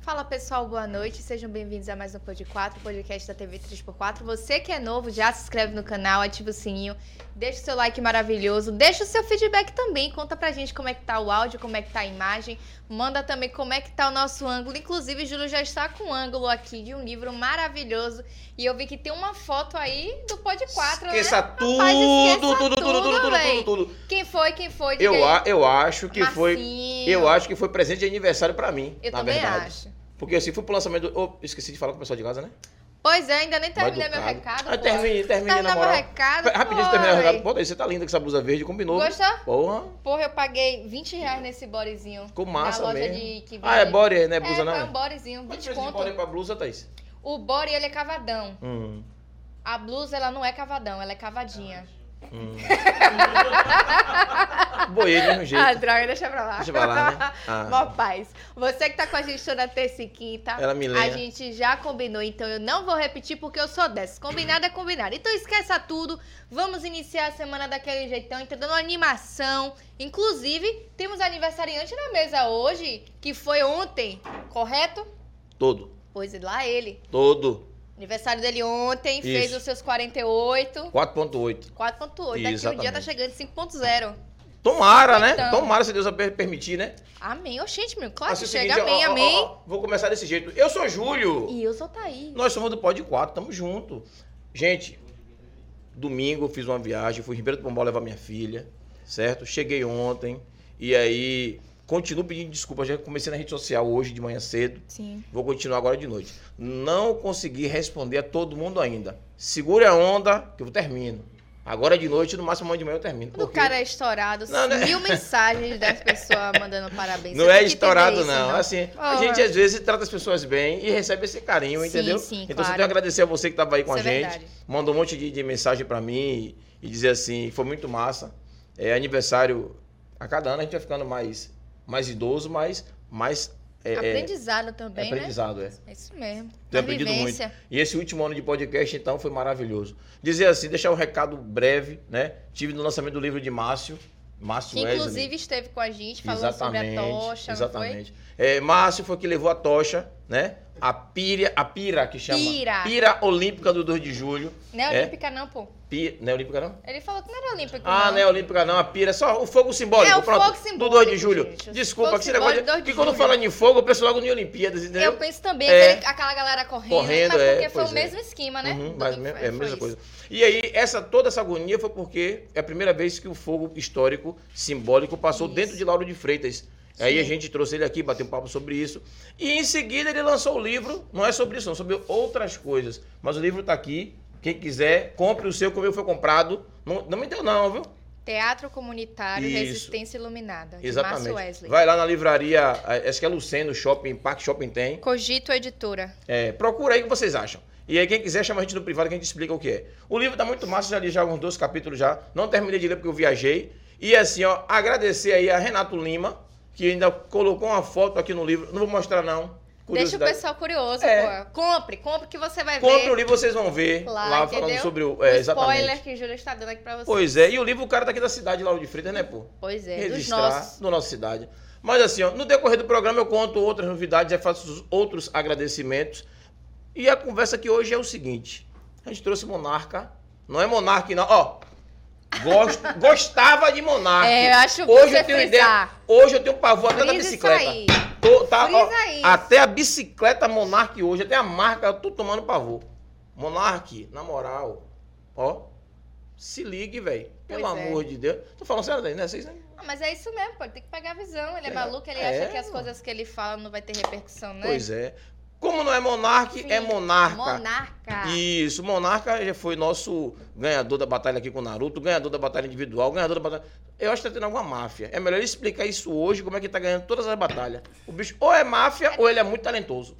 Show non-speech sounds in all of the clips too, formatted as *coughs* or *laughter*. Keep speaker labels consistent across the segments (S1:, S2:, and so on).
S1: Fala pessoal, boa noite. Sejam bem-vindos a mais um Pod 4, podcast da TV 3x4. Você que é novo, já se inscreve no canal, ativa o sininho, deixa o seu like maravilhoso, deixa o seu feedback também, conta pra gente como é que tá o áudio, como é que tá a imagem, manda também como é que tá o nosso ângulo. Inclusive, Júlio já está com um ângulo aqui de um livro maravilhoso e eu vi que tem uma foto aí do Pod 4,
S2: Esqueça
S1: né?
S2: tudo,
S1: Rapaz, esqueça
S2: tudo, tudo, tudo, tudo, tudo,
S1: véi.
S2: tudo, tudo.
S1: Quem foi, quem foi? Diga
S2: Eu,
S1: aí.
S2: a- eu acho que foi.
S1: Marcinho.
S2: Eu acho que foi presente de aniversário pra mim,
S1: Eu
S2: na
S1: também
S2: verdade.
S1: acho.
S2: Porque se for pro lançamento. do- Oh, esqueci de falar com o pessoal de casa, né?
S1: Pois é, ainda nem
S2: Mal
S1: terminei meu
S2: educado.
S1: recado.
S2: Ah,
S1: pô.
S2: termine, termine, na
S1: Terminar meu
S2: moral.
S1: Tá recado.
S2: Pera, Rapidinho,
S1: pô,
S2: você terminar o
S1: véi.
S2: recado. Bota aí, você tá linda com essa blusa verde, combinou.
S1: Gostou?
S2: Porra,
S1: Porra, eu paguei 20 reais nesse bodezinho.
S2: ficou massa
S1: na loja
S2: mesmo.
S1: de que
S2: Ah, é
S1: vende-
S2: body, né? Blusa
S1: é,
S2: não?
S1: foi um bodezinho,
S2: Quanto
S1: 20
S2: preço de body
S1: conto.
S2: pra blusa, Thaís?
S1: O bode, ele é cavadão.
S2: Hum.
S1: A blusa, ela não é cavadão, ela é cavadinha.
S2: Hum. Boiei do mesmo
S1: Ah,
S2: jeito.
S1: droga, deixa pra lá.
S2: Deixa pra lá, né? Ah.
S1: *laughs* Mó paz. Você que tá com a gente toda terça e quinta,
S2: Ela me
S1: a
S2: lembra.
S1: gente já combinou, então eu não vou repetir porque eu sou dessa. Combinado é combinado. Então esqueça tudo, vamos iniciar a semana daquele jeitão, entendendo? Uma animação. Inclusive, temos aniversariante na mesa hoje, que foi ontem, correto?
S2: Todo,
S1: Pois é, lá ele.
S2: todo.
S1: Aniversário dele ontem, fez
S2: Isso.
S1: os seus 48.
S2: 4.8.
S1: 4.8, daqui um dia
S2: Exatamente.
S1: tá chegando 5.0.
S2: Tomara, né?
S1: Então.
S2: Tomara, se Deus per- permitir, né?
S1: Amém. Oxente, meu, claro
S2: Mas é
S1: que
S2: o
S1: chega
S2: seguinte,
S1: amém,
S2: ó, ó, ó,
S1: amém.
S2: ó, vou começar desse jeito. Eu sou Júlio.
S1: E eu sou Thaís.
S2: Nós somos do Pod 4, tamo junto. Gente, domingo eu fiz uma viagem, fui em Ribeiro do Pombal levar minha filha, certo? Cheguei ontem e aí continuo pedindo desculpa, já comecei na rede social hoje de manhã cedo.
S1: Sim.
S2: Vou continuar agora de noite. Não consegui responder a todo mundo ainda. Segure a onda que eu termino. Agora de noite, no máximo amanhã de manhã eu termino.
S1: Quando o
S2: Por quê?
S1: cara é estourado,
S2: Um Não, não é-
S1: mil mensagens das pessoas mandando parabéns.
S2: Não
S1: Você
S2: é
S1: tem que
S2: estourado,
S1: entender isso,
S2: não. Assim, a
S1: Ó,
S2: gente às vezes trata as pessoas bem e recebe esse carinho,
S1: Sim,
S2: entendeu?
S1: sim,
S2: então
S1: claro.
S2: só tenho a agradecer a você que estava aí com
S1: Isso
S2: a
S1: é
S2: gente.
S1: verdade.
S2: Mandou um monte de, de mensagem pra mim e, e dizer assim, foi muito massa. É aniversário. A cada ano a gente vai ficando mais, mais idoso, mas mais. É, é,
S1: Aprendizado
S2: é
S1: também,
S2: aprendizado, é.
S1: né? É isso mesmo.
S2: Tenho
S1: A
S2: aprendido
S1: vivência.
S2: E esse último ano de podcast, então, foi maravilhoso. Dizer assim, deixar um recado breve, né? Tive no lançamento do livro de Márcio. Márcio
S1: Que
S2: Wesley.
S1: inclusive esteve com a gente falando sobre a tocha, não
S2: Exatamente. É, Márcio foi que levou a tocha, né? A pira, a pira que chama.
S1: Pira.
S2: olímpica do 2 de julho.
S1: foi? Não é
S2: É.
S1: olímpica, não, pô.
S2: Pira, não é olímpica não?
S1: Ele falou que não era olímpico,
S2: Ah, não é olímpica não, a pira, é só o fogo simbólico,
S1: É, o
S2: pronto.
S1: fogo simbólico,
S2: do 2 de julho.
S1: gente.
S2: Desculpa,
S1: Fogo
S2: que esse negócio,
S1: simbólico,
S2: de,
S1: 2 de
S2: que quando
S1: julho.
S2: falando em fogo, eu penso logo em Olimpíadas, entendeu?
S1: Eu penso também,
S2: É.
S1: aquele- aquela galera correndo,
S2: Correndo,
S1: mas
S2: é,
S1: porque foi o
S2: pois é.
S1: mesmo esquema, né?
S2: Uhum,
S1: Do-
S2: mas
S1: foi-
S2: mesmo- é
S1: foi
S2: a mesma
S1: isso.
S2: coisa. E aí, essa, toda essa agonia foi porque é a primeira vez que o fogo histórico, simbólico, passou
S1: Isso.
S2: dentro de Lauro de Freitas. Aí a gente trouxe ele aqui, bateu um papo sobre isso. E em seguida ele lançou o livro, não é sobre isso, não, sobre outras coisas. Mas o livro tá aqui. Quem quiser, compre o seu, como eu foi comprado. Não, não me deu, não,
S1: É
S2: viu?
S1: Teatro comunitário,
S2: Isso.
S1: resistência iluminada. de Márcio
S2: Exatamente.
S1: Wesley.
S2: Vai lá na livraria, eh, acho que é Luceno Shopping, Parque Shopping tem.
S1: Cogito Editora.
S2: É, procura aí o que vocês acham. E aí, quem quiser, chama a gente no privado que a gente explica o que é. O livro tá muito massa, já li já uns dois capítulos já. Não terminei de ler porque eu viajei. E assim, ó, agradecer aí a Renato Lima, que ainda colocou uma foto aqui no livro. Não vou mostrar, não.
S1: Deixa o
S2: Curiosidade.
S1: pessoal curioso,
S2: É.
S1: pô. Compre, compre que você vai
S2: Compre o
S1: ver.
S2: livro, vocês vão ver
S1: Lá,
S2: lá
S1: entendeu?
S2: falando sobre o.
S1: o spoiler
S2: É, exatamente.
S1: que o Júlio está dando aqui pra você.
S2: Pois é, e o livro o cara daqui da cidade, Lauro de Freitas, né, pô?
S1: Pois é, dos
S2: registrar
S1: nossos.
S2: no nossa cidade. Mas assim, ó, no decorrer do programa eu conto outras novidades, já faço os outros agradecimentos. E a conversa aqui hoje é o seguinte: a gente trouxe Monarca. Não é Monarca, não. Ó, gosto, *laughs* gostava de Monarca.
S1: É, eu acho que
S2: Ah, hoje
S1: você
S2: eu tenho
S1: frisar.
S2: ideia. Hoje eu tenho pavor até da
S1: Frisa isso
S2: bicicleta.
S1: aí.
S2: Tô- tá, ó,
S1: Frisa isso.
S2: até a bicicleta Monark hoje, até a marca, eu tô tomando pavor. Monark, na moral, ó, se ligue, velho. Pelo
S1: Pois é.
S2: amor de Deus. Tô falando sério, Dani, né? Vocês, né?
S1: Ah, Mas é isso mesmo, pô. Tem que pegar a visão. Ele é
S2: É,
S1: maluco, ele
S2: é,
S1: acha que as
S2: mano.
S1: coisas que ele fala não vai ter repercussão, né?
S2: Pois é. Como não é Monark,
S1: Sim,
S2: é Monarca.
S1: Monarca.
S2: Isso, Monarca já foi nosso ganhador da batalha aqui com o Naruto, ganhador da batalha individual, ganhador da batalha. Eu acho que tá tendo alguma máfia. É melhor ele explicar isso hoje, como é que tá ganhando todas as batalhas. O bicho ou é máfia ou ele é muito talentoso.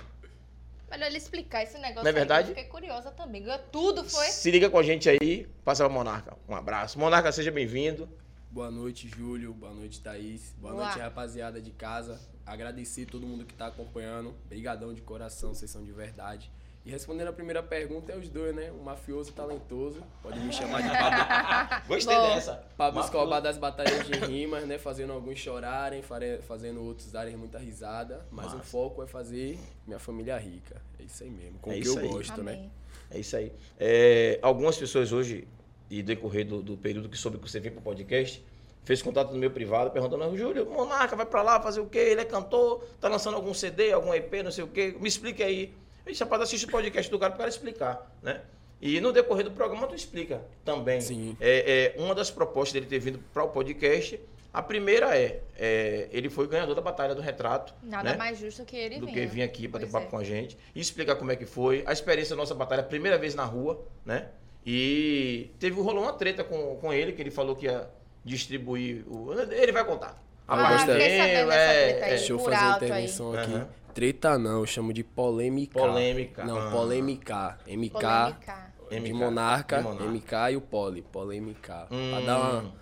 S1: Melhor ele explicar esse negócio.
S2: Não é
S1: aí, que
S2: verdade?
S1: Eu fiquei curiosa também. Ganhou tudo, foi?
S2: Se liga com a gente aí, passa pra Monarca. Um abraço. Monarca, seja bem-vindo.
S3: Boa noite, Júlio. Boa noite, Thaís. Boa
S1: Olá.
S3: noite, rapaziada de casa. Agradecer todo mundo que tá acompanhando. Obrigadão de coração, vocês são de verdade. E respondendo a primeira pergunta, é os dois, né? Um mafioso talentoso, pode me
S1: *laughs*
S3: chamar de Pablo,
S2: Gostei
S1: Ah, Bom.
S2: dessa.
S3: Pablo
S2: Mafioso.
S3: Escobar das batalhas de rimas, né? Fazendo alguns chorarem, fare- fazendo outros darem muita risada. Mas o
S2: Massa.
S3: foco é fazer minha família rica. É isso aí mesmo, com
S2: É
S3: o que
S2: isso
S3: eu
S2: aí.
S3: gosto, né?
S1: Amém.
S2: É isso aí. É, algumas pessoas hoje, e decorrer do, do período que soube que você veio pro podcast, fez contato no meu privado perguntando, Júlio, Monarca, vai pra lá fazer o quê? Ele é cantor, tá lançando algum CD, algum EP, não sei o quê. Me explique aí. Eu disse, rapaz, assiste o podcast do cara pro cara explicar, né? E no decorrer do programa tu explica também.
S3: Sim.
S2: É, é, uma das propostas dele ter vindo para o podcast, a primeira é, é, ele foi ganhador da Batalha do Retrato.
S1: Nada
S2: né?
S1: mais justo que ele
S2: do
S1: venha.
S2: que vir aqui bater
S1: Pois
S2: papo
S1: é.
S2: com a gente e explicar como é que foi a experiência da nossa batalha, primeira vez na rua, né? E teve rolou uma treta com, com ele que ele falou que ia distribuir o ele vai contar. É,
S1: Ah,
S2: parte
S3: fiquei
S2: dele,
S1: sabendo dessa treta aí.
S3: Deixa eu
S1: por
S3: fazer a
S1: alto aí.
S3: intervenção aqui.
S2: Aham.
S3: Treta não, eu chamo de polêmica.
S2: Polêmica.
S3: Não,
S2: Ah.
S3: polêmica. MK,
S1: Polêmica.
S3: de
S2: MK,
S3: monarca,
S2: de monarca.
S3: MK e o poli. Polêmica. pra
S2: Hum,
S3: dar uma...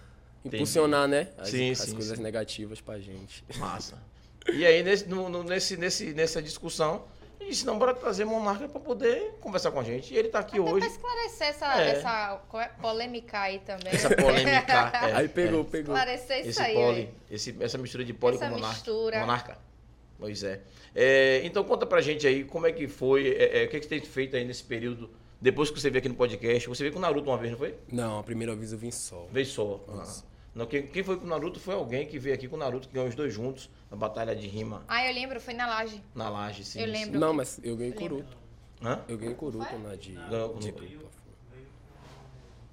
S3: Impulsionar, né? As,
S2: Sim,
S3: as
S2: sim,
S3: coisas
S2: sim.
S3: negativas pra gente.
S2: Massa. E aí, nesse, no- no- nesse, nesse- nessa discussão, ele disse, não, bora trazer Monarca para poder conversar com a gente. E ele tá aqui
S1: Tentar
S2: hoje,
S1: esclarecer essa,
S2: É.
S1: essa co- polêmica aí também.
S2: essa
S1: *laughs*
S2: polêmica. é,
S3: Aí
S2: é.
S3: pegou, pegou.
S1: Esclarecer isso
S2: Esse
S1: aí.
S2: pole,
S1: velho.
S2: esse- essa mistura de pole
S1: Essa
S2: com monarca.
S1: mistura.
S2: Monarca. Pois é. É, Então conta pra gente aí como é que foi, é, é, o que, é que você tem feito aí nesse período, depois que você veio aqui no podcast. Você veio com o Naruto uma vez, não foi?
S3: Não, a primeira vez eu vim só.
S2: Vez só.
S3: Nossa.
S2: Ah. Não, quem, quem foi com o Naruto foi alguém que veio aqui com o Naruto, que ganhou os dois juntos, na batalha de rima
S1: Ah, eu lembro, foi na laje.
S2: na laje. Sim,
S1: Eu
S2: sim.
S1: lembro.
S3: Não, mas eu ganhei coruto.
S2: Hã?
S3: Eu ganhei coruto na de,
S2: Ganhou
S3: de
S2: coruto.
S3: dupla.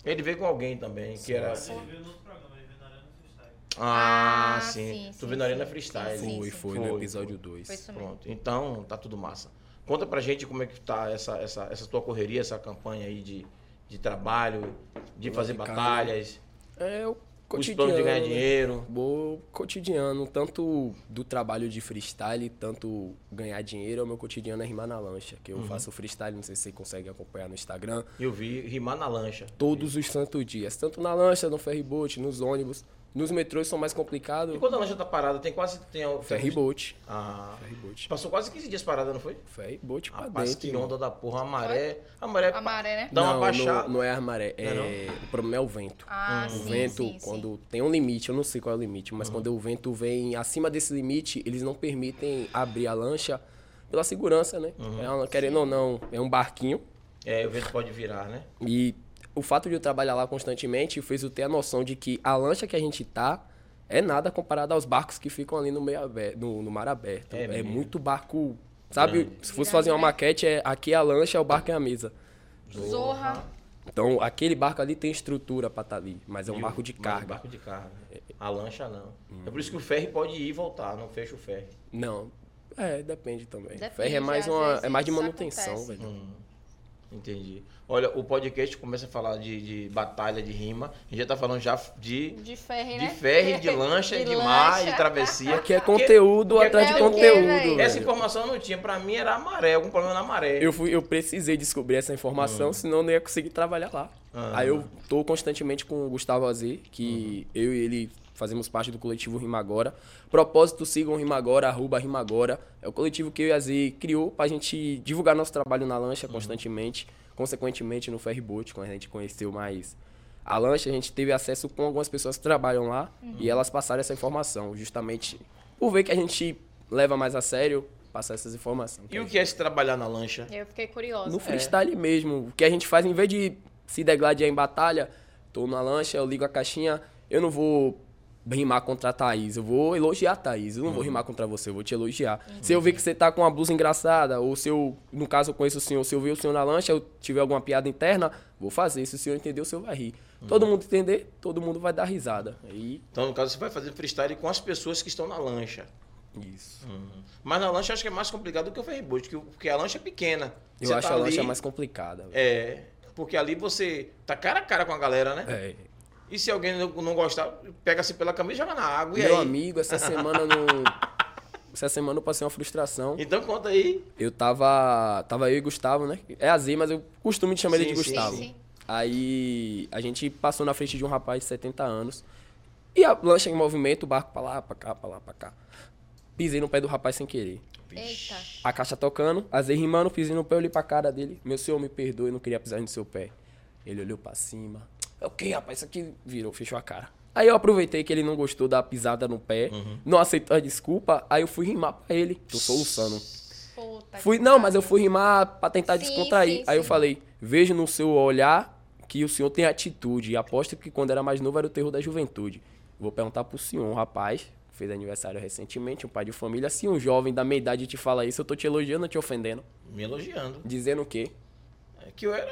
S2: Ele veio com alguém também, que
S3: Ah,
S2: era. assim.
S4: Ele veio no outro programa, ele veio na Arena Freestyle.
S2: Ah,
S1: Ah,
S2: sim.
S1: sim,
S2: Tu
S1: sim,
S2: veio na Arena
S1: sim.
S2: Freestyle.
S1: Sim,
S3: Foi,
S1: sim.
S3: foi,
S2: Ah, Foi,
S3: no episódio
S1: Foi
S3: 2.
S1: isso mesmo.
S2: Pronto, então tá tudo massa. Conta pra gente como é que tá essa, essa, essa tua correria, essa campanha aí de, de trabalho, de fazer
S3: Cara,
S2: batalhas,
S3: É o
S2: os
S3: cotidiano.
S2: planos de ganhar
S3: né?
S2: dinheiro.
S3: Meu cotidiano, tanto do trabalho de freestyle, tanto ganhar dinheiro, é o meu cotidiano é rimar na lancha. Que eu
S2: Uhum.
S3: faço freestyle, não sei se você consegue acompanhar no Instagram,
S2: Eu vi rimar na lancha.
S3: todos os santos dias. Tanto na lancha, no ferryboat, nos ônibus. Nos metrôs são mais
S2: E
S3: complicados.
S2: quando a lancha tá parada, tem quase. Tem um,
S3: Ferryboat.
S2: Ah,
S3: Ferryboat.
S2: passou quase 15 dias parada, não foi?
S3: Ferryboat pra
S2: Rapaz,
S3: dentro.
S2: que
S3: irmão.
S2: onda da porra. A maré. A maré.
S1: A maré, né?
S2: Dá uma
S3: não,
S2: baixada.
S3: Não, não é a maré,
S2: Não é
S3: é, o problema é o vento.
S2: Um
S1: Ah,
S3: O
S1: sim,
S3: vento,
S1: sim, sim.
S3: quando tem um limite, eu não sei qual é o limite,
S2: Uhum.
S3: mas quando o vento vem acima desse limite, eles não permitem abrir a lancha pela segurança, né?
S2: Uhum.
S3: É uma- querendo ou não, é um barquinho.
S2: É, o vento pode virar, né?
S3: E o fato de eu trabalhar lá constantemente fez eu ter a noção de que a lancha que a gente tá é nada comparada aos barcos que ficam ali no, meio aberto, no, no mar aberto.
S2: É
S3: É,
S2: mesmo.
S3: muito barco. Sabe, se
S1: Grande,
S3: fosse fazer uma
S1: né?
S3: maquete, é aqui é a lancha, o barco é a mesa.
S1: Zorra.
S3: Então, aquele barco ali tem estrutura pra estar ali, mas é um barco de
S2: Mas
S3: carga. É, Hum.
S2: barco de carga. A lancha não. É por isso que o ferry pode ir e voltar, não fecha o ferry.
S3: Não. É, depende também.
S1: Depende,
S3: Ferro é mais
S1: às
S3: uma,
S1: vezes
S3: é mais de
S1: isso
S3: manutenção,
S1: acontece.
S3: velho.
S2: Hum, Entendi. Olha, o podcast começa a falar de, de batalha de rima. A gente já tá falando já de,
S1: De ferro,
S2: de
S1: né? *laughs*
S2: ferro, *laughs* de lancha, de, mar, de travessia.
S3: *laughs* Que é conteúdo
S2: porque
S3: atrás de
S1: é o quê,
S3: conteúdo,
S1: velho?
S3: velho.
S2: Essa informação eu não tinha. Pra mim era maré, algum problema na maré.
S3: Eu fui, eu precisei descobrir essa informação, senão eu não ia conseguir trabalhar lá.
S2: Ah.
S3: Aí eu tô constantemente com o Gustavo Azê, que eu e ele fazemos parte do coletivo Rima Agora. Propósito, sigam o Rima Agora, arroba Rima Agora. É o coletivo que eu e a Azê criou pra gente divulgar nosso trabalho na lancha constantemente, consequentemente no ferryboat, quando a gente conheceu mais a lancha, a gente teve acesso com algumas pessoas que trabalham lá
S2: Uhum.
S3: e elas passaram essa informação, justamente por ver que a gente leva mais a sério, passar essas informações.
S2: E o que é se trabalhar na lancha?
S1: *laughs* Eu fiquei curiosa.
S2: É.
S3: No freestyle mesmo. O que a gente faz, em vez de se degladiar em batalha, tô na lancha, eu ligo a caixinha, eu não vou rimar contra a Thaís, eu vou elogiar a Thaís, eu não vou rimar contra você, eu vou te elogiar.
S2: Uhum.
S3: Se eu ver que você tá com uma blusa engraçada, ou se eu, no caso, eu conheço o senhor, se eu ver o senhor na lancha, eu tiver alguma piada interna, vou fazer. Se o senhor entender, o senhor vai rir. Todo mundo entender, todo mundo vai dar risada. Aí,
S2: Então, no caso, você vai fazer freestyle com as pessoas que estão na lancha.
S3: isso.
S2: Mas na lancha eu acho que é mais complicado do que o ferryboat, que o- porque a lancha é pequena.
S3: Eu
S2: Você
S3: acho
S2: tá
S3: a lancha
S2: ali-
S3: mais complicada. velho.
S2: É, porque ali você tá cara a cara com a galera, né?
S3: É.
S2: E se alguém não não gostar, pega-se pela camisa e joga na água. e
S3: Meu
S2: aí?
S3: amigo, essa semana eu não. Essa semana eu passei uma frustração.
S2: Então conta aí.
S3: Eu tava. Tava eu e Gustavo, né? É a Z, mas eu costumo te chamar ele
S2: Sim,
S3: de
S2: sim,
S3: Gustavo.
S1: sim.
S3: Aí a gente passou na frente de um rapaz de 70 anos. E a lancha em movimento, o barco pra lá, pra cá, pra lá, pra cá. Pisei no pé do rapaz sem querer.
S1: Eita.
S3: A caixa tocando, azei rimando, pisei no pé, olhei pra cara dele. Meu senhor, me perdoe, não queria pisar no seu pé. Ele olhou pra cima. "É O que, rapaz? Isso aqui virou, fechou a cara. Aí eu aproveitei que ele não gostou da pisada no pé,
S2: Uhum.
S3: não aceitou a desculpa, aí eu fui rimar pra ele. Tô soluçando.
S1: Puta
S3: Fui,
S1: que
S3: não,
S1: pariu.
S3: mas eu fui rimar pra tentar
S1: Tá Sim,
S3: descontrair.
S1: sim,
S3: Aí eu
S1: sim.
S3: falei: vejo no seu olhar que o senhor tem atitude. E aposto que quando era mais novo era o terror da juventude. Vou perguntar pro senhor, um rapaz, que fez aniversário recentemente, um pai de família. Se um jovem da meia idade te fala isso, eu tô te elogiando ou te ofendendo?
S2: Me elogiando.
S3: Dizendo o quê?
S2: É que eu era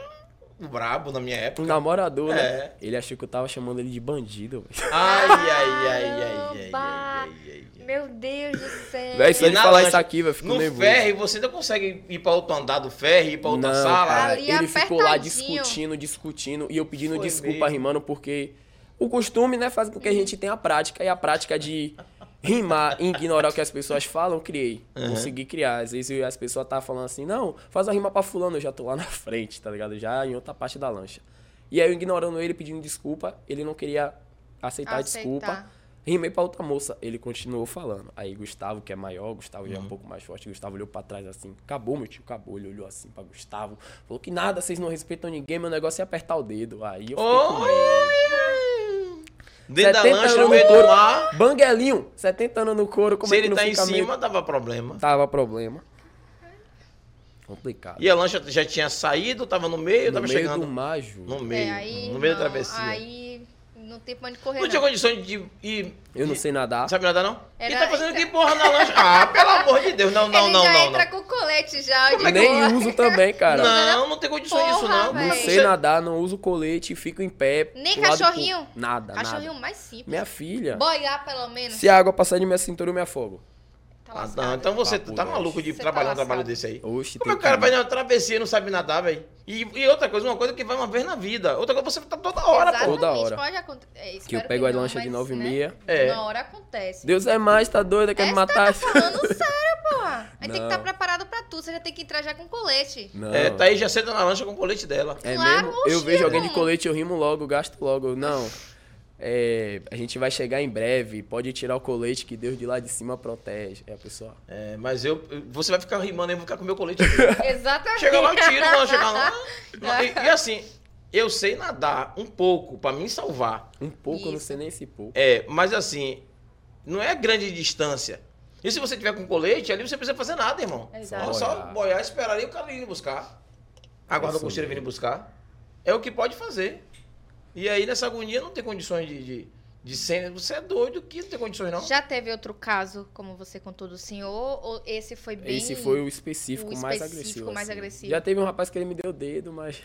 S2: um brabo na minha
S3: Um
S2: época.
S3: namorador, né?
S2: É.
S3: Ele achou que eu tava chamando ele de bandido,
S1: É.
S3: velho.
S2: Ai, ai, ai, ai, ai, ai, ai, ai.
S1: Meu Deus do céu.
S3: Véi, *laughs* só
S2: E
S3: de
S2: na
S3: falar
S2: lancha-
S3: isso aqui, velho, fico
S2: No
S3: nervoso.
S2: ferry, você ainda consegue ir pra outro andar do ferry, ir pra outra
S3: Não,
S2: sala?
S3: cara,
S1: Ali
S3: ele ficou lá
S1: apertadinho.
S3: discutindo, discutindo e eu pedindo
S2: Foi
S3: desculpa,
S2: mesmo.
S3: rimando, porque o costume, né, faz com que a gente tenha a prática e a prática de rimar e ignorar o que as pessoas falam, eu criei. Consegui criar. Às vezes eu- as pessoas tá falando assim: "Não, faz uma rima pra fulano", eu já tô lá na *laughs* frente, tá ligado? Já em outra parte da lancha. E aí eu ignorando ele, pedindo desculpa, ele não queria aceitar, a desculpa.
S1: Aceitar.
S3: Rimei pra outra moça, ele continuou falando. Aí Gustavo, que é maior, Gustavo
S2: Uhum.
S3: já é um pouco mais forte, Gustavo olhou pra trás assim, acabou meu tio, acabou. Ele olhou assim pra Gustavo, falou que nada, vocês não respeitam ninguém, meu negócio é apertar o dedo. Aí eu fiquei com
S2: Oi!
S3: medo.
S2: Dentro da
S3: 70
S2: lancha,
S3: anos
S2: no
S3: no
S2: meio do
S3: couro.
S2: mar.
S3: Banguelinho, 70 anos no couro, como
S2: Se
S3: é que
S2: ele
S3: não
S2: tá em
S3: fica Tá. meio-
S2: cima, dava problema.
S3: Tava problema. Complicado.
S2: E a lancha já tinha saído, tava no meio,
S3: no
S2: tava
S3: meio
S2: chegando.
S3: do majo,
S2: No meio.
S1: É, aí,
S2: no meio da
S1: não,
S2: travessia.
S1: Aí não tem pra onde correr.
S2: não tinha
S1: não.
S2: condições de ir.
S3: eu não
S2: de-
S3: sei nadar.
S2: Sabe nadar, não?
S1: Era-
S2: E tá fazendo que porra na lancha? Ah, pelo amor
S1: *laughs*
S2: de Deus. Não, não,
S1: Ele
S2: não,
S1: já
S2: não.
S1: entra com colete já.
S2: é
S1: de
S3: Nem
S1: boa.
S3: uso também, cara.
S2: não. Não, não tem condições disso,
S1: Porra,
S2: não.
S1: velho.
S3: Não
S1: Véi.
S3: sei nadar, não uso colete, fico em pé.
S1: Nem
S3: pro lado e pro-
S1: cachorrinho? *laughs*
S3: Nada,
S1: Cachorrinho
S3: nada.
S1: mais simples.
S3: Minha filha.
S1: Boiar, pelo menos.
S3: Se a água passar de minha cintura, eu me afogo.
S1: Tá
S2: Ah,
S1: lascado.
S2: não, então você
S3: Papo
S2: tá
S3: doce.
S2: maluco de
S1: Você tá
S2: trabalhar um
S1: lascado.
S2: trabalho desse aí.
S3: Oxe,
S2: Como é que
S3: tem
S2: o cara
S3: que-
S2: vai numa travessia e não sabe nadar, velho? E, e outra coisa, uma coisa que vai uma vez na vida. Outra coisa, você tá toda hora, pô.
S1: Exatamente,
S3: Toda hora.
S1: Pode acontecer. É, espero
S3: Que eu pego a
S1: não,
S3: lancha de
S1: mas,
S3: 9 e
S1: né,
S3: meia.
S2: É.
S1: Uma hora acontece.
S3: Deus é mais, tá doida, quer me matar?
S1: Falando sério, porra. Aí tem que
S3: Não.
S1: estar preparado pra tudo. Você já tem que entrar já com
S3: *laughs*
S1: colete.
S3: Não.
S2: É, Thaís já senta na lancha com o colete dela.
S3: É
S1: Claro,
S3: mesmo?
S1: oxi,
S3: Eu vejo alguém de
S1: irmão.
S3: colete, eu rimo logo, gasto logo. Não. É, a gente vai chegar em breve, pode tirar o colete que Deus de lá de cima protege. É a pessoa.
S2: É, mas eu. eu- Você vai ficar rimando, eu vou ficar com o meu colete.
S1: *laughs* Exatamente.
S2: Chega lá, eu tiro, não,
S1: *laughs*
S2: chega lá. Não, E, e assim, eu sei nadar um pouco pra me salvar.
S3: Um pouco, eu não
S1: Isso.
S3: sei nem se pouco.
S2: É, mas assim, não é grande distância. E se você tiver com colete, ali você não precisa fazer nada, irmão.
S1: Exato.
S2: Só, só
S3: Boiar.
S2: boiar, esperar ali o cara vir buscar. A guarda
S3: Isso
S2: costeira vir
S3: mesmo.
S2: buscar. É o que pode fazer. E aí, nessa agonia, não tem condições de, de, de ser. Você é doido que não tem condições,
S1: *laughs*
S2: não.
S1: Já teve outro caso, como você contou do senhor? Ou esse foi bem.
S3: Esse foi É o específico,
S1: o
S3: mais
S1: específico
S3: agressivo. É.
S1: mais
S3: assim.
S1: agressivo.
S3: Já teve um rapaz que ele me deu o dedo, mas.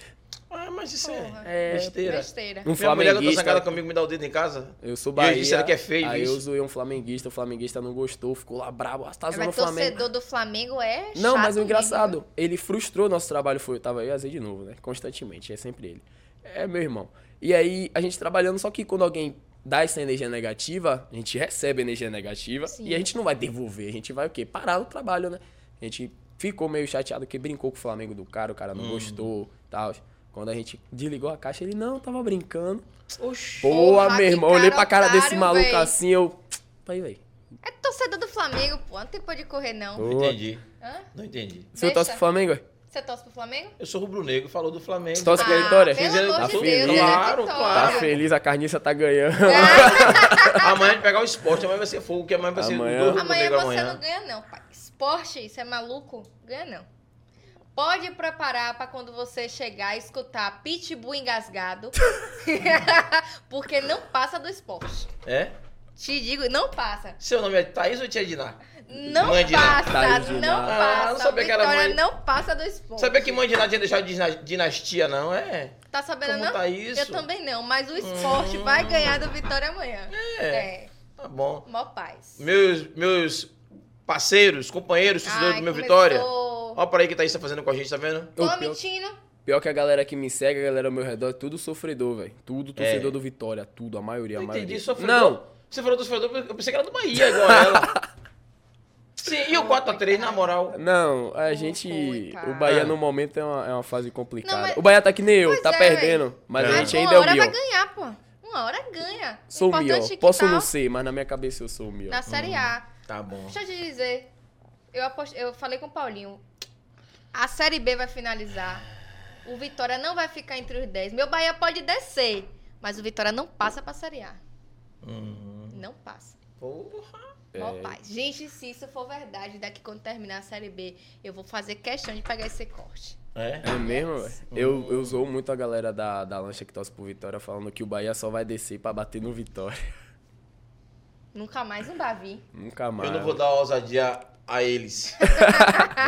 S3: um
S2: Ah, mas isso
S1: Porra.
S2: é,
S3: É,
S2: besteira.
S1: besteira.
S2: Minha
S3: Um
S2: mulher que tá
S3: flamenguista.
S2: zangada comigo me dá o dedo em casa.
S3: Eu sou
S2: E ele
S3: Bahia.
S2: disse, "Será que é feio
S3: aí
S2: isso?"
S3: eu zoei um flamenguista, o flamenguista não gostou, ficou lá brabo. Ah, tá zoando o
S1: Mas
S3: Flamengo.
S1: é torcedor do Flamengo é.
S3: Não,
S1: chato
S3: mas o
S1: mesmo. né?
S3: engraçado, ele frustrou nosso trabalho, foi, tava eu e Azei de novo, né? Constantemente, é sempre ele. É meu irmão. E aí, a gente trabalhando, só que quando alguém dá essa energia negativa, a gente recebe energia negativa
S1: Sim.
S3: e a gente não vai devolver, a gente vai o quê? Parar o trabalho, né? A gente ficou meio chateado que brincou com o Flamengo do cara, o cara não gostou, tal. Quando a gente desligou a caixa, ele não, tava brincando.
S1: Oxi.
S3: Boa,
S1: Porra,
S3: meu
S1: que
S3: irmão, olhei pra cara desse
S1: otário,
S3: maluco
S1: véi.
S3: assim, eu. Aí, velho.
S1: É torcedor do Flamengo, pô. Não tem pra onde correr, não.
S3: Ô.
S2: Não entendi.
S1: Hã?
S2: Não entendi.
S3: Você
S1: Deixa.
S3: torce pro Flamengo? véi?
S1: Você torce pro Flamengo?
S2: Eu sou rubro-negro, falou do Flamengo.
S3: Torce pra
S1: Ah,
S3: vitória?
S1: Pelo amor
S3: Tá
S1: de
S3: feliz,
S1: Deus,
S3: né?
S1: é
S2: Claro,
S1: vitória.
S3: Tá
S2: claro.
S3: feliz, a carniça tá ganhando.
S2: Amanhã a gente pegar o esporte, amanhã vai ser fogo, que amanhã vai ser
S3: Amanhã.
S2: do
S1: Amanhã
S2: rubro-negro
S1: você
S2: amanhã.
S1: não ganha, não, pai. Esporte, você é maluco? Ganha não. Pode preparar pra quando você chegar e escutar Pitbull engasgado. *laughs* porque não passa do esporte.
S2: É?
S1: Te digo, não passa.
S2: Seu nome é Thaís ou Tia Diná?
S1: Não
S2: Mãe é de nada.
S1: passa,
S3: Tá de
S1: não
S3: nada.
S2: Ah, não
S1: passa.
S2: sabia que era
S1: Vitória
S2: mãe.
S1: não passa do esporte.
S2: Sabia que mãe de Diná tinha deixado de dina- dinastia, não? É?
S1: Tá sabendo
S2: Como
S1: não?
S2: tá isso? Ah.
S1: Eu também não, mas o esporte vai ganhar do Vitória amanhã. É.
S2: Tá bom.
S1: Mó paz.
S2: Meus, meus parceiros, companheiros, torcedores
S1: Ai,
S2: do meu
S1: começou.
S2: Vitória. Olha para aí que Thaís tá fazendo com a gente, tá vendo?
S1: Tô
S3: Ô, pior-
S1: mentindo.
S3: Pior que a galera que me segue, a galera ao meu redor, é tudo sofredor, velho.
S2: É.
S3: Tudo torcedor do Vitória, tudo, a maioria,
S2: Eu
S3: a maioria.
S2: entendi, sofredor.
S3: Não,
S2: Você falou do sofredor, eu pensei que era do Bahia, igual ela.
S1: *laughs*
S2: Sim, e o 4x3, na moral.
S3: não, a
S1: Ô,
S3: gente...
S1: coitado.
S3: O Bahia,
S2: Ah.
S3: no momento, é uma, é uma fase complicada.
S1: Não, mas-
S3: O Bahia tá que nem eu,
S1: Pois
S3: tá
S1: é,
S3: perdendo. Mas
S2: É.
S3: a gente
S1: uma
S3: ainda é o
S1: hora vai
S3: melhor.
S1: ganhar, pô. Uma hora ganha. O
S3: Sou o
S1: importante
S3: melhor.
S1: é que
S3: Posso
S1: tá
S3: não ser, mas na minha cabeça eu sou o melhor.
S1: Na Série A.
S2: Tá bom.
S1: Deixa eu te dizer. Eu, apost- eu falei com o Paulinho. A Série B vai finalizar. O Vitória não vai ficar entre os 10. Meu Bahia pode descer. Mas o Vitória não passa pra Série A.
S3: Uhum.
S2: Hum.
S1: Não passa.
S2: Porra.
S3: É.
S1: Ó, paz. Gente, se isso for verdade, daqui quando terminar a Série B, eu vou fazer questão de pegar esse corte.
S2: É?
S3: É mesmo, velho? Eu, eu zoo muito a galera da, da lancha que torce pro Vitória falando que o Bahia só vai descer pra bater no Vitória. *laughs*
S1: Nunca mais um Bavi.
S3: Nunca mais.
S2: Eu não vou dar ousadia
S1: *laughs*
S2: a eles. vou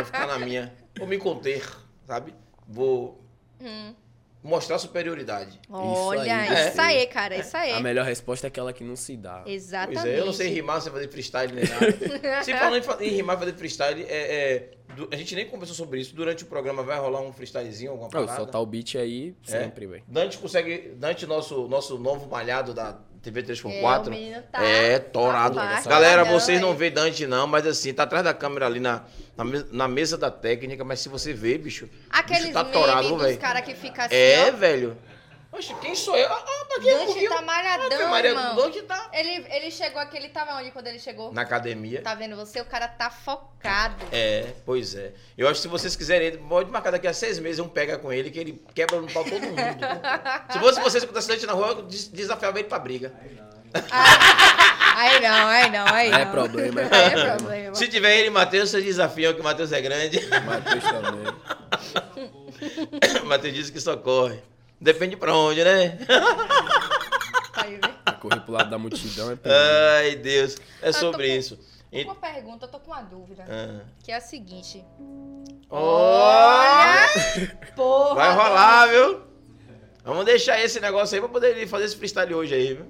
S2: ficar na minha. Vou me conter, sabe? Vou
S1: Hum.
S2: mostrar superioridade.
S1: Olha,
S3: aí,
S1: isso aí,
S3: é.
S1: cara, isso aí.
S3: A melhor resposta é aquela que não se dá.
S1: Exatamente.
S2: Pois é, eu não sei rimar sem fazer freestyle nem
S1: *laughs*
S2: nada. Se falando em fa- em rimar e fazer freestyle, é, é, du- a gente nem conversou sobre isso. Durante o programa vai rolar um freestylezinho, alguma
S3: Não,
S2: parada?
S3: soltar o beat aí
S2: É.
S3: sempre, velho.
S2: Dante consegue. Dante, nosso, nosso novo malhado da TV
S1: É, o
S2: 3x4.
S1: menino tá.
S2: É, torado.
S1: tá baixo,
S2: Galera,
S1: tá
S2: vocês não
S1: velho.
S2: vê Dante não, mas assim, tá atrás da câmera ali na, na, me- na mesa da técnica, mas se você vê, bicho,
S1: Aqueles
S2: bicho tá
S1: memes
S2: torado,
S1: dos
S2: velho.
S1: caras que ficam assim,
S2: É,
S1: ó.
S2: velho. Oxe, quem sou eu? Ah, ah, daqui a
S1: Dante
S2: pouquinho.
S1: tá
S2: Ave
S1: malhadão,
S2: Maria,
S1: irmão.
S2: Dante tá
S1: Ele, ele chegou aqui, ele tava onde quando ele chegou?
S2: na academia.
S1: Tá vendo você? O cara tá focado.
S2: É, pois é. Eu acho que se vocês quiserem, pode marcar daqui a seis meses um pega com ele, que ele quebra no pau todo mundo. se fosse vocês com o Dante na rua, eu des- desafiava ele pra briga.
S1: Ah. Aí não, aí não, aí
S3: É
S1: não.
S3: problema, é
S1: *laughs* Aí é
S3: problema.
S1: problema.
S2: Se tiver ele e Matheus, vocês desafiam que o Matheus é grande. *coughs*
S3: Matheus também.
S2: O Matheus disse que só corre. Depende pra onde, né?
S1: Aí, vê.
S3: Pra Correr pro lado da multidão é perigo.
S2: Ai, Deus. É
S1: Eu tô
S2: sobre
S1: com-
S2: isso.
S1: Tô
S2: E-
S1: com uma pergunta, eu tô com uma dúvida.
S2: Ah.
S1: Que é a seguinte.
S2: Olha!
S1: Porra!
S2: Vai rolar, viu? Vamos deixar esse negócio aí pra poder ele fazer esse freestyle hoje aí, viu?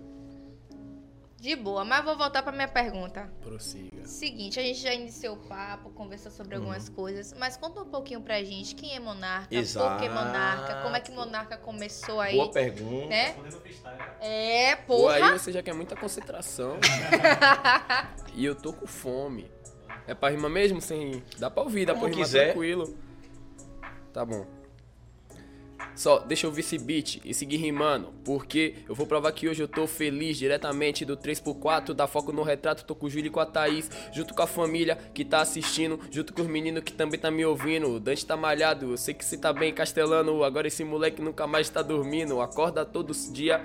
S1: De boa, mas vou voltar pra minha pergunta.
S3: Prossiga.
S1: Seguinte, a gente já iniciou o papo, conversou sobre algumas
S2: Uhum.
S1: coisas, mas conta um pouquinho pra gente quem é Monarca, por que
S2: Exato.
S1: Monarca, como é que Monarca começou aí,
S2: Boa pergunta.
S1: né?
S4: Respondendo freestyle.
S1: É,
S3: Pô, aí
S1: porra!
S3: você já quer muita concentração. *laughs* e eu tô com fome. É pra rimar mesmo? Sem... Dá pra ouvir, dá
S2: Como
S3: pra rimar
S2: quiser.
S3: tranquilo. Tá bom. Só deixa eu ouvir esse beat e seguir rimando, porque eu vou provar que hoje eu tô feliz diretamente do 3x4, dá foco no retrato, tô com o Júlio e com a Thaís, junto com a família que tá assistindo, junto com os meninos que também tá me ouvindo. O Dante tá malhado, eu sei que você tá bem castelano, agora esse moleque nunca mais tá dormindo, acorda todos dia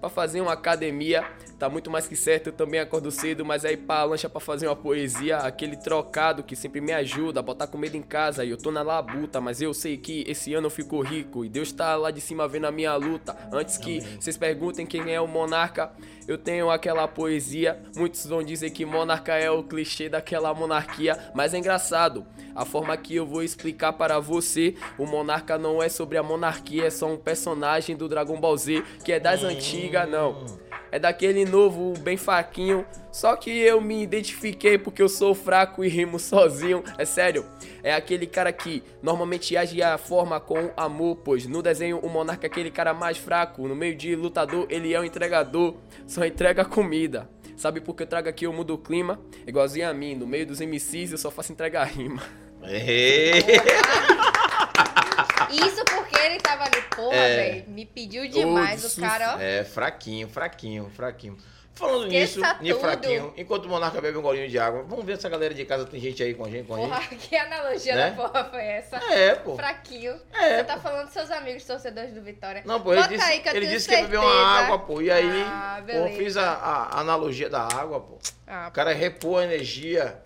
S3: pra fazer uma academia, tá muito mais que certo, eu também acordo cedo, mas aí pra lancha pra fazer uma poesia, aquele trocado que sempre me ajuda, a botar comida em casa, e eu tô na labuta, mas eu sei que esse ano eu fico rico, e Deus tá lá de cima vendo a minha luta, antes que vocês perguntem quem é o monarca, eu tenho aquela poesia, muitos vão dizer que monarca é o clichê daquela monarquia, mas é engraçado, a forma que eu vou explicar para você, o monarca não é sobre a monarquia, é só um personagem do Dragon Ball Z, que é das antigas, não. É daquele novo, bem faquinho. Só que eu me identifiquei porque eu sou fraco e rimo *laughs* sozinho. É sério, é aquele cara que normalmente age a forma com amor. Pois no desenho, o monarca é aquele cara mais fraco. No meio de lutador, ele é o entregador. Só entrega comida. Sabe por que eu trago aqui o mudo clima? Igualzinho a mim, no meio dos MCs eu só faço entregar rima. *laughs*
S2: É.
S1: *laughs* Isso porque ele tava ali, porra, velho, me pediu demais
S3: Ô,
S1: o cara, ó.
S2: É, fraquinho, fraquinho, fraquinho. Falando
S1: Esqueça
S2: nisso, de
S1: tudo.
S2: fraquinho, enquanto o Monarca bebe um golinho de água, vamos ver se a galera de casa tem gente aí com a gente. Com a gente.
S1: Porra, que analogia
S2: Né?
S1: da porra foi essa?
S2: É, pô.
S1: Fraquinho.
S2: É,
S1: Você tá falando dos seus amigos torcedores do Vitória.
S2: Não, pô, ele
S1: Bota
S2: disse,
S1: aí que eu
S2: ele
S1: tenho
S2: disse que ia beber uma
S1: certeza.
S2: água, pô. E aí,
S1: Ah,
S2: pô, eu
S1: beleza.
S2: fiz a, a analogia da água, pô.
S1: Ah,
S2: O cara repôs a energia.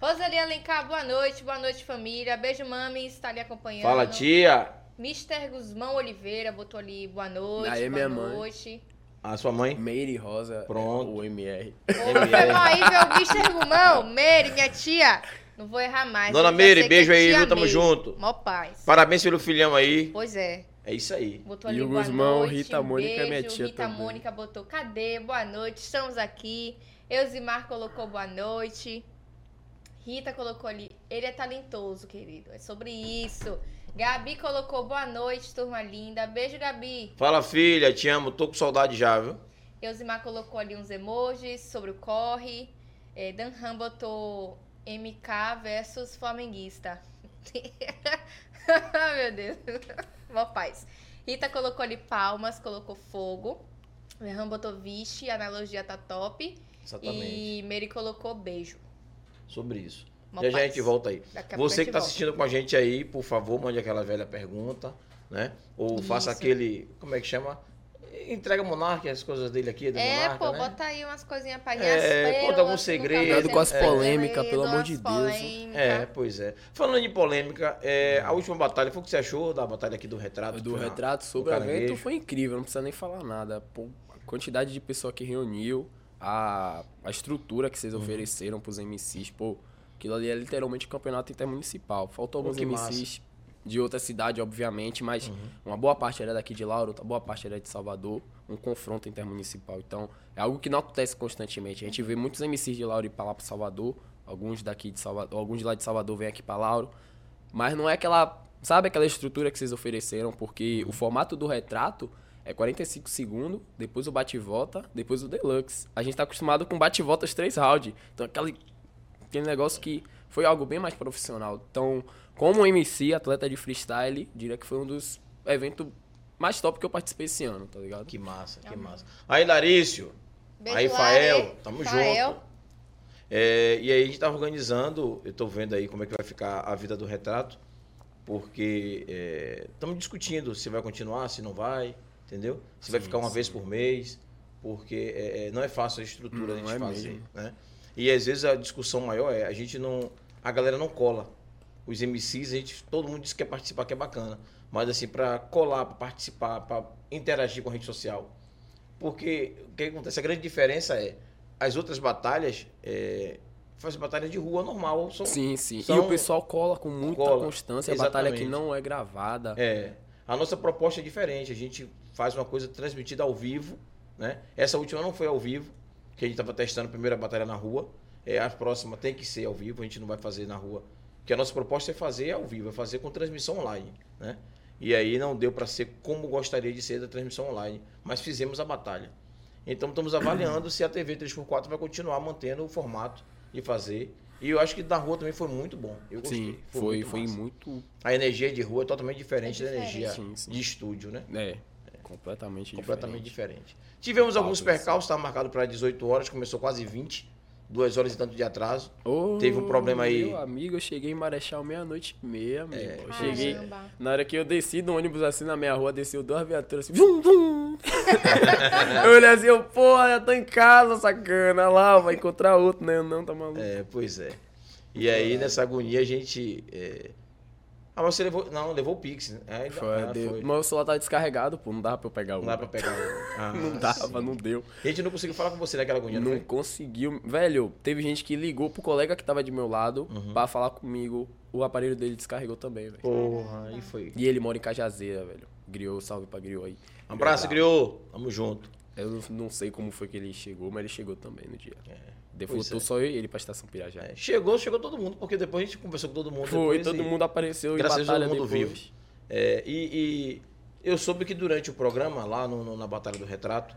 S1: Rosalia Alencar, boa noite, boa noite família. Beijo, mami, está ali acompanhando.
S2: Fala, tia.
S1: Mr. Guzmão Oliveira botou ali boa noite, boa
S3: Aí, minha mãe. *laughs*
S1: noite.
S2: A sua mãe?
S3: Meire Rosa, é
S2: Pronto.
S3: o MR.
S1: Ô, Foi bom aí ver o Mr. Guzmão. Meire, minha tia. Não vou errar mais.
S2: Dona
S1: Eu já sei
S2: Meire,
S1: que
S2: beijo
S1: é
S2: aí,
S1: tia
S2: viu? Tamo
S1: Meire.
S2: junto.
S1: Mó paz.
S2: Parabéns pelo filhão aí.
S1: Pois é.
S2: É isso aí.
S1: Botou
S3: E
S1: ali
S3: o
S1: boa
S3: Guzmão,
S1: noite,
S3: Rita Mônica é
S1: beijo.
S3: minha tia
S1: Rita
S3: também.
S1: Mônica botou cadê? Boa noite, estamos aqui. Eusimar colocou boa noite. Rita colocou ali, ele é talentoso, querido. É sobre isso. Gabi colocou boa noite, turma linda. Beijo, Gabi.
S2: Fala, filha, te amo. Tô com saudade já, viu?
S1: Eusimar colocou ali uns emojis sobre o corre. É, Dan Ram botou MK versus Flamenguista. *laughs* Meu Deus. Mó paz. Rita colocou ali palmas, colocou fogo. Dan Ram botou vixe, a analogia tá top.
S2: Exatamente.
S1: E Mary colocou beijo.
S2: Sobre isso.
S1: Uma
S2: já já a
S1: paz.
S2: gente volta aí.
S1: Daqui a pouco a
S2: Você
S1: gente
S2: que está
S1: volta.
S2: assistindo com a gente aí, por favor, mande aquela velha pergunta, né? Ou faça
S1: Isso.
S2: aquele, como é que chama? Entrega monarca, as coisas dele aqui, do
S1: É,
S2: monarca,
S1: pô,
S2: né?
S1: bota aí umas coisinhas pra gente.
S2: É,
S1: as pérolas
S2: conta algum
S1: que nunca
S2: segredo.
S1: mais
S2: Cuidado com as
S1: serão
S3: polêmicas,
S1: resolvidas,
S3: pelo amor de
S1: as
S3: Deus, hein?
S1: polêmicas.
S2: É, pois é. Falando de polêmica, é, a última batalha, foi o que você achou da batalha aqui do retrato?
S3: Do
S2: Foi na-
S3: retrato sobre
S2: do
S3: o evento
S2: caranguejo.
S3: foi incrível, não precisa nem falar nada. Pô, a quantidade de pessoa que reuniu, a, a estrutura que vocês
S2: Uhum.
S3: ofereceram pros MCs, pô, aquilo ali é literalmente campeonato intermunicipal. Faltou
S2: Pô,
S3: alguns
S2: que
S3: MCs
S2: massa. Uhum.
S3: de outra cidade, obviamente, mas uma boa parte era daqui de Lauro, outra boa parte era de Salvador, um confronto intermunicipal. Então, é algo que não acontece constantemente. A gente vê muitos MCs de Lauro ir pra lá pra Salvador, alguns daqui de Salvador, alguns lá de Salvador vêm aqui pra Lauro. Mas não é aquela, sabe aquela estrutura que vocês ofereceram, porque o formato do retrato é 45 segundos, depois o bate-volta, depois o deluxe. A gente tá acostumado com bate-voltas três rounds. Então aquele, aquele negócio que foi algo bem mais profissional. Então, como MC, atleta de freestyle, diria que foi um dos eventos mais top que eu participei esse ano, tá ligado?
S2: Que massa, que
S1: Amém.
S2: massa. Aí, Larício.
S1: Beijo,
S2: aí,
S1: Lari.
S2: Fael. Tamo
S1: Fael.
S2: junto. É, e aí, a gente tá organizando, eu tô vendo aí como é que vai ficar a vida do retrato, porque estamos discutindo se vai continuar, se não vai, entendeu? Se vai
S3: Sim,
S2: ficar uma
S3: sim.
S2: vez por mês, porque é, é, não é fácil a estrutura da
S3: Não
S2: gente
S3: é
S2: fazer,
S3: mesmo.
S2: né? E às vezes a discussão maior é a gente não. A galera não cola. Os MCs, a gente, todo mundo diz que quer participar, que é bacana. Mas assim, para colar, para participar, para interagir com a rede social. Porque o que acontece? A grande diferença é, as outras batalhas, é, fazem batalha de rua normal. São,
S3: Sim, sim. E
S2: São-
S3: o pessoal cola com muita
S2: Cola,
S3: constância, a batalha que
S2: exatamente.
S3: não é gravada.
S2: É. A nossa proposta é diferente. A gente faz uma coisa transmitida ao vivo, né? Essa última não foi ao vivo, que a gente estava testando a primeira batalha na rua. É, a próxima tem que ser ao vivo, a gente não vai fazer na rua. Que a nossa proposta é fazer ao vivo, é fazer com transmissão online, né? E aí não deu para ser como gostaria de ser da transmissão online, mas fizemos a batalha. Então estamos avaliando se a TV 3x4 vai continuar mantendo o formato de fazer. E eu acho que da rua também foi muito bom. Eu gostei.
S3: Sim, foi,
S2: muito
S3: foi
S2: massa.
S3: muito.
S2: A energia de rua é totalmente diferente,
S1: É
S2: da
S1: diferente.
S2: energia
S3: Sim, sim.
S2: de estúdio, né?
S3: É, completamente,
S2: Completamente
S3: diferente.
S2: diferente. Tivemos alguns
S3: Talvez.
S2: percalços, estava marcado para 18 horas, começou quase 20, duas horas e tanto de atraso.
S3: Ô,
S2: Teve um problema aí. É,
S3: Meu amigo, eu cheguei em Marechal meia-noite e meia, amigo. Eu
S1: Ah, Caramba.
S3: cheguei. Na hora que eu desci do ônibus assim na minha rua, desceu duas viaturas assim. Vum, vum. *laughs* eu olhei assim, eu, porra, já tô em casa, sacana. Lá, vai encontrar outro, né? Não, tá maluco.
S2: É, pois é. E aí, nessa agonia, a gente. é, Ah, mas você levou. Não, levou o Pix, né? Aí,
S3: Foi,
S2: ah,
S3: deu.
S2: foi.
S3: Meu celular tava descarregado, pô. Não dava pra eu pegar o.
S2: Não dá pra pegar o. Ah,
S3: Não dava,
S2: sim.
S3: não deu.
S2: A gente não conseguiu falar com você naquela agonia, não,
S3: Não
S2: foi?
S3: conseguiu. Velho, teve gente que ligou pro colega que tava de meu lado
S2: Uhum.
S3: pra falar comigo. O aparelho dele descarregou também, velho.
S2: Porra, aí foi.
S3: E ele mora em Cajazeira, velho. Griou, salve pra Griou aí.
S2: Um abraço, Griô. Tamo junto.
S3: Eu não- não sei como foi que ele chegou, mas ele chegou também no dia. Devoltou
S2: É. pois
S3: só eu e ele pra Estação Pirajá.
S2: É, chegou, chegou todo mundo, porque depois a gente conversou com todo mundo.
S3: Foi,
S2: depois
S3: todo
S2: e-
S3: mundo apareceu
S2: Graças a
S3: em
S2: Deus,
S3: batalha
S2: todo mundo
S3: depois.
S2: vivo. É, e, e eu soube que durante o programa, lá no- no- na Batalha do Retrato,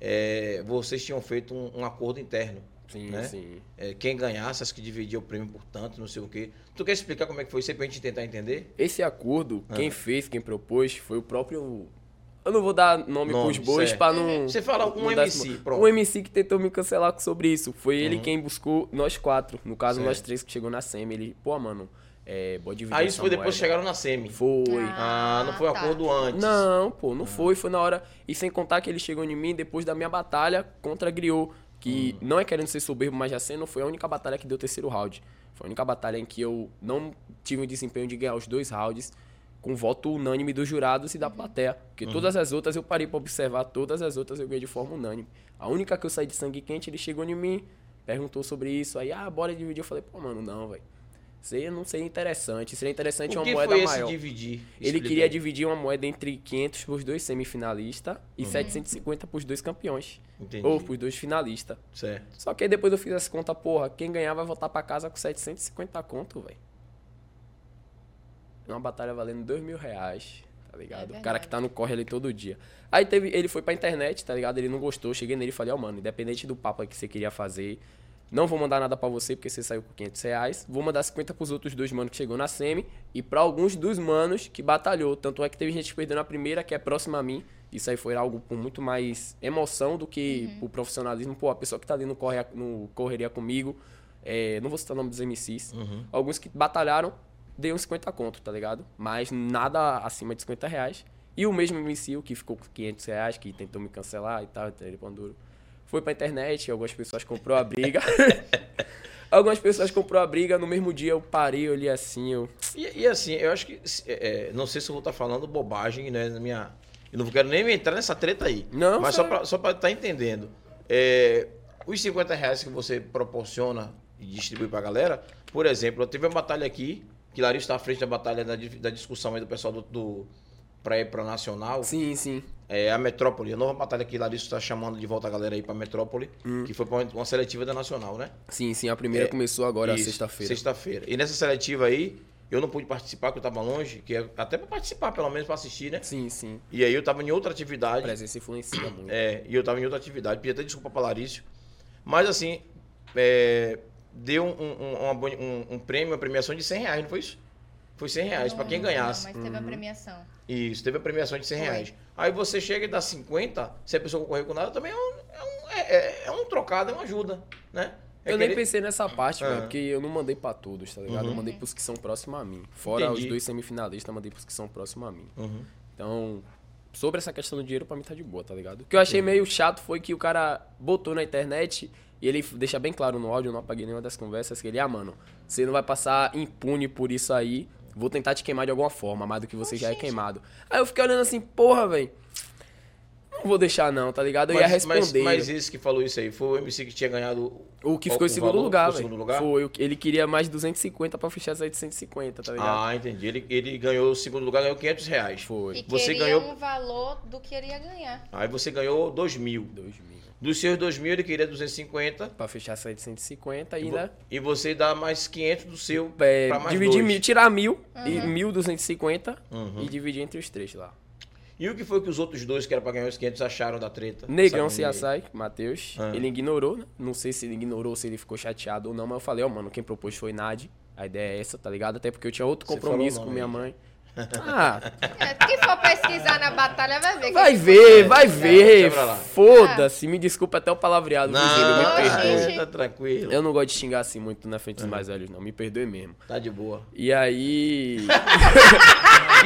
S2: é, vocês tinham feito um, um acordo interno.
S3: Sim,
S2: né?
S3: sim.
S2: É, quem ganhasse, acho que dividia o prêmio por tanto, não sei o quê. Tu quer explicar como é que foi isso aí pra gente tentar entender?
S3: Esse acordo,
S2: Ah.
S3: quem fez, quem propôs, foi o próprio... Eu não vou dar nome,
S2: Nome,
S3: pros bois
S2: certo.
S3: pra não...
S2: Você fala um
S3: não dar esse
S2: MC,
S3: mo-
S2: pronto.
S3: Um MC que tentou me cancelar sobre isso. Foi ele
S2: Uhum.
S3: quem buscou nós quatro. No caso, nós
S2: Certo.
S3: três que chegou na SEMI. Ele, pô, mano, é, pode dividir
S2: Aí isso
S3: essa
S2: foi depois que
S3: moeda.
S2: chegaram na SEMI.
S3: Foi.
S2: Ah, não foi um
S1: tá.
S2: acordo antes. Ah.
S3: Não, pô, não foi. Foi na hora. E sem contar que ele chegou em mim depois da minha batalha contra Griot. Que
S2: Hum.
S3: não é querendo ser soberbo, mas já sendo, foi a única batalha que deu terceiro round. Foi a única batalha em que eu não tive o desempenho de ganhar os dois rounds com voto unânime dos jurados e da plateia. Porque
S2: Uhum.
S3: todas as outras eu parei pra observar, todas as outras eu ganhei de forma unânime. A única que eu saí de sangue quente, ele chegou em mim, perguntou sobre isso, aí, ah, bora dividir. Eu falei, pô, mano, não, velho. Seria, não seria interessante. Seria
S2: O
S3: interessante é uma
S2: que
S3: moeda
S2: foi esse
S3: maior.
S2: dividir?
S3: Ele
S2: Explica
S3: queria
S2: aí.
S3: dividir uma moeda entre 500 para os dois semifinalistas e 750 para os dois campeões.
S2: Entendi.
S3: Ou para os dois finalistas.
S2: Certo.
S3: Só que aí depois eu fiz essa conta, porra, quem ganhar vai voltar para casa com 750 conto, velho. Uma batalha valendo 2 mil reais, tá ligado? o cara
S1: verdade.
S3: que tá no corre ali todo dia. Aí teve, ele foi pra internet, tá ligado? Ele não gostou, cheguei nele e falei, ó, mano, independente do papo aí que você queria fazer, não vou mandar nada pra você porque você saiu com 500 reais. Vou mandar 50 pros outros dois manos que chegou na semi e pra alguns dos manos que batalhou. Tanto é que teve gente perdendo a primeira, que é próxima a mim, Isso aí foi algo por muito mais emoção do que por profissionalismo. Pô, a pessoa que tá ali no, corre, no correria comigo, é, não vou citar o nome dos MCs,
S2: Uhum.
S3: alguns que batalharam, dei uns 50 conto, tá ligado? Mas nada acima de 50 reais. E o mesmo MC, o que ficou com 500 reais, que tentou me cancelar e tal, ele panduro. Foi pra internet, algumas pessoas comprou a
S2: *laughs*
S3: briga. algumas pessoas comprou a briga, no mesmo dia eu parei, eu olhei assim, eu...
S2: E, e assim, eu acho que. se- é, é, não sei se eu vou estar falando bobagem, né? Na minha. Eu não quero nem entrar nessa treta aí.
S3: Não,
S2: Mas
S3: sério.
S2: só para estar entendendo. é, os 50 reais que você proporciona e distribui pra galera, por exemplo, eu teve uma batalha aqui, que Larissa está à frente da batalha da, di- da discussão aí do pessoal do. do pra ir pra Nacional.
S3: Sim, sim.
S2: É, a Metrópole, a nova batalha que Larissa está chamando de volta a galera aí pra Metrópole,
S3: Hum.
S2: que foi pra uma- uma seletiva da Nacional, né?
S3: Sim, sim, a primeira começou agora, é
S2: Isso,
S3: sexta-feira.
S2: Sexta-feira. E nessa seletiva aí, eu não pude participar, porque eu tava longe, que é até pra participar, pelo menos pra assistir, né?
S3: Sim, sim.
S2: E aí eu tava em outra
S3: A
S2: atividade.
S3: presença influencia muito.
S2: É, e eu tava em outra atividade. Pedi até desculpa pra Larício. Mas assim, é, deu um, um- uma boni- um- um prêmio, uma premiação de 100 reais, não foi isso? Foi 100 reais É, pra quem
S1: Não,
S2: ganhasse. hum.
S1: Mas teve a premiação.
S2: Isso, teve a premiação de 100
S1: Foi.
S2: reais. Aí você chega e dá 50, se a pessoa concorrer com nada, também é um, é um- é- é- é um trocado, é uma ajuda, né? É
S3: Eu nem
S2: querer-
S3: pensei nessa parte,
S2: Ah. Uhum.
S3: velho, porque eu não mandei pra todos, tá ligado? Eu mandei pros que são próximos a mim. Fora
S2: Entendi.
S3: os dois semifinalistas, eu mandei pros que são próximos a mim.
S2: Uhum.
S3: Então, sobre essa questão do dinheiro, pra mim tá de boa, tá ligado? O que eu achei meio chato foi que o cara botou na internet e ele deixa bem claro no áudio, eu não apaguei nenhuma das conversas, que ele, ah, mano, você não vai passar impune por isso aí, vou tentar te queimar de alguma forma, mais do que você já é queimado. Aí eu fiquei olhando assim, porra, velho. Não vou deixar não, tá ligado? Eu ia responder.
S2: Mas, mas esse que falou isso aí foi o MC que tinha ganhado.
S3: O que
S2: o-
S3: ficou
S2: o
S3: em segundo
S2: valor,
S3: lugar,
S2: ficou em
S3: velho.
S2: segundo lugar?
S3: Foi, o que- ele queria mais 250 pra fechar essa aí de 150, tá ligado?
S2: Ah, entendi. Ele, ele ganhou o segundo lugar, ganhou 500 reais.
S1: E
S3: Foi.
S2: Você
S1: queria
S2: ganhou-
S1: um valor do que ele ia ganhar.
S2: Aí você ganhou 2 mil.
S3: 2 mil.
S2: Dos seus 2 mil, ele queria 250.
S3: Pra fechar essa aí de 150
S2: E,
S3: e,
S2: vo-
S3: né?
S2: e você dá mais 500 do seu.
S3: É,
S2: pra mais
S3: dividir
S2: dois.
S3: mil, tirar mil e 1.250
S2: Uhum.
S3: e dividir entre os três lá.
S2: E o que foi que os outros dois que era pra ganhar os 500 acharam da treta?
S3: Negão se
S2: Sabe?
S3: assai, Matheus.
S2: Ah.
S3: Ele ignorou, né? Não sei se ele ignorou, se ele ficou chateado ou não, mas eu falei, ó, mano, quem propôs foi Nadi. A ideia é essa, tá ligado? Até porque eu tinha outro
S2: Você
S3: compromisso
S2: falou
S3: com
S2: o
S3: minha
S2: nome *laughs*
S3: mãe. Ah,
S1: É, quem for pesquisar na batalha vai ver.
S3: vai
S1: quem
S3: ver,
S1: for
S3: vai ver.
S2: Deixa pra lá.
S3: Foda-se, me desculpa até o palavreado, vizinho,
S2: Não, Uhum.
S3: me
S1: Oxe,
S3: perdoe.
S1: gente.
S2: tá tranquilo.
S3: Eu não gosto de xingar assim muito na frente dos mais velhos, não. Me perdoe mesmo.
S2: Tá de boa.
S3: E aí. *laughs*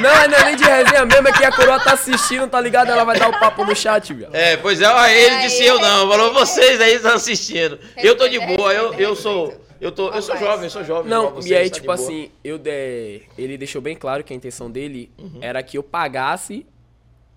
S3: não, não é nem de resenha mesmo, é que a coroa tá assistindo, tá ligado? Ela vai dar o papo no chat, viado.
S2: É, pois é, ó, ele
S1: Aí,
S2: disse eu não, falou vocês aí estão assistindo. Eu tô de
S1: Respeito,
S2: boa, eu,
S1: respeito,
S2: eu sou.
S1: respeito.
S2: Eu, tô, eu sou
S1: Rapaz.
S2: jovem, eu sou jovem. igual
S3: Não,
S2: vocês,
S3: e aí,
S2: tá de
S3: tipo
S2: boa.
S3: assim, eu de... ele deixou bem claro que a intenção dele
S2: Uhum.
S3: era que eu pagasse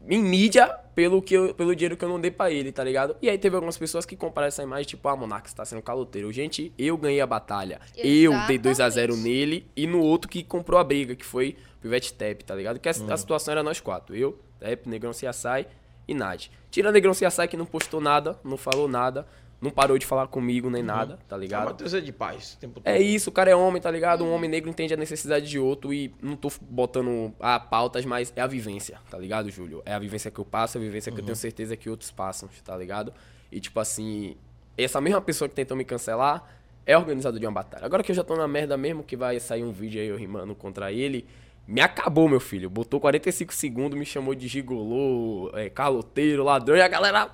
S3: em mídia pelo, que eu- pelo dinheiro que eu não dei pra ele, tá ligado? E aí teve algumas pessoas que compraram essa imagem, tipo, ah, Monax tá sendo caloteiro. Gente, eu ganhei a batalha. Eu dei 2 a 0
S1: Exatamente.
S3: nele e no outro que comprou a briga, que foi o Pivete Tep, tá ligado? Que a,
S2: Hum.
S3: a situação era nós quatro. Eu, Tep, Negrão Ciaçai e Nad. Tira Negrão Ciaçai que não postou nada, não falou nada, não parou de falar comigo nem nada, tá
S2: Ah,
S3: ligado?
S2: Matheus é de paz. o Tempo todo.
S3: É isso, o cara é homem, tá ligado? Um homem negro entende a necessidade de outro e não tô botando a pautas, mas é a vivência, tá ligado, Júlio? É a vivência que eu passo, é a vivência que eu tenho certeza que outros passam, tá ligado? E tipo assim, essa mesma pessoa que tentou me cancelar é organizador de uma batalha. Agora que eu já tô na merda mesmo, que vai sair um vídeo aí eu rimando contra ele, me acabou, meu filho. Botou 45 segundos, me chamou de gigolô, é, caloteiro, ladrão, e a galera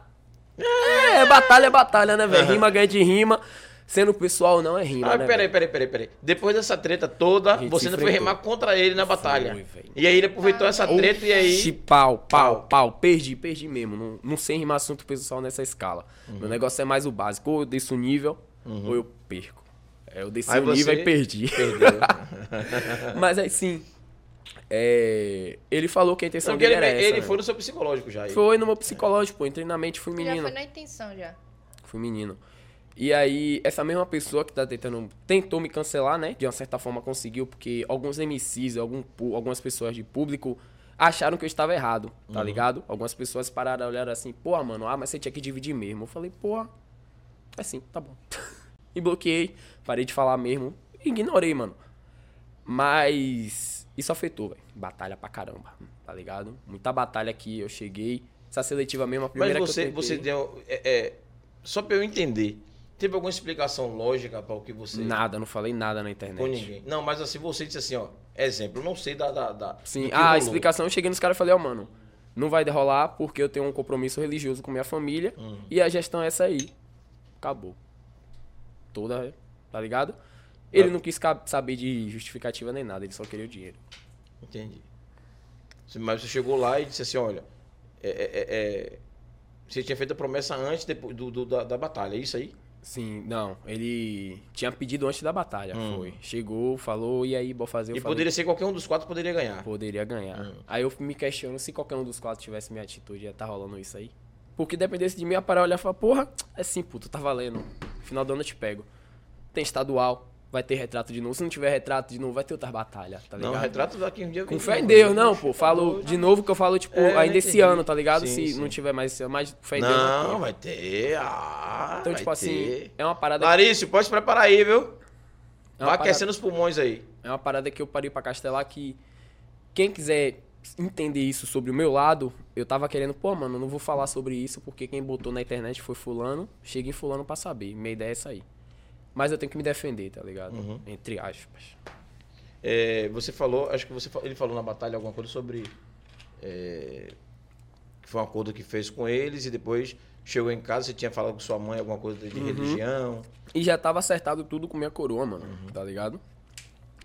S3: é, batalha é batalha, né, velho? Rima ganha de rima. Sendo pessoal, não é rima,
S2: Ah,
S3: né?
S2: peraí, peraí, peraí, peraí. Depois dessa treta toda,
S3: A gente
S2: você
S3: se
S2: ainda foi
S3: enfrentou.
S2: remar contra ele na batalha.
S3: velho.
S2: e aí ele aproveitou essa treta e aí.
S3: Oxi, pau, pau, pau. Perdi, perdi mesmo. Não, não sei rimar assunto pessoal nessa escala.
S2: Uhum.
S3: Meu negócio é mais o básico. Ou eu desço o nível, ou eu perco. É, Eu desci
S2: Aí
S3: o
S2: você
S3: nível e
S2: *laughs*
S3: perdi.
S2: Perdeu.
S3: Mas aí sim. é, ele falou que a intenção
S2: Não, que
S3: dele
S2: ele,
S3: era essa.
S2: ele
S3: né?
S2: foi no seu psicológico já. Aí.
S3: Foi no meu psicológico, pô. Entrei na mente, fui
S1: Já
S3: menino.
S1: foi na intenção já.
S3: Fui menino. E aí, essa mesma pessoa que tá tentando. Tentou me cancelar, né? De uma certa forma conseguiu, porque alguns MCs, algum, pu- algumas pessoas de público acharam que eu estava errado, tá
S2: Uhum.
S3: ligado? Algumas pessoas pararam e olharam assim, pô, mano, ah, mas você tinha que dividir mesmo. Eu falei, pô, assim, tá bom. *laughs* e bloqueei, parei de falar mesmo. Ignorei, mano. Mas isso afetou, velho. Batalha pra caramba, tá ligado? Muita batalha que eu cheguei. Essa seletiva mesmo, a
S2: Mas
S3: primeira que
S2: você,
S3: eu tentei.
S2: você deu. é, é, só pra eu entender, teve alguma explicação lógica pra o que você.
S3: Nada, não falei nada na internet.
S2: Com ninguém. Não, mas assim, você disse assim, ó. Exemplo, eu não sei da. da, da- do
S3: Sim,
S2: que
S3: ah, a
S2: rolou.
S3: explicação, eu cheguei nos caras e falei, ó, mano, Não vai rolar porque eu tenho um compromisso religioso com minha família
S2: Hum.
S3: e a gestão é essa aí. Acabou. Toda, tá ligado? Ele
S2: Ah.
S3: não quis ca- saber de justificativa nem nada, ele só queria o dinheiro.
S2: Entendi. Você- Mas você chegou lá e disse assim, olha, é- é- é- é, você tinha feito a promessa antes depo- do, do- da, da batalha, é isso aí?
S3: Sim, não, ele tinha pedido antes da batalha,
S2: Hum.
S3: foi. Chegou, falou, e aí, bora fazer, eu
S2: e
S3: falei,
S2: poderia ser qualquer um dos quatro poderia ganhar.
S3: poderia ganhar.
S2: Hum.
S3: Aí eu me questiono se qualquer um dos quatro tivesse minha atitude, ia tá rolando isso aí. Porque dependesse de mim, ia parar, olhar e falar, porra, é sim, puto, tá valendo. Final do ano eu te pego. Tem estadual, vai ter retrato de novo. Se não tiver retrato de novo, vai ter outras batalhas, tá
S2: não,
S3: ligado?
S2: retrato daqui um dia.
S3: Com fé em Deus, não, pô.
S2: Tá
S3: Falo de novo que eu falo, tipo,
S2: É,
S3: ainda esse
S2: entendi.
S3: ano, tá ligado?
S2: Sim,
S3: se
S2: sim.
S3: não tiver mais esse ano, mas fé em Deus. né,
S2: Não,
S3: pô.
S2: vai ter. Ah,
S3: Então,
S2: vai
S3: tipo assim,
S2: ter.
S3: é uma parada.
S2: Larício, pode se preparar aí, viu?
S3: É
S2: Vai
S3: uma parada-
S2: aquecendo os pulmões aí.
S3: É uma parada que eu parei pra castelar que quem quiser entender isso sobre o meu lado, eu tava querendo, pô, mano, não vou falar sobre isso porque quem botou na internet foi fulano, chega em fulano pra saber. Minha ideia é essa aí. Mas eu tenho que me defender, tá ligado?
S2: Uhum.
S3: Entre aspas.
S2: É, você falou, acho que você fa- ele falou na batalha alguma coisa sobre. é, que foi um acordo que fez com eles e depois chegou em casa, você tinha falado com sua mãe alguma coisa de
S3: Uhum.
S2: religião.
S3: E já tava acertado tudo com minha coroa, mano, tá ligado?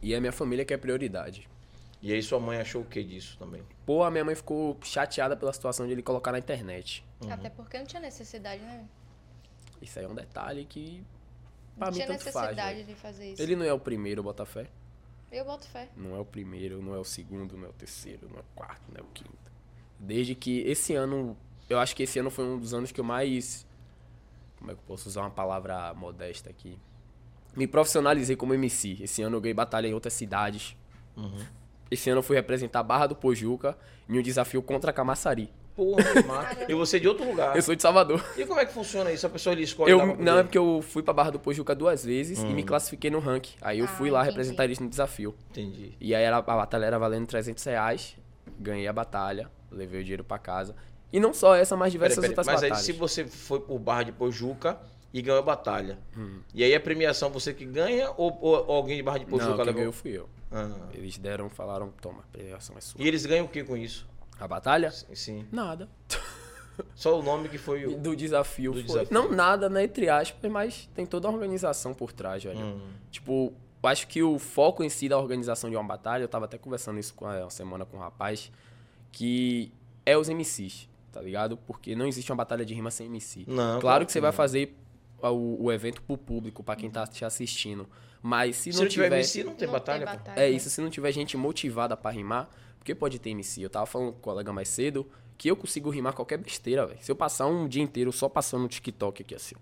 S3: E é minha família que é prioridade.
S2: E aí sua mãe achou o que disso também?
S3: Pô, a minha mãe ficou chateada pela situação de ele colocar na internet.
S1: Até porque não tinha necessidade, né?
S3: Isso aí é um detalhe que pra
S1: Não
S3: mim
S1: tinha
S3: tanto faz.
S1: necessidade
S3: né?
S1: de fazer isso.
S3: Ele não é o primeiro, Botafé.
S1: Eu boto fé.
S3: Não é o primeiro, não é o segundo, não é o terceiro, não é o quarto, não é o quinto. Desde que esse ano, eu acho que esse ano foi um dos anos que eu mais. Como é que eu posso usar uma palavra modesta aqui? Me profissionalizei como MC. Esse ano eu ganhei batalha em outras cidades. Esse ano eu fui representar Barra do Pojuca em um desafio contra Camaçari.
S2: *laughs* Porra, que massa. E você é de outro lugar.
S3: Eu sou de Salvador.
S2: E como é que funciona isso? A pessoa ele escolhe lá pra
S3: Eu,
S2: poder-
S3: não, é porque eu fui pra Barra do Pojuca duas vezes e me classifiquei no ranking. Aí eu
S1: Ah,
S3: fui lá
S1: entendi.
S3: representar eles no desafio.
S2: Entendi.
S3: E aí era- a batalha era valendo 300 reais. Ganhei a batalha, levei o dinheiro pra casa. E não só essa, mas diversas
S2: Peraí, peraí,
S3: outras
S2: mas aí
S3: batalhas.
S2: se você foi por barra de Pojuca e ganhou a batalha.
S3: Hum.
S2: E aí a premiação você que ganha ou, ou alguém de barra de
S3: Não, é
S2: Pojuca
S3: quem
S2: levou?
S3: ganhou fui eu.
S2: Ah.
S3: Eles deram, falaram, toma, a premiação é sua.
S2: E eles ganham o que com isso?
S3: A batalha?
S2: Sim.
S3: Nada.
S2: Só o nome que foi o.
S3: *laughs* Do desafio
S2: Do
S3: foi.
S2: desafio.
S3: Não nada, né, entre aspas, mas tem toda a organização por trás, velho.
S2: Hum.
S3: Tipo, eu acho que o foco em si da organização de uma batalha, eu tava até conversando isso com a, uma semana com um rapaz, que é os MCs, tá ligado? Porque não existe uma batalha de rima sem MC.
S2: Não.
S3: Claro que você vai
S2: não.
S3: fazer o, o evento pro público, pra quem tá te assistindo. Mas se
S2: Se
S3: não,
S2: não, tiver,
S3: tiver.
S2: MC, não tem
S1: Não né?
S2: batalha. pô.
S3: É isso, se não tiver gente motivada pra rimar, porque pode ter MC. Eu tava falando com o colega mais cedo que eu consigo rimar qualquer besteira, velho. Se eu passar um dia inteiro só passando no TikTok aqui assim.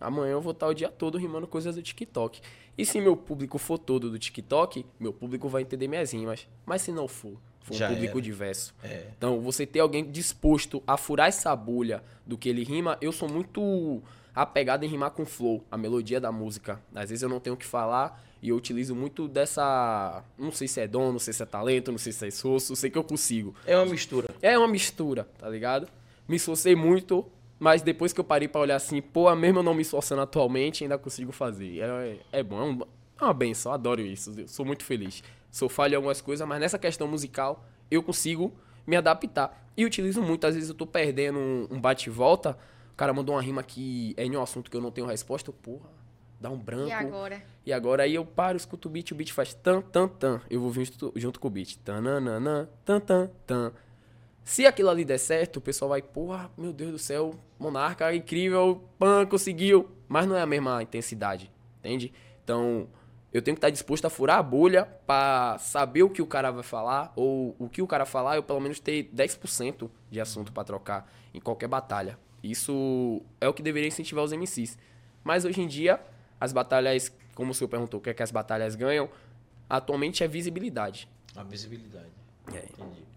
S3: Amanhã eu vou estar o dia todo rimando coisas do TikTok. E se meu público for todo do TikTok, meu público vai entender minhas rimas. Mas se não for, for um
S2: Já
S3: público
S2: era.
S3: diverso.
S2: É.
S3: Então, você ter alguém disposto a furar essa bolha do que ele rima, eu sou muito apegado em rimar com flow, a melodia da música. Às vezes eu não tenho o que falar e eu utilizo muito dessa. Não sei se é dom, não sei se é talento, não sei se é esforço, sei que eu consigo.
S2: É uma mistura.
S3: É uma mistura, tá ligado? Me esforcei muito, mas depois que eu parei pra olhar assim, pô, mesmo eu não me esforçando atualmente, ainda consigo fazer. É, é bom, é, um- é uma benção, adoro isso, eu sou muito feliz. Sou falho em algumas coisas, mas nessa questão musical eu consigo me adaptar. E utilizo muito, às vezes eu tô perdendo um, um bate-volta, o cara mandou uma rima que é em um assunto que eu não tenho resposta, eu, porra, dá um branco.
S1: E agora?
S3: E agora aí eu paro, escuto o beat, o beat faz tan, tan, tan. Eu vou vir junto, junto com o beat. Tananana, tan, tan, tan. Se aquilo ali der certo, o pessoal vai, porra, meu Deus do céu, monarca, incrível, pan, conseguiu. Mas não é a mesma intensidade, entende? Então, eu tenho que estar disposto a furar a bolha pra saber o que o cara vai falar, ou o que o cara falar, eu pelo menos ter 10% de assunto pra trocar em qualquer batalha. Isso é o que deveria incentivar os MCs. Mas hoje em dia, as batalhas, como o senhor perguntou, o que é que as batalhas ganham, atualmente é visibilidade.
S2: A visibilidade.
S3: É.
S2: Entendi.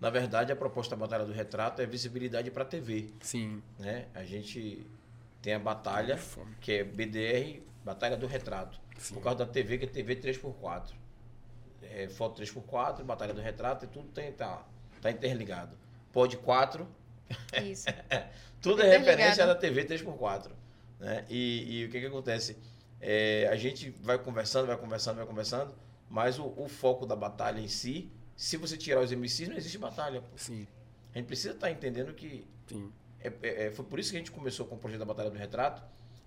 S2: Na verdade, a proposta da Batalha do Retrato é visibilidade para TV.
S3: Sim.
S2: Né? A gente tem a batalha,
S3: Fome.
S2: que é BDR, Batalha do Retrato.
S3: Sim.
S2: Por causa da TV, que é TV 3x4. É, foto 3x4, Batalha do Retrato, e tudo tem, tá, tá interligado. Pod 4,
S3: *laughs*
S1: Isso.
S2: tudo é
S1: Interligado.
S2: referência da TV 3x4. Né? E, e o que, que acontece? É, a gente vai conversando, vai conversando, vai conversando, mas o, o foco da batalha em si, se você tirar os MCs, não existe batalha. pô.
S3: Sim.
S2: A gente precisa estar entendendo que
S3: Sim.
S2: é- é- é, foi por isso que a gente começou com o projeto da Batalha do Retrato,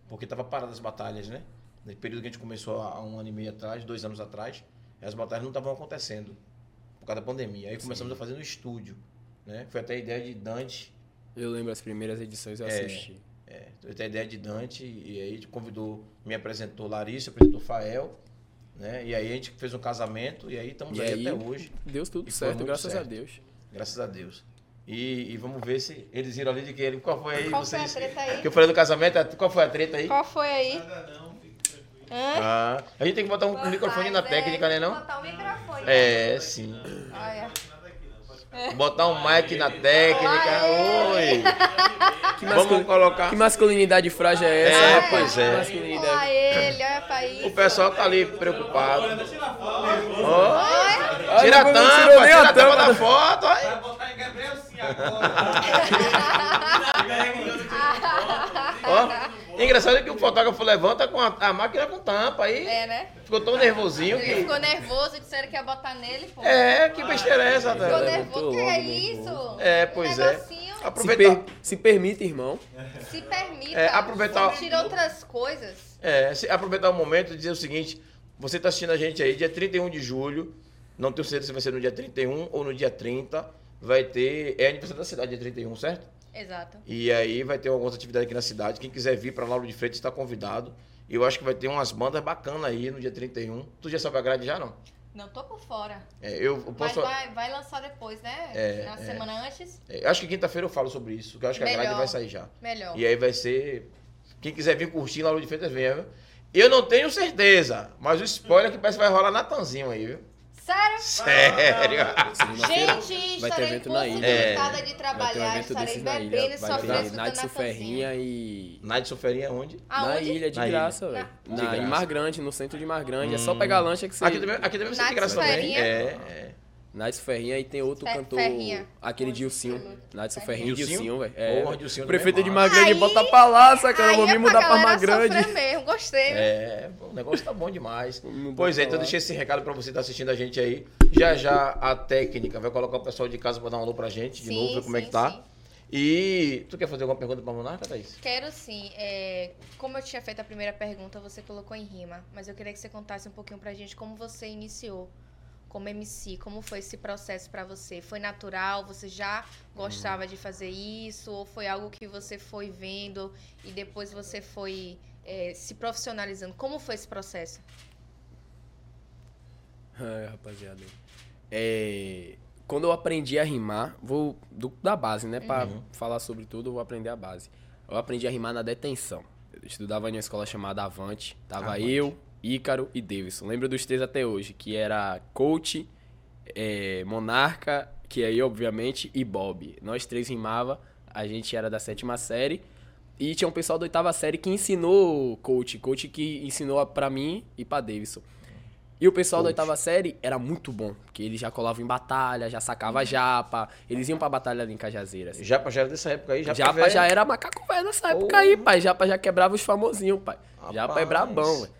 S2: porque estava parada as batalhas, né? No período que a gente começou há há um ano e meio atrás, dois anos atrás, as batalhas não estavam acontecendo por causa da pandemia. Aí começamos a fazer no estúdio, né? Foi até a ideia de Dante,
S3: Eu lembro as primeiras edições eu
S2: É.
S3: assisti.
S2: é, foi até a ideia de Dante, e aí a gente convidou, me apresentou Larissa, apresentou Fael, né? E aí a gente fez um casamento, e aí estamos
S3: E
S2: aí,
S3: aí-
S2: até hoje,
S3: Deus tudo
S2: E foi
S3: certo,
S2: muito
S3: graças a
S2: certo.
S3: Deus.
S2: graças a Deus. E, e vamos ver se eles viram ali de que Qual foi aí
S1: Qual foi a
S2: vocês?
S1: treta aí?
S2: que eu falei do casamento, é, qual foi a treta aí?
S1: Qual foi aí?
S4: Nada não, fique tranquilo.
S1: Hã?
S2: Ah, a gente tem que botar um microfone na
S1: Rapaz,
S2: técnica, né
S1: é,
S2: não?
S1: Botar o microfone.
S2: É, sim.
S1: Olha.
S4: Nada aqui não, pode ficar.
S2: Botar um mic na técnica.
S1: Aê.
S2: Oi.
S3: Que,
S2: Vamos
S3: mascul-
S2: colocar.
S3: que masculinidade frágil é essa,
S2: É,
S3: rapaz?
S2: pois é.
S3: Que masculinidade.
S1: Olha ele, olha pra
S2: O
S1: isso.
S2: pessoal tá ali preocupado.
S4: Tira a foto.
S3: *laughs*
S2: Ó,
S1: Olha.
S3: Olha,
S2: tira a
S3: não
S2: tampa,
S3: tirou nem né?
S2: tira a tampa da
S3: do-
S2: foto. ó.
S4: Vai botar em Gabriel sim agora.
S2: Ó, engraçado é que o fotógrafo levanta com a, a máquina com tampa aí.
S1: *laughs* É, né?
S2: Ficou tão nervosinho
S1: Ele
S2: que.
S1: ficou nervoso, disseram que ia botar nele, pô.
S2: É, que besteira é essa,
S1: Ficou
S3: Levantou
S2: velho?
S1: nervoso. Que é
S3: logo,
S1: isso?
S2: É, pois
S1: um
S2: é.
S1: negocinho,
S3: Se,
S2: Aproveitar.
S3: per- se permita, irmão.
S1: Se permita.
S2: É, aproveitar-
S1: Tira outras coisas.
S2: É, se- aproveitar o momento e dizer o seguinte: você está assistindo a gente aí dia 31 de julho, não tenho certeza se vai ser no dia 31 ou no dia 30, vai ter. É aniversário da cidade, dia 31, certo?
S1: Exato.
S2: E aí vai ter algumas atividades aqui na cidade. Quem quiser vir para Lauro de Freitas está convidado. Eu acho que vai ter umas bandas bacanas aí no dia 31. Tu já sabe a grade já, não?
S1: Não tô por fora.
S2: É, eu eu posso.
S1: Mas vai, vai lançar depois, né?
S2: É,
S1: Na
S2: é.
S1: semana antes,
S2: é, acho que quinta-feira eu falo sobre isso, que eu acho que a grade
S1: Melhor. Então.
S2: vai sair já.
S1: melhor.
S2: E aí vai ser. Quem quiser vir curtir Lauro de Freitas, venha, viu? Eu não tenho certeza, mas o spoiler que parece que vai rolar Natanzinho aí, viu?
S1: Sério?
S2: Sério?
S3: Segunda-feira.
S1: Gente,
S3: vai ter
S1: estarei
S3: evento na ilha. né?
S1: impossibilitada de
S3: Vai ter um
S1: trabalhar,
S3: evento
S1: estarei
S3: desses na ilha.
S1: bebendo e
S3: Vai
S1: sofrendo
S3: ter
S1: escutando
S3: Night
S1: a Ferrinha.
S3: Ferrinha e.
S2: Night Soferinha é onde?
S3: Na
S1: Aonde?
S3: ilha, de
S2: Na ilha.
S3: graça, velho.
S2: Na-
S3: Na-
S2: De
S3: Em
S2: graça.
S3: Mar Grande, no centro de Mar Grande. É só pegar a lancha que você.
S2: Aqui também, aqui também você
S1: Night
S2: tem graça também.
S1: Soferinha?
S2: É, é.
S3: Nice Ferrinha e tem outro
S1: Fer-
S3: cantor.
S1: Ferrinha.
S3: Aquele Dilcinho. Nice Ferrinha e
S2: Dilcinho?
S3: Dilcinho, velho.
S2: Porra, Dilcinho também
S3: Prefeito
S2: é
S3: de
S2: massa.
S3: Mar Grande
S1: Aí-
S3: bota pra lá, saca? Eu
S1: Aí
S3: vou
S1: é
S3: me mudar pra
S1: galera
S3: Mar Grande.
S1: sofrer mesmo, gostei. viu?
S2: É, o negócio tá bom demais.
S3: Não
S2: Pois
S3: dá
S2: é,
S3: pra
S2: então
S3: falar.
S2: deixei esse recado pra você que tá assistindo a gente aí. Já já a técnica vai colocar o pessoal de casa pra dar um alô pra gente de
S1: Sim,
S2: novo, ver como é que
S1: sim,
S2: tá.
S1: sim.
S2: E tu quer fazer alguma pergunta pra Monarca, Thaís?
S1: Quero sim. É, como eu tinha feito a primeira pergunta, você colocou em rima, mas eu queria que você contasse um pouquinho pra gente como você iniciou como MC, como foi esse processo pra você? Foi natural? Você já gostava de fazer isso? Ou foi algo que você foi vendo e depois você foi é, se profissionalizando? Como foi esse processo?
S3: *laughs* É, rapaziada. É, quando eu aprendi a rimar, vou do- da base, né? Pra
S2: Uhum.
S3: falar sobre tudo, eu vou aprender a base. Eu aprendi a rimar na detenção. Eu estudava em uma escola chamada Avante. Tava
S2: Avante.
S3: eu, Ícaro e Davidson. Lembro dos três até hoje, que era Coach, é, Monarca, que aí, obviamente, e Bob. Nós três rimava, a gente era da sétima série. E tinha um pessoal da oitava série que ensinou o coach, coach que ensinou a- pra mim e pra Davidson. E o pessoal da
S2: Coach.
S3: oitava série era muito bom, porque eles já colavam em batalha, já sacava japa, eles iam pra batalha ali em Cajazeiras.
S2: Japa Uhum. já era dessa época aí, Japa,
S3: Japa
S2: velho.
S3: já era macaco velho nessa época
S2: Porra.
S3: aí, pai. Japa já quebrava os famosinhos, pai. Japa é
S2: Rapaz.
S3: brabão, velho.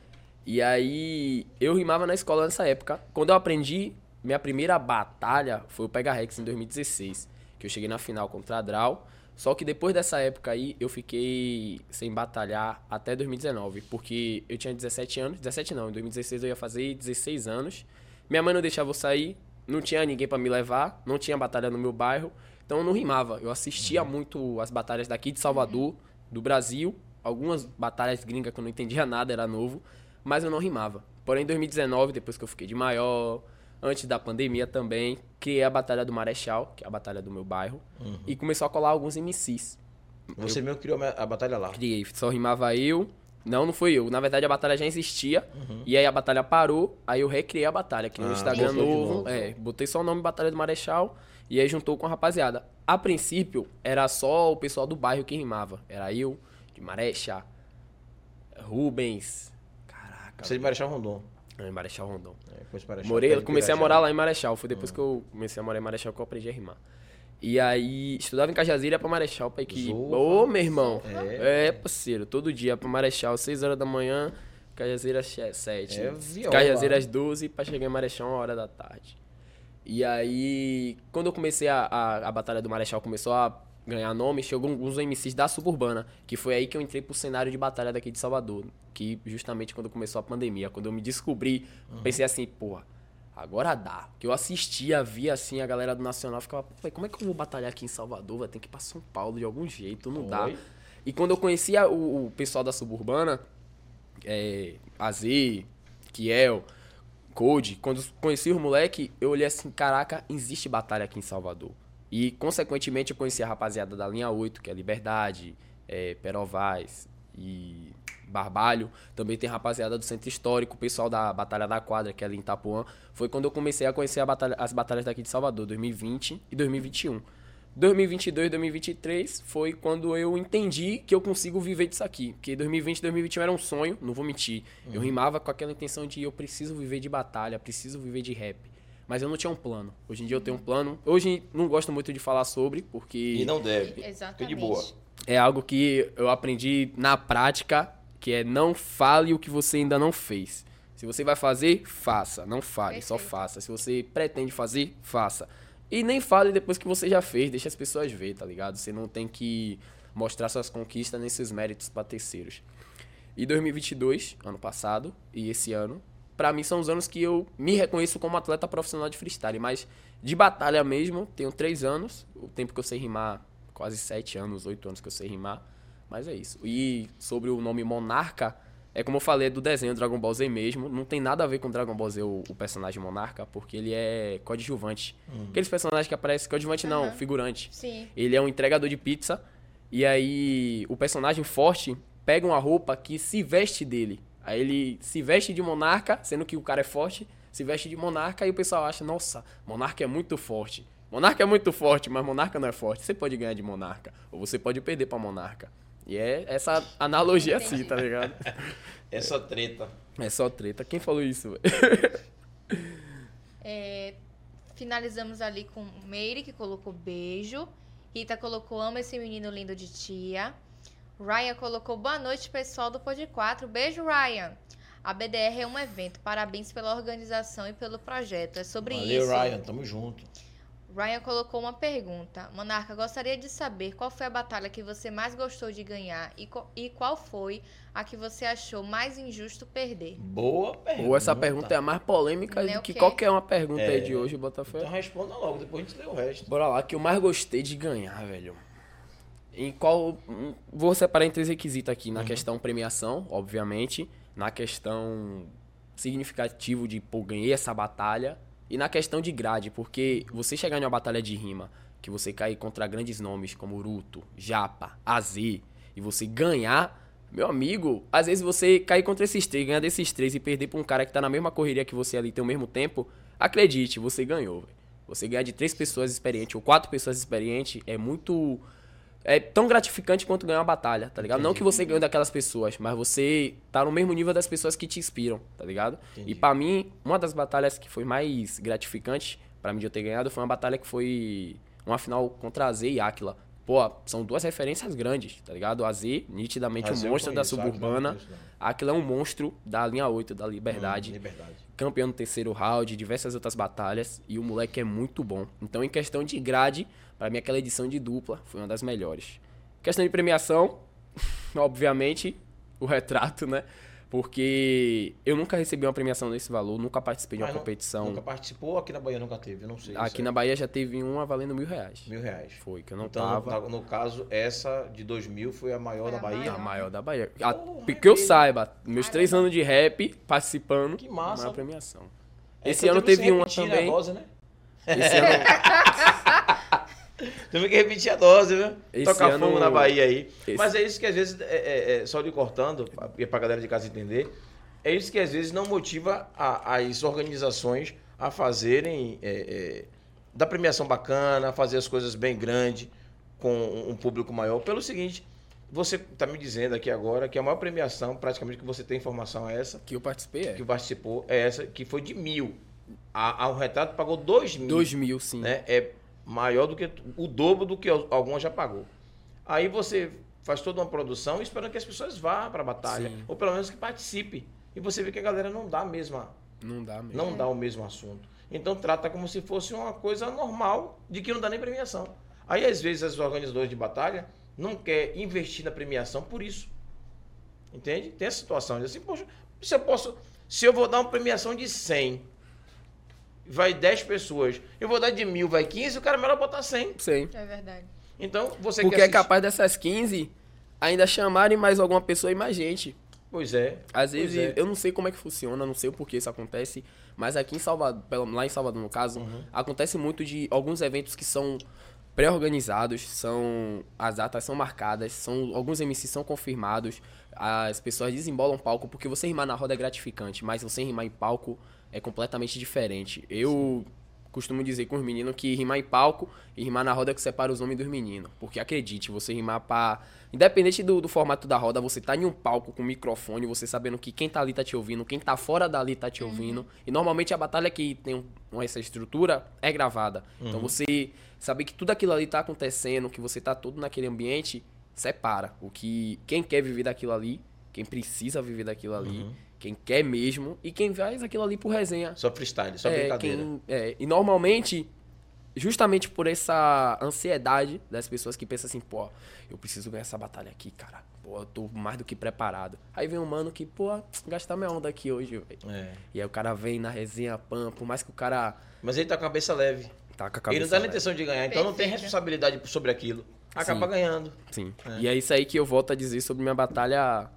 S3: E aí, eu rimava na escola nessa época. Quando eu aprendi, minha primeira batalha foi o Pega Rex em 2016, que eu cheguei na final contra a Draw. Só que depois dessa época aí, eu fiquei sem batalhar até 2019, porque eu tinha 17 anos. 17 não, em 2016 eu ia fazer 16 anos. Minha mãe não deixava eu sair, não tinha ninguém pra me levar, não tinha batalha no meu bairro, então eu não rimava. Eu assistia muito as batalhas daqui de Salvador, do Brasil, algumas batalhas gringas que eu não entendia *laughs* nada, era novo, mas eu não rimava. Porém, em 2019, depois que eu fiquei de maior, antes da pandemia também, criei a Batalha do Marechal, que é a batalha do meu bairro,
S2: Uhum.
S3: e começou a colar alguns MCs. é-
S2: Você mesmo criou a batalha lá.
S3: Criei, só rimava eu. Não, não foi eu. Na verdade, a batalha já existia.
S2: Uhum.
S3: E aí a batalha parou, aí eu recriei a batalha aqui no
S2: Ah,
S3: Instagram
S2: botou de
S3: novo.
S2: novo.
S3: É, botei só o nome Batalha do Marechal e aí juntou com a rapaziada. A princípio, era só o pessoal do bairro que rimava. Era eu, de Marechal, Rubens. Caraca.
S2: Você de Marechal Rondon.
S3: É, Marechal Rondon.
S2: É, conheço Marechal,
S3: Morei,
S2: perto de
S3: comecei a
S2: Pirajá.
S3: morar lá em Marechal. Foi
S2: Ah.
S3: depois que eu comecei a morar em Marechal que eu aprendi a rimar. E aí, estudava em Cajazeira pra Marechal, pai, que...
S2: Zorra.
S3: Ô, meu irmão!
S2: É.
S3: É. parceiro, todo dia pra Marechal, 6 horas da manhã, Cajazeiras
S2: É
S3: 7.
S2: viola.
S3: é Cajazeiras 12, pra chegar em Marechal, 1 hora da tarde. E aí, quando eu comecei a, a, a Batalha do Marechal, começou a ganhar nome, chegou um, alguns MCs da Suburbana, que foi aí que eu entrei pro cenário de batalha daqui de Salvador, que justamente quando começou a pandemia, quando eu me descobri, pensei assim, porra, agora dá. Que eu assistia, via assim, a galera do Nacional ficava, pô, véi, como é que eu vou batalhar aqui em Salvador? Vai ter que ir pra São Paulo de algum jeito, não dá.
S2: Oi.
S3: E quando eu conhecia o, o pessoal da Suburbana, é, AZ, Kiel, Code, quando conheci os moleque, eu olhei assim, caraca, existe batalha aqui em Salvador. E, consequentemente, eu conheci a rapaziada da linha 8, que é Liberdade, é, Perovaz e Barbalho. Também tem rapaziada do Centro Histórico, o pessoal da Batalha da Quadra, que é ali em Itapuã. Foi quando eu comecei a conhecer a batalha- as batalhas daqui de Salvador, 2020 e 2021. 2022, 2023 foi quando eu entendi que eu consigo viver disso aqui. Porque 2020, 2021 era um sonho, não vou mentir. Eu rimava com aquela intenção de eu preciso viver de batalha, preciso viver de rap. Mas eu não tinha um plano. Hoje em dia eu tenho um plano. Hoje não gosto muito de falar sobre, porque
S2: E não deve.
S1: Exatamente.
S2: Fica de boa.
S3: é algo que eu aprendi na prática, que é não fale o que você ainda não fez. Se você vai fazer, faça. Não fale, só
S1: Perfeito.
S3: faça. Se você pretende fazer, faça. E nem fale depois que você já fez, deixa as pessoas ver, tá ligado? Você não tem que mostrar suas conquistas nem seus méritos pra terceiros. E 2022, ano passado, e esse ano, pra mim são os anos que eu me reconheço como atleta profissional de freestyle, mas de batalha mesmo, tenho três anos, o tempo que eu sei rimar, quase sete anos, oito anos que eu sei rimar, mas é isso. E sobre o nome Monarca, é como eu falei, é do desenho Dragon Ball Z mesmo, não tem nada a ver com Dragon Ball Z o, o personagem Monarca, porque ele é coadjuvante. Aqueles personagens que aparecem, coadjuvante não,
S1: Aham.
S3: figurante.
S1: Sim.
S3: Ele é um entregador de pizza. E aí o personagem forte pega uma roupa que se veste dele. Aí ele se veste de monarca, sendo que o cara é forte, se veste de monarca e o pessoal acha, nossa, monarca é muito forte. Monarca é muito forte, mas monarca não é forte. Você pode ganhar de monarca, ou você pode perder pra monarca. E é essa analogia assim, tá ligado?
S2: Essa treta.
S3: É só treta. Quem falou isso? velho?
S1: Finalizamos ali com Meire, que colocou beijo. Rita colocou amo esse menino lindo de tia. Ryan colocou boa noite, pessoal do Pod 4. Beijo, Ryan. A BDR é um evento. Parabéns pela organização e pelo projeto. É sobre
S2: Valeu,
S1: isso.
S2: Ryan. Tamo junto.
S1: Ryan colocou uma pergunta. Monarca, gostaria de saber qual foi a batalha que você mais gostou de ganhar e, co- e qual foi a que você achou mais injusto perder?
S2: Boa pergunta.
S3: Ou essa pergunta é a mais polêmica
S1: Né,
S3: do
S1: o
S3: que
S1: quê?
S3: qualquer uma pergunta aí
S2: tá. É.
S3: de hoje, Botafogo.
S2: Então responda logo, depois a gente lê o resto.
S3: Bora lá, que eu mais gostei de ganhar, velho. Em qual. hum, Vou separar em três requisitos aqui. Na questão premiação, obviamente. Na questão significativo de, pô, ganhei essa batalha. E na questão de grade, porque você chegar em uma batalha de rima, que você cair contra grandes nomes como Uruto, Japa, AZ, e você ganhar. Meu amigo, às vezes você cair contra esses três, ganhar desses três e perder pra um cara que tá na mesma correria que você ali, tem o mesmo tempo, acredite, você ganhou, velho. Você ganhar de três pessoas experientes ou quatro pessoas experientes é muito. É tão gratificante quanto ganhar uma batalha, tá ligado? Não que você ganhe daquelas pessoas, mas você tá no mesmo nível das pessoas que te inspiram, tá ligado?
S2: Entendi.
S3: E pra mim, uma das batalhas que foi mais gratificante pra mim de eu ter ganhado foi uma batalha que foi uma final contra a Z e Aquila. Pô, são duas referências grandes, tá ligado? A Z, nitidamente
S2: Mas
S3: o
S2: eu
S3: monstro da
S2: conheço, Aquila eu não
S3: suburbana.
S2: conheço, não.
S3: Aquila é um monstro da linha 8 da
S2: Hum,
S3: Liberdade
S2: Liberdade.
S3: campeão no terceiro round, diversas outras batalhas, e o moleque é muito bom. Então, em questão de grade, pra mim aquela edição de dupla foi uma das melhores. Questão de premiação, *laughs* obviamente, o retrato, né? Porque eu nunca recebi uma premiação desse valor, nunca participei de uma
S2: Mas não-
S3: competição.
S2: Nunca participou, aqui na Bahia nunca teve, eu não sei. é
S3: Aqui na Bahia já teve uma valendo mil reais.
S2: Mil reais.
S3: Foi, que eu não
S2: então,
S3: tava.
S2: na- no caso, essa de 2000 foi a maior
S1: Foi
S2: da
S1: a
S2: Bahia.
S3: A maior da Bahia. A-
S2: Porra,
S3: que eu
S2: velho.
S3: saiba, meus três
S1: Caramba.
S3: anos de rap participando.
S2: Que massa.
S3: Uma premiação.
S2: É,
S3: Esse
S2: então
S3: ano
S2: teve que
S3: teve uma
S2: repetir, né, a
S3: também.
S2: dose, né?
S3: Esse ano
S2: *laughs* Teve que repetir a dose, viu?
S3: Esse
S2: Tocar
S3: ano-
S2: fogo na Bahia aí.
S3: Esse-
S2: Mas é isso que às vezes, é, é- é, só lhe cortando, pra- e pra galera de casa entender, é isso que às vezes não motiva a- as organizações a fazerem é, é, da premiação bacana, fazer as coisas bem grande, com um um público maior. Pelo seguinte, você está me dizendo aqui agora que a maior premiação, praticamente que você tem informação é essa,
S3: que eu participei é.
S2: que participou, é essa, que foi de mil. A, a- o retrato pagou dois mil.
S3: 2000, sim.
S2: né, é maior do que o dobro do que alguma já pagou. Aí você faz toda uma produção esperando que as pessoas vá para a batalha,
S3: Sim.
S2: ou pelo menos que participe. E você vê que a galera não dá a mesma
S3: Não dá mesmo.
S2: Não dá o mesmo assunto. Então trata como se fosse uma coisa normal, de que não dá nem premiação. Aí às vezes os organizadores de batalha não quer investir na premiação por isso. Entende? Tem essa situação. Diz assim, poxa, se eu posso, se eu vou dar uma premiação de 100, vai 10 pessoas, eu vou dar de mil, vai 15, o cara é melhor botar 100.
S3: Sei.
S1: É verdade.
S2: Então você
S3: Porque
S2: quer
S3: é
S2: assistir-
S3: capaz dessas 15 ainda chamarem mais alguma pessoa e mais gente.
S2: Pois é.
S3: Às
S2: Pois
S3: vezes,
S2: é.
S3: eu não sei como é que funciona, não sei o porquê isso acontece, mas aqui em Salvador, pelo- lá em Salvador, no caso,
S2: Uhum.
S3: acontece muito de alguns eventos que são pré-organizados, são as datas são marcadas, são alguns MCs são confirmados, as pessoas desembolam palco, porque você rimar na roda é gratificante, mas você rimar em palco é completamente diferente. Eu costumo dizer com os meninos que rimar em palco e rimar na roda é que separa os homens dos meninos. Porque acredite, você rimar pra. Independente do, do formato da roda, você tá em um palco com microfone, você sabendo que quem tá ali tá te ouvindo, quem tá fora dali tá te ouvindo. E normalmente a batalha que tem um- um- essa estrutura é gravada. Então
S2: Uhum.
S3: você saber que tudo aquilo ali tá acontecendo, que você tá todo naquele ambiente, separa. O que quem quer viver daquilo ali, quem precisa viver daquilo ali,
S2: Uhum.
S3: quem quer mesmo, e quem faz aquilo ali por resenha
S2: Só freestyle, só
S3: é,
S2: brincadeira.
S3: quem- é, e normalmente, justamente por essa ansiedade das pessoas que pensam assim, pô, eu preciso ganhar essa batalha aqui, cara. Pô, eu tô mais do que preparado. Aí vem um mano que, pô, gastar minha onda aqui hoje, velho.
S2: É.
S3: E aí o cara vem na resenha, pam, por mais que o cara
S2: Mas ele tá com a cabeça leve.
S3: tá com a
S2: Ele
S3: cabeça...
S2: não tá na
S3: né?
S2: intenção de ganhar, então não tem
S1: Perfeito.
S2: responsabilidade sobre aquilo. Acaba
S3: Sim.
S2: ganhando.
S3: Sim.
S2: É.
S3: E é isso aí que eu volto a dizer sobre minha batalha.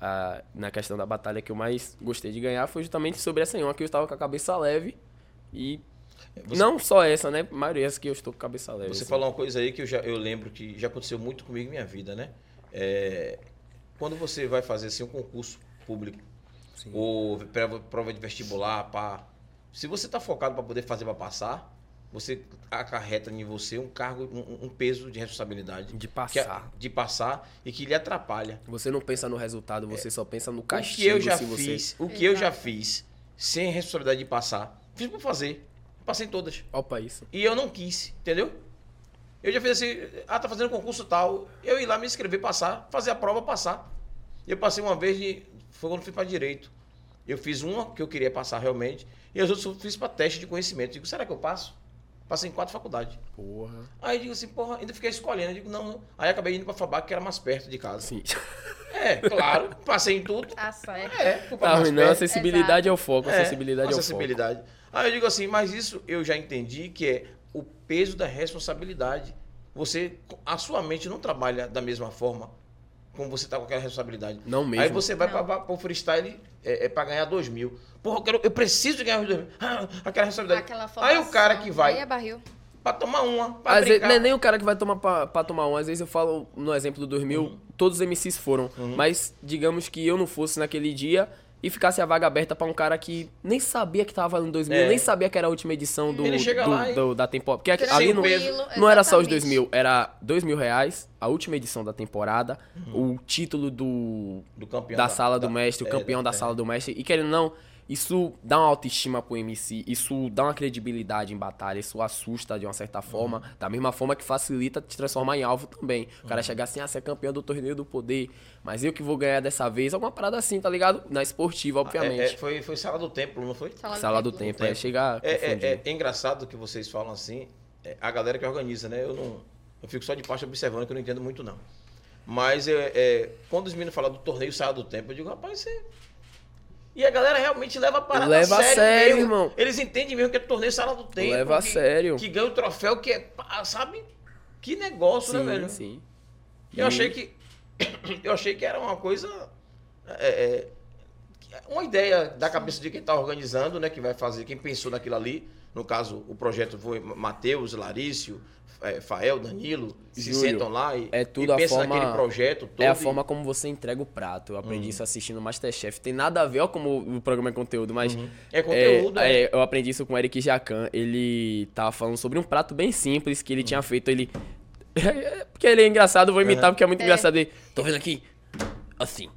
S3: ah, na questão da batalha que eu mais gostei de ganhar foi justamente sobre essa em uma que eu estava com a cabeça leve. E
S2: Você-
S3: não só essa, né? A maioria das que eu estou com a cabeça leve.
S2: Você
S3: assim.
S2: falou uma coisa aí que eu, já, eu lembro que já aconteceu muito comigo em minha vida, né? É, quando você vai fazer assim, um concurso público,
S3: Sim.
S2: ou prova, prova de vestibular, pá, se você está focado para poder fazer para passar, você acarreta em você um cargo, um, um peso de responsabilidade. que
S3: De
S2: a-
S3: passar.
S2: de passar e que lhe atrapalha.
S3: Você não pensa no resultado, você só pensa no
S2: É. o
S3: castigo.
S2: que eu já
S3: se você...
S2: fiz, o que eu já fiz, sem responsabilidade de passar, fiz por fazer. Passei em todas.
S3: Opa, isso.
S2: E eu não quis, entendeu? Eu já fiz assim, ah, tá fazendo concurso tal. Eu ir lá me inscrever, passar, fazer a prova, passar. Eu passei uma vez de. Foi quando fui para direito. Eu fiz uma que eu queria passar realmente, e as outras eu fiz para teste de conhecimento. Digo, será que eu passo? Passei em quatro faculdades.
S3: Porra.
S2: Aí eu digo assim, porra, ainda fiquei escolhendo. Eu digo, não, não. Aí acabei indo para Fabac, que era mais perto de
S3: *laughs*
S2: casa. *laughs*
S3: Sim.
S2: É, claro, passei em tudo.
S1: Ah, só é.
S2: É, fui pra
S3: Tá
S2: mais
S3: ruim, não. A
S2: perto.
S3: sensibilidade é o foco. A
S2: É,
S3: sensibilidade
S2: a
S3: é o foco.
S2: sensibilidade. Aí eu digo assim, mas isso eu já entendi que é o peso da responsabilidade. Você, a sua mente não trabalha da mesma forma como você tá com aquela responsabilidade.
S3: Não mesmo.
S2: Aí você vai
S1: Não.
S2: pra- pra- pro freestyle é, é pra ganhar dois mil. Porra, eu, quero- eu preciso ganhar os dois mil. Ah, aquela responsabilidade.
S1: Aquela
S2: Aí
S1: formação.
S2: o cara que
S1: Aí é
S2: vai
S1: barril.
S2: pra tomar uma, pra
S3: Às vezes,
S2: brincar.
S3: não é nem o cara que vai tomar pra, pra tomar um. Às vezes eu falo no exemplo do 2000,
S2: Uhum.
S3: todos os MCs foram. Mas digamos que eu não fosse naquele dia e ficasse a vaga aberta pra um cara que nem sabia que tava valendo 2000,
S2: É.
S3: nem sabia que era a última edição do,
S2: Ele chega
S3: do-
S2: lá e- assim,
S3: do- da temporada. Porque aqui-
S2: Sem
S3: É ali
S2: o
S3: não,
S2: peso.
S3: não era só os
S1: exatamente.
S3: 2000, era 2 mil reais, a última edição da temporada, o título do
S2: Do Uhum. campeão.
S3: da sala do mestre, o
S2: é,
S3: campeão da sala do mestre. E querendo ou não, isso dá uma autoestima pro MC, isso dá uma credibilidade em batalha, isso assusta de uma certa forma,
S2: Uhum.
S3: da mesma forma que facilita te transformar em alvo também. O cara chegar assim, ah, você é campeão do torneio do poder, mas eu que vou ganhar dessa vez, alguma parada assim, tá ligado? Na esportiva, obviamente.
S2: É, é, foi, foi sala do templo, não foi?
S3: Sala do tempo, é chegar
S2: É, é,
S3: confundindo.
S2: é, é engraçado que vocês falam assim, é, a galera que organiza, né? Eu não. Eu fico só de parte observando, que eu não entendo muito, não. Mas é, é, quando os meninos falam do torneio saia do tempo, eu digo, rapaz, você. E a galera realmente leva a parada
S3: Leva a
S2: sério,
S3: sério,
S2: mesmo.
S3: irmão.
S2: Eles entendem mesmo que é torneio sala do tempo.
S3: Leva a
S2: que-
S3: sério.
S2: Que ganha o troféu, que é. pá, Sabe? Que negócio, né, velho?
S3: Sim, sim.
S2: Eu
S3: E-
S2: achei que. Eu achei que *coughs* era uma coisa. é, é, que é uma ideia da cabeça de quem está organizando, né? Que vai fazer, quem pensou naquilo ali. No caso, o projeto foi Matheus, Larício, é, Fael, Danilo, se
S3: Júlio,
S2: sentam lá e,
S3: é tudo
S2: e
S3: a
S2: pensam
S3: forma-
S2: naquele projeto todo.
S3: É a
S2: e-
S3: forma como você entrega o prato. Eu aprendi isso assistindo Masterchef. Tem nada a ver, ó, como o programa é conteúdo, mas.
S2: É conteúdo,
S3: é,
S2: é.
S3: é, eu aprendi isso com o Eric Jacan. Ele tava falando sobre um prato bem simples que ele tinha
S2: Uhum.
S3: feito. Ele. *laughs* porque ele é engraçado, eu vou imitar porque é muito engraçado. Ele, Tô vendo aqui. Assim.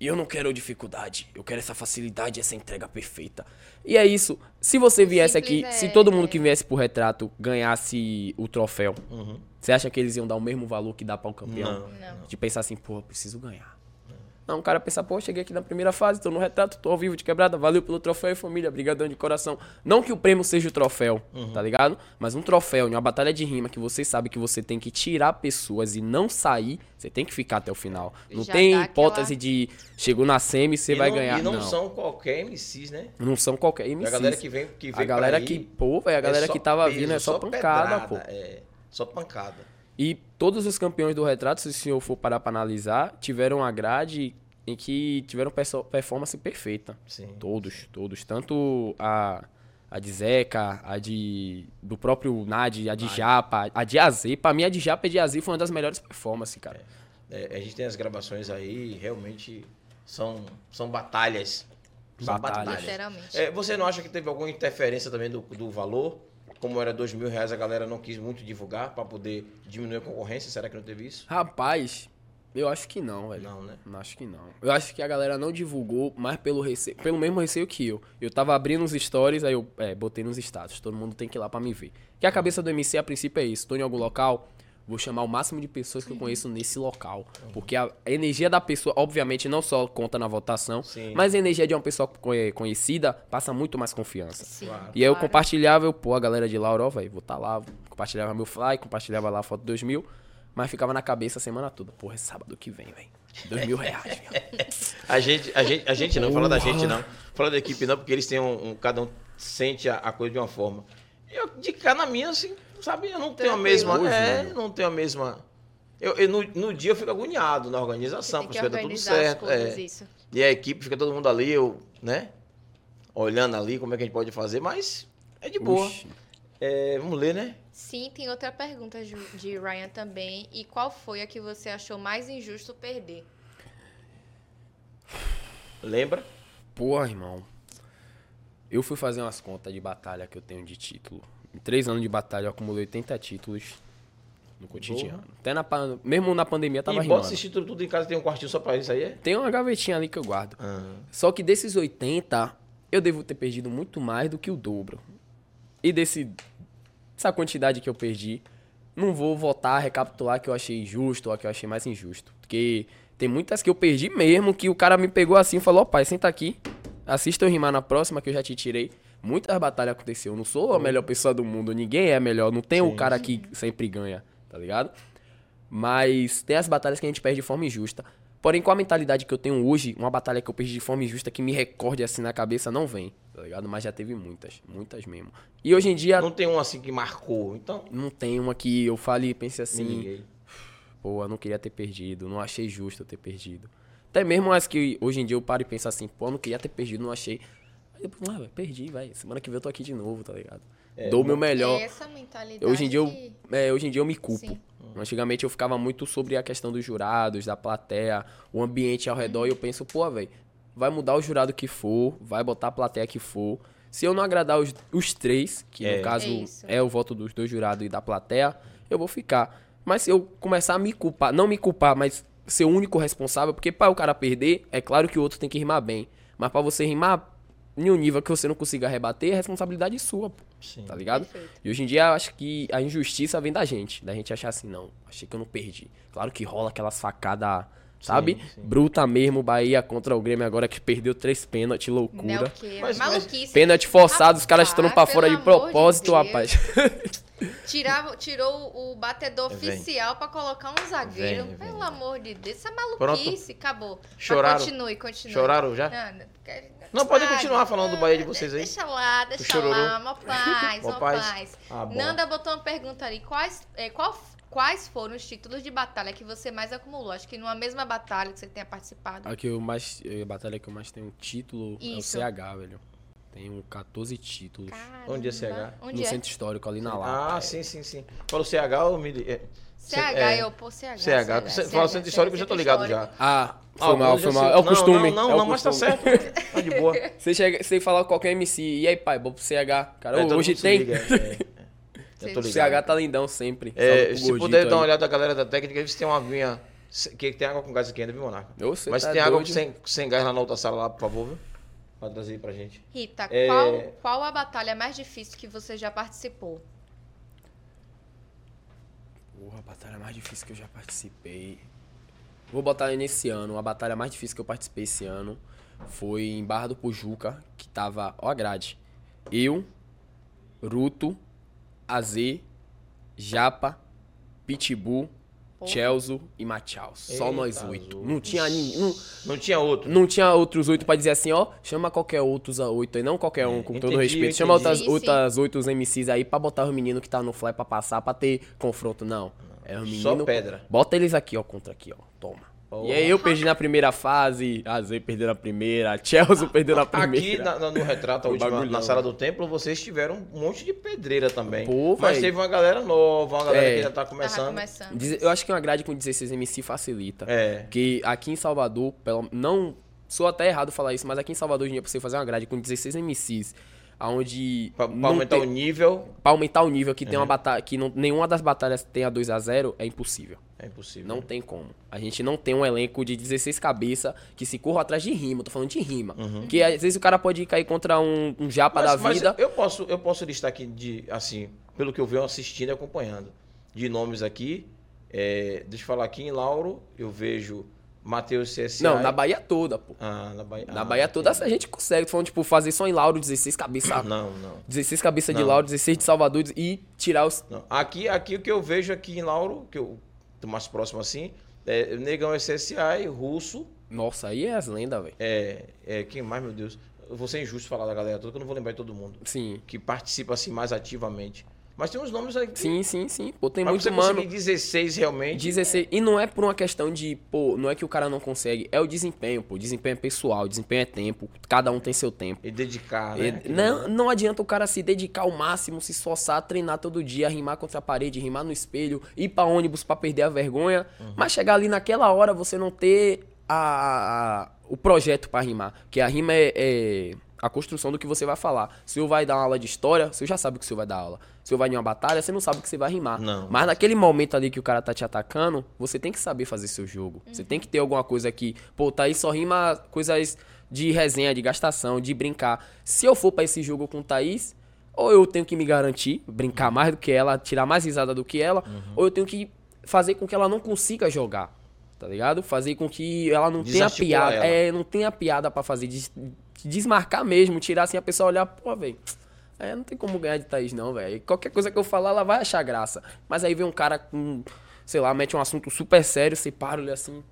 S3: E eu não quero dificuldade. Eu quero essa facilidade, essa entrega perfeita. E é isso. Se você viesse
S1: Simples
S3: aqui,
S1: é-
S3: se todo mundo que viesse pro retrato ganhasse o troféu,
S2: Uhum.
S3: você acha que eles iam dar o mesmo valor que dá para o campeão?
S2: Não.
S1: Não.
S3: De pensar assim, pô, eu preciso ganhar. Não, o cara pensa, pô, cheguei aqui na primeira fase, tô no retrato, tô ao vivo de quebrada, valeu pelo troféu, família, brigadão de coração. Não que o prêmio seja o troféu,
S2: Uhum.
S3: tá ligado? Mas um troféu, uma batalha de rima que você sabe que você tem que tirar pessoas e não sair, você tem que ficar até o final. Não
S1: Já
S3: tem
S1: dá aquela-
S3: hipótese de chegou na semi, você
S2: E
S3: vai
S2: não-
S3: ganhar.
S2: E não, são qualquer MCs, né?
S3: Não são qualquer MCs.
S2: A galera que vem, que vem
S3: a galera
S2: pra
S3: que,
S2: aí
S3: pô, velho, a
S2: é
S3: galera
S2: só
S3: que tava
S2: peso,
S3: vindo é só, pancada, pô.
S2: pedrada, É, só pancada.
S3: E todos os campeões do retrato, se o senhor for parar pra analisar, tiveram uma grade em que tiveram perso- performance perfeita.
S2: Sim.
S3: Todos, todos. Tanto a, a de Zeca, a de. do próprio Nad, a de Japa, a de AZ. Pra mim, a de Japa e de AZ foi uma das melhores performances, cara.
S2: É, a gente tem as gravações aí, realmente são, são batalhas. São
S3: Batalhas.
S2: batalhas.
S1: Sinceramente.
S2: É, você não acha que teve alguma interferência também do, do valor? Como era dois mil reais, a galera não quis muito divulgar para poder diminuir a concorrência. Será que não teve isso?
S3: Rapaz, eu acho que não, velho.
S2: Não, né?
S3: Não, Acho que não. Eu acho que a galera não divulgou, mas pelo receio, pelo mesmo receio que eu. Eu tava abrindo os stories, aí eu é, botei nos status. Todo mundo tem que ir lá pra me ver. Que a cabeça do MC, a princípio, é isso. Tô em algum local, vou chamar o máximo de pessoas que eu conheço nesse local. Porque a a energia da pessoa, obviamente, não só conta na votação,
S2: Sim.
S3: mas a energia de uma pessoa conhe- conhecida passa muito mais confiança.
S1: Sim,
S2: Claro.
S3: E aí eu
S1: claro.
S3: compartilhava, eu, pô, a galera de Lauró, velho, vou tá lá, compartilhava meu fly, compartilhava lá a foto 2000, mas ficava na cabeça a semana toda. Porra, é sábado que vem, velho. Dois mil reais, velho.
S2: A gente, a gente, a gente não, fala da gente não. Fala da equipe não, porque eles têm um. um- cada um sente a, a coisa de uma forma. Eu, de cá na minha, assim, sabe, eu não tenho a
S1: Tranquilo.
S2: mesma.
S3: Hoje,
S2: é,
S3: né?
S2: não tenho a mesma. Eu, eu no, no dia eu fico agoniado na organização,
S1: Tem
S2: porque
S1: que
S2: tá tudo
S1: organizar as
S2: certo.
S1: coisas,
S2: é.
S1: isso.
S2: E a equipe fica todo mundo ali, eu, né? Olhando ali como é que a gente pode fazer, mas é de *laughs* boa.
S3: Oxi.
S2: É, vamos ler, né?
S1: Sim, tem outra pergunta Ju- de Ryan também. E qual foi a que você achou mais injusto perder?
S2: Lembra?
S3: Porra, irmão. Eu fui fazer umas contas de batalha que eu tenho de título. Em três anos de batalha eu acumulei 80 títulos no cotidiano. Até na, pan- mesmo na pandemia tava
S2: e bota
S3: rimando.
S2: esse título tudo em casa, tem um quartinho só pra isso aí, é?
S3: Tem uma gavetinha ali que eu guardo.
S2: Ah,
S3: Só que desses 80, eu devo ter perdido muito mais do que o dobro. E desse essa quantidade que eu perdi, não vou voltar a recapitular a que eu achei justo ou a que eu achei mais injusto. Porque tem muitas que eu perdi mesmo, que o cara me pegou assim e falou, ó pai, senta aqui, assista eu rimar na próxima que eu já te tirei. Muitas batalhas aconteceu, eu não sou a melhor pessoa do mundo, ninguém é a melhor, não tem o cara que sempre ganha, tá ligado? Mas tem as batalhas que a gente perde de forma injusta. Porém, com a mentalidade que eu tenho hoje, uma batalha que eu perdi de forma injusta, que me recorde assim na cabeça, não vem, tá ligado? Mas já teve muitas, muitas mesmo. E hoje em dia,
S2: não tem um assim que marcou, então.
S3: não tem uma que eu fale e pense
S2: me
S3: assim,
S2: liguei.
S3: pô, eu não queria ter perdido, não achei justo eu ter perdido. Até mesmo as que hoje em dia eu paro e penso assim, pô, eu não queria ter perdido, não achei. Aí eu, ah, velho, perdi, vai. Semana que vem eu tô aqui de novo, tá ligado? Dou o meu melhor.
S1: É essa mentalidade.
S3: Hoje em dia eu,
S1: que-
S3: é, hoje em dia eu me culpo.
S1: Sim.
S3: Antigamente eu ficava muito sobre a questão dos jurados, da plateia, o ambiente ao redor, e eu penso, pô, velho, vai mudar o jurado que for, vai botar a plateia que for. Se eu não agradar os, os três, que
S2: É.
S3: no caso
S1: É isso.
S3: é, o voto dos dois jurados e da plateia, eu vou ficar. Mas se eu começar a me culpar, não me culpar, mas ser o único responsável, porque para o cara perder, é claro que o outro tem que rimar bem. Mas para você rimar em um nível que você não consiga rebater, é responsabilidade sua, pô,
S2: Sim.
S3: tá ligado?
S1: Perfeito.
S3: E hoje em dia eu acho que a injustiça vem da gente, da gente achar assim, não, achei que eu não perdi. Claro que rola aquelas facadas, sabe?
S2: sim.
S3: Bruta mesmo, Bahia contra o Grêmio agora que perdeu três pênaltis,
S1: Né, o
S3: loucura.
S1: quê?
S2: Mas-
S1: Maluquice.
S3: Pênalti forçado, os caras
S1: Rapaz,
S3: estão pra fora de
S1: Ah, pelo amor de
S3: propósito,
S1: Deus.
S3: rapaz.
S1: Tirava, tirou o batedor
S2: Vem.
S1: oficial pra colocar um zagueiro.
S2: Vem, vem,
S1: Pelo
S2: vem.
S1: amor de Deus. Essa maluquice, acabou. Mas
S2: Choraram.
S1: continue, continue.
S2: Choraram já?
S1: Não, não, quer-
S2: Não, podem
S1: Ah,
S2: continuar falando do Bahia de vocês aí.
S1: Deixa lá, deixa
S2: chororô.
S1: lá. Mó paz,
S2: Mó
S1: mó
S2: paz.
S1: paz.
S2: Ah, bom.
S1: Nanda botou uma pergunta ali. Quais, é, qual- quais foram os títulos de batalha que você mais acumulou? Acho que numa mesma batalha que você tenha participado.
S3: A, que eu mais, a batalha que eu mais tenho título
S1: Isso.
S3: é o CH, velho. Tenho 14 títulos
S1: Caramba.
S2: Onde é CH?
S1: Onde é?
S3: no centro histórico ali na Lapa.
S2: Ah, sim, sim, sim. Fala o CH, eu me. li- é,
S1: CH,
S2: é,
S1: eu, pô, CH.
S2: CH. Você Fala o centro histórico, eu já tô ligado já.
S3: Ah,
S2: Ah,
S3: foi
S2: eu
S3: mal,
S2: já
S3: foi
S2: sei.
S3: mal. É o
S2: Não,
S3: costume.
S2: Não, não,
S3: é o
S2: não, mas tá
S3: costume.
S2: certo. Tá de boa.
S3: Você, chega, você fala com qualquer MC, e aí, pai, vou pro CH. Cara,
S2: É, todo
S3: hoje
S2: mundo se
S3: tem.
S2: liga, é, é. Eu tô
S1: O
S3: O
S2: ligado.
S3: CH tá lindão sempre.
S2: É,
S3: Salve pro
S2: se
S3: gordito
S2: puder
S3: aí.
S2: dar uma olhada da galera da técnica, ver se tem uma aguinha. se- Que tem água com gás aqui ainda, viu, Monarca?
S3: Ô, cê
S2: Mas se
S3: tá
S2: tem água
S3: doido.
S2: sem, sem gás lá na outra sala lá, por favor, viu? Pode trazer aí pra gente.
S1: Rita,
S2: É.
S1: qual, qual a batalha mais difícil que você já participou?
S3: Porra, a batalha mais difícil que eu já participei. Vou botar ele nesse ano. A batalha mais difícil que eu participei esse ano foi em Barra do Pujuca, que tava, ó a grade. Eu, Ruto, AZ, Japa, Pitbull,
S1: Porra.
S3: Chelsea e Machaus. Só
S2: Eita,
S3: nós
S2: azul.
S3: oito. Não tinha, nin- não,
S2: Não tinha outro.
S3: não tinha outros oito pra dizer assim, ó, chama qualquer outros a oito aí, não qualquer um, com todo
S2: É, entendi,
S3: respeito. Chama
S2: entendi.
S3: outras,
S1: Sim, sim.
S3: outras oito os MCs aí pra botar os meninos que tá no fly pra passar, pra ter confronto, não. É os
S2: Só
S3: meninos.
S2: pedra.
S3: Bota eles aqui, ó, contra aqui, ó. Toma. E aí eu perdi na primeira fase, a Z perdeu na primeira, a Chelsea perdeu na
S2: Tá Aqui
S3: primeira.
S2: na- na- no retrato, a
S3: *laughs* O
S2: última, na
S3: bagulhão. né?
S2: sala do templo, vocês tiveram um monte de pedreira também.
S3: Pô,
S2: Mas
S3: véi.
S2: teve uma galera nova, uma galera
S3: É.
S2: que já tá
S1: Tava
S2: começando.
S1: começando.
S3: Deze- Eu acho que uma grade com 16 MC facilita.
S2: É.
S3: Porque aqui em Salvador, pelo, não sou até errado falar isso, mas aqui em Salvador hoje em dia, pra você fazer uma grade com 16 MCs, aonde
S2: Pra, pra
S3: não
S2: aumentar
S3: tem-
S2: o nível,
S3: Pra aumentar o nível que tem
S2: Uhum.
S3: uma batalha que não- nenhuma das batalhas tenha 2 a 0 é impossível.
S2: é impossível.
S3: Não tem como. A gente não tem um elenco de 16 cabeças que se corra atrás de rima. Tô falando de rima. Porque às vezes o cara pode cair contra um, um japa
S2: Uhum. Mas-
S3: da
S2: mas
S3: vida.
S2: eu posso, eu posso listar aqui de, assim, pelo que eu venho assistindo e acompanhando, de nomes aqui. é, deixa eu falar aqui em Lauro, eu vejo Matheus CSI.
S3: Não, na Bahia toda, pô.
S2: Ah, na Bahia.
S3: Na
S2: ah,
S3: Bahia toda
S2: entendi.
S3: a gente consegue. Tô falando, tipo, fazer só em Lauro 16 cabeças.
S2: Não, não.
S3: 16 cabeças de
S2: Não.
S3: Lauro, 16 de Salvador e tirar os.
S2: não. Aqui, aqui o que eu vejo aqui em Lauro, que eu tô mais próximo assim, é Negão SSI, Russo.
S3: Nossa, aí é as lendas, velho.
S2: É, é, quem mais, meu Deus? Eu vou ser injusto falar da galera toda, que eu não vou lembrar de todo mundo.
S3: Sim.
S2: Que participa assim mais ativamente. Mas tem uns nomes aí. que-
S3: Sim, sim, sim. Pô, tem
S2: Mas
S3: muito
S2: você
S3: mano.
S2: conseguir 16 realmente.
S3: 16. E não é por uma questão de, pô, não é que o cara não consegue. É o desempenho, pô. Desempenho é pessoal, desempenho é tempo. Cada um tem seu tempo.
S2: E dedicar, né?
S3: E
S2: Aquele
S3: não, não adianta o cara se dedicar ao máximo, se esforçar, treinar todo dia, rimar contra a parede, rimar no espelho, ir pra ônibus pra perder a vergonha.
S2: Uhum.
S3: Mas chegar ali naquela hora você não ter a, a- o projeto pra rimar. Porque a rima é, é a construção do que você vai falar. Se eu vai dar uma aula de história, você já sabe o que você vai dar aula. Se eu vai em uma batalha, você não sabe o que você vai rimar.
S2: Não.
S3: Mas naquele momento ali que o cara tá te atacando, você tem que saber fazer seu jogo. Você tem que ter alguma coisa que, pô, tá aí só rima coisas de resenha, de gastação, de brincar. Se eu for pra esse jogo com Thaís, ou eu tenho que me garantir, brincar mais do que ela, tirar mais risada do que ela,
S2: Uhum.
S3: ou eu tenho que fazer com que ela não consiga jogar. Tá ligado? Fazer com que ela não tenha
S2: Desarticular
S3: piada.
S2: ela.
S3: É, não tenha piada pra fazer. des- desmarcar mesmo, tirar assim a pessoa olhar, pô, velho. É, não tem como ganhar de Thaís, não, velho. Qualquer coisa que eu falar, ela vai achar graça. Mas aí vem um cara com, sei lá, mete um assunto super sério, você para, olha assim.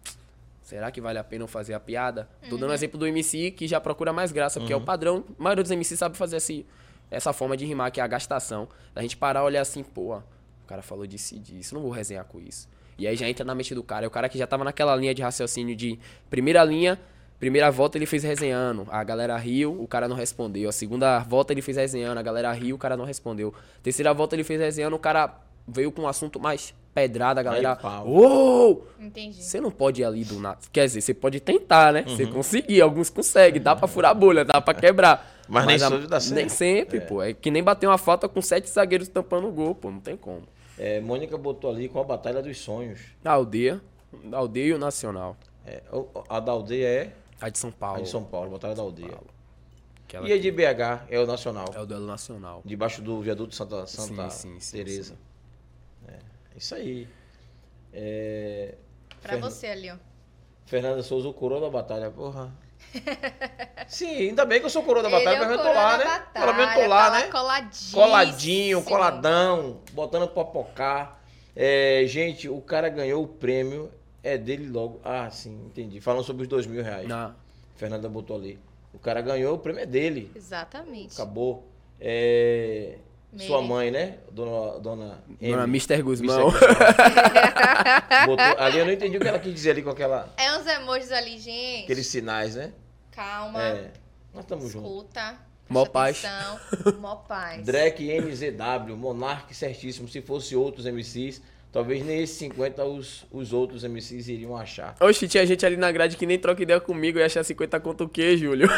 S3: Será que vale a pena eu fazer a piada? Tô dando o exemplo do MC que já procura mais graça, porque é o padrão. A maioria dos MC sabe fazer esse, essa forma de rimar, que é a gastação. A gente parar e olhar assim, pô, ó, o cara falou disso e disso, não vou resenhar com isso. E aí já entra na mente do cara. É o cara que já tava naquela linha de raciocínio de primeira linha, primeira volta ele fez resenhando. A galera riu, o cara não respondeu. A segunda volta ele fez resenhando, a galera riu, o cara não respondeu. Terceira volta ele fez resenhando, o cara veio com um assunto mais pedrada, a galera.
S2: pau.
S3: Uou!
S1: Entendi.
S3: Você não pode ir ali do nada. Quer dizer, você pode tentar, né?
S2: Uhum.
S3: Você conseguir, alguns conseguem. Dá pra furar a bolha, dá pra quebrar.
S2: É. *laughs* Mas nem sempre dá certo.
S3: Nem sempre, pô. É que nem bater uma falta com sete zagueiros tampando o gol, pô. Não tem como.
S2: É, Mônica botou ali com a Batalha dos Sonhos.
S3: Na aldeia, na aldeia e o nacional.
S2: É, o- a da aldeia é
S3: A de São
S2: a
S3: Paulo.
S2: de São Paulo, Batalha da Aldeia.
S3: Aquela
S2: E a de BH é o Nacional.
S3: que É o duelo nacional.
S2: Debaixo do viaduto Santa, Santa
S3: Sim, sim, sim,
S2: Teresa. É, isso aí. É,
S1: Pra
S2: Fern-
S1: você ali, ó.
S2: Fernanda Souza, o coroa da batalha, porra. *laughs* Sim, ainda bem que eu sou o coroa da
S1: Ele
S2: batalha,
S1: é o
S2: pelo menos eu tô
S1: coroa
S2: lá,
S1: da
S2: né?
S1: batalha,
S2: pelo menos eu tô lá,
S1: tá
S2: né?
S1: Coladinho.
S2: Coladinho, coladão, botando pra pocar. É, gente, o cara ganhou o prêmio, é dele logo. Ah, sim, entendi. Falando sobre os dois mil reais.
S3: Na...
S2: Fernanda botou ali. O cara ganhou, o prêmio é dele.
S1: Exatamente.
S2: Acabou. É,
S1: Meire.
S2: sua mãe, né? Dona. Dona, M.
S3: Dona Mr. Guzmão.
S2: Guzmão. Botou- ali eu não entendi o que ela quis dizer ali com aquela,
S1: É uns emojis ali, gente.
S2: aqueles sinais, né?
S1: Calma.
S2: É. Nós estamos juntos.
S1: Escuta.
S3: Mó
S1: presta
S2: *laughs*
S3: paz.
S1: atenção, Mó paz.
S2: Drake NZW, Monark certíssimo. Se fosse outros MCs, talvez nem esses 50 os, os outros MCs iriam achar.
S3: *laughs* Oxe, tinha gente ali na grade que nem troca ideia comigo e achar 50 conto o quê, Júlio? *laughs*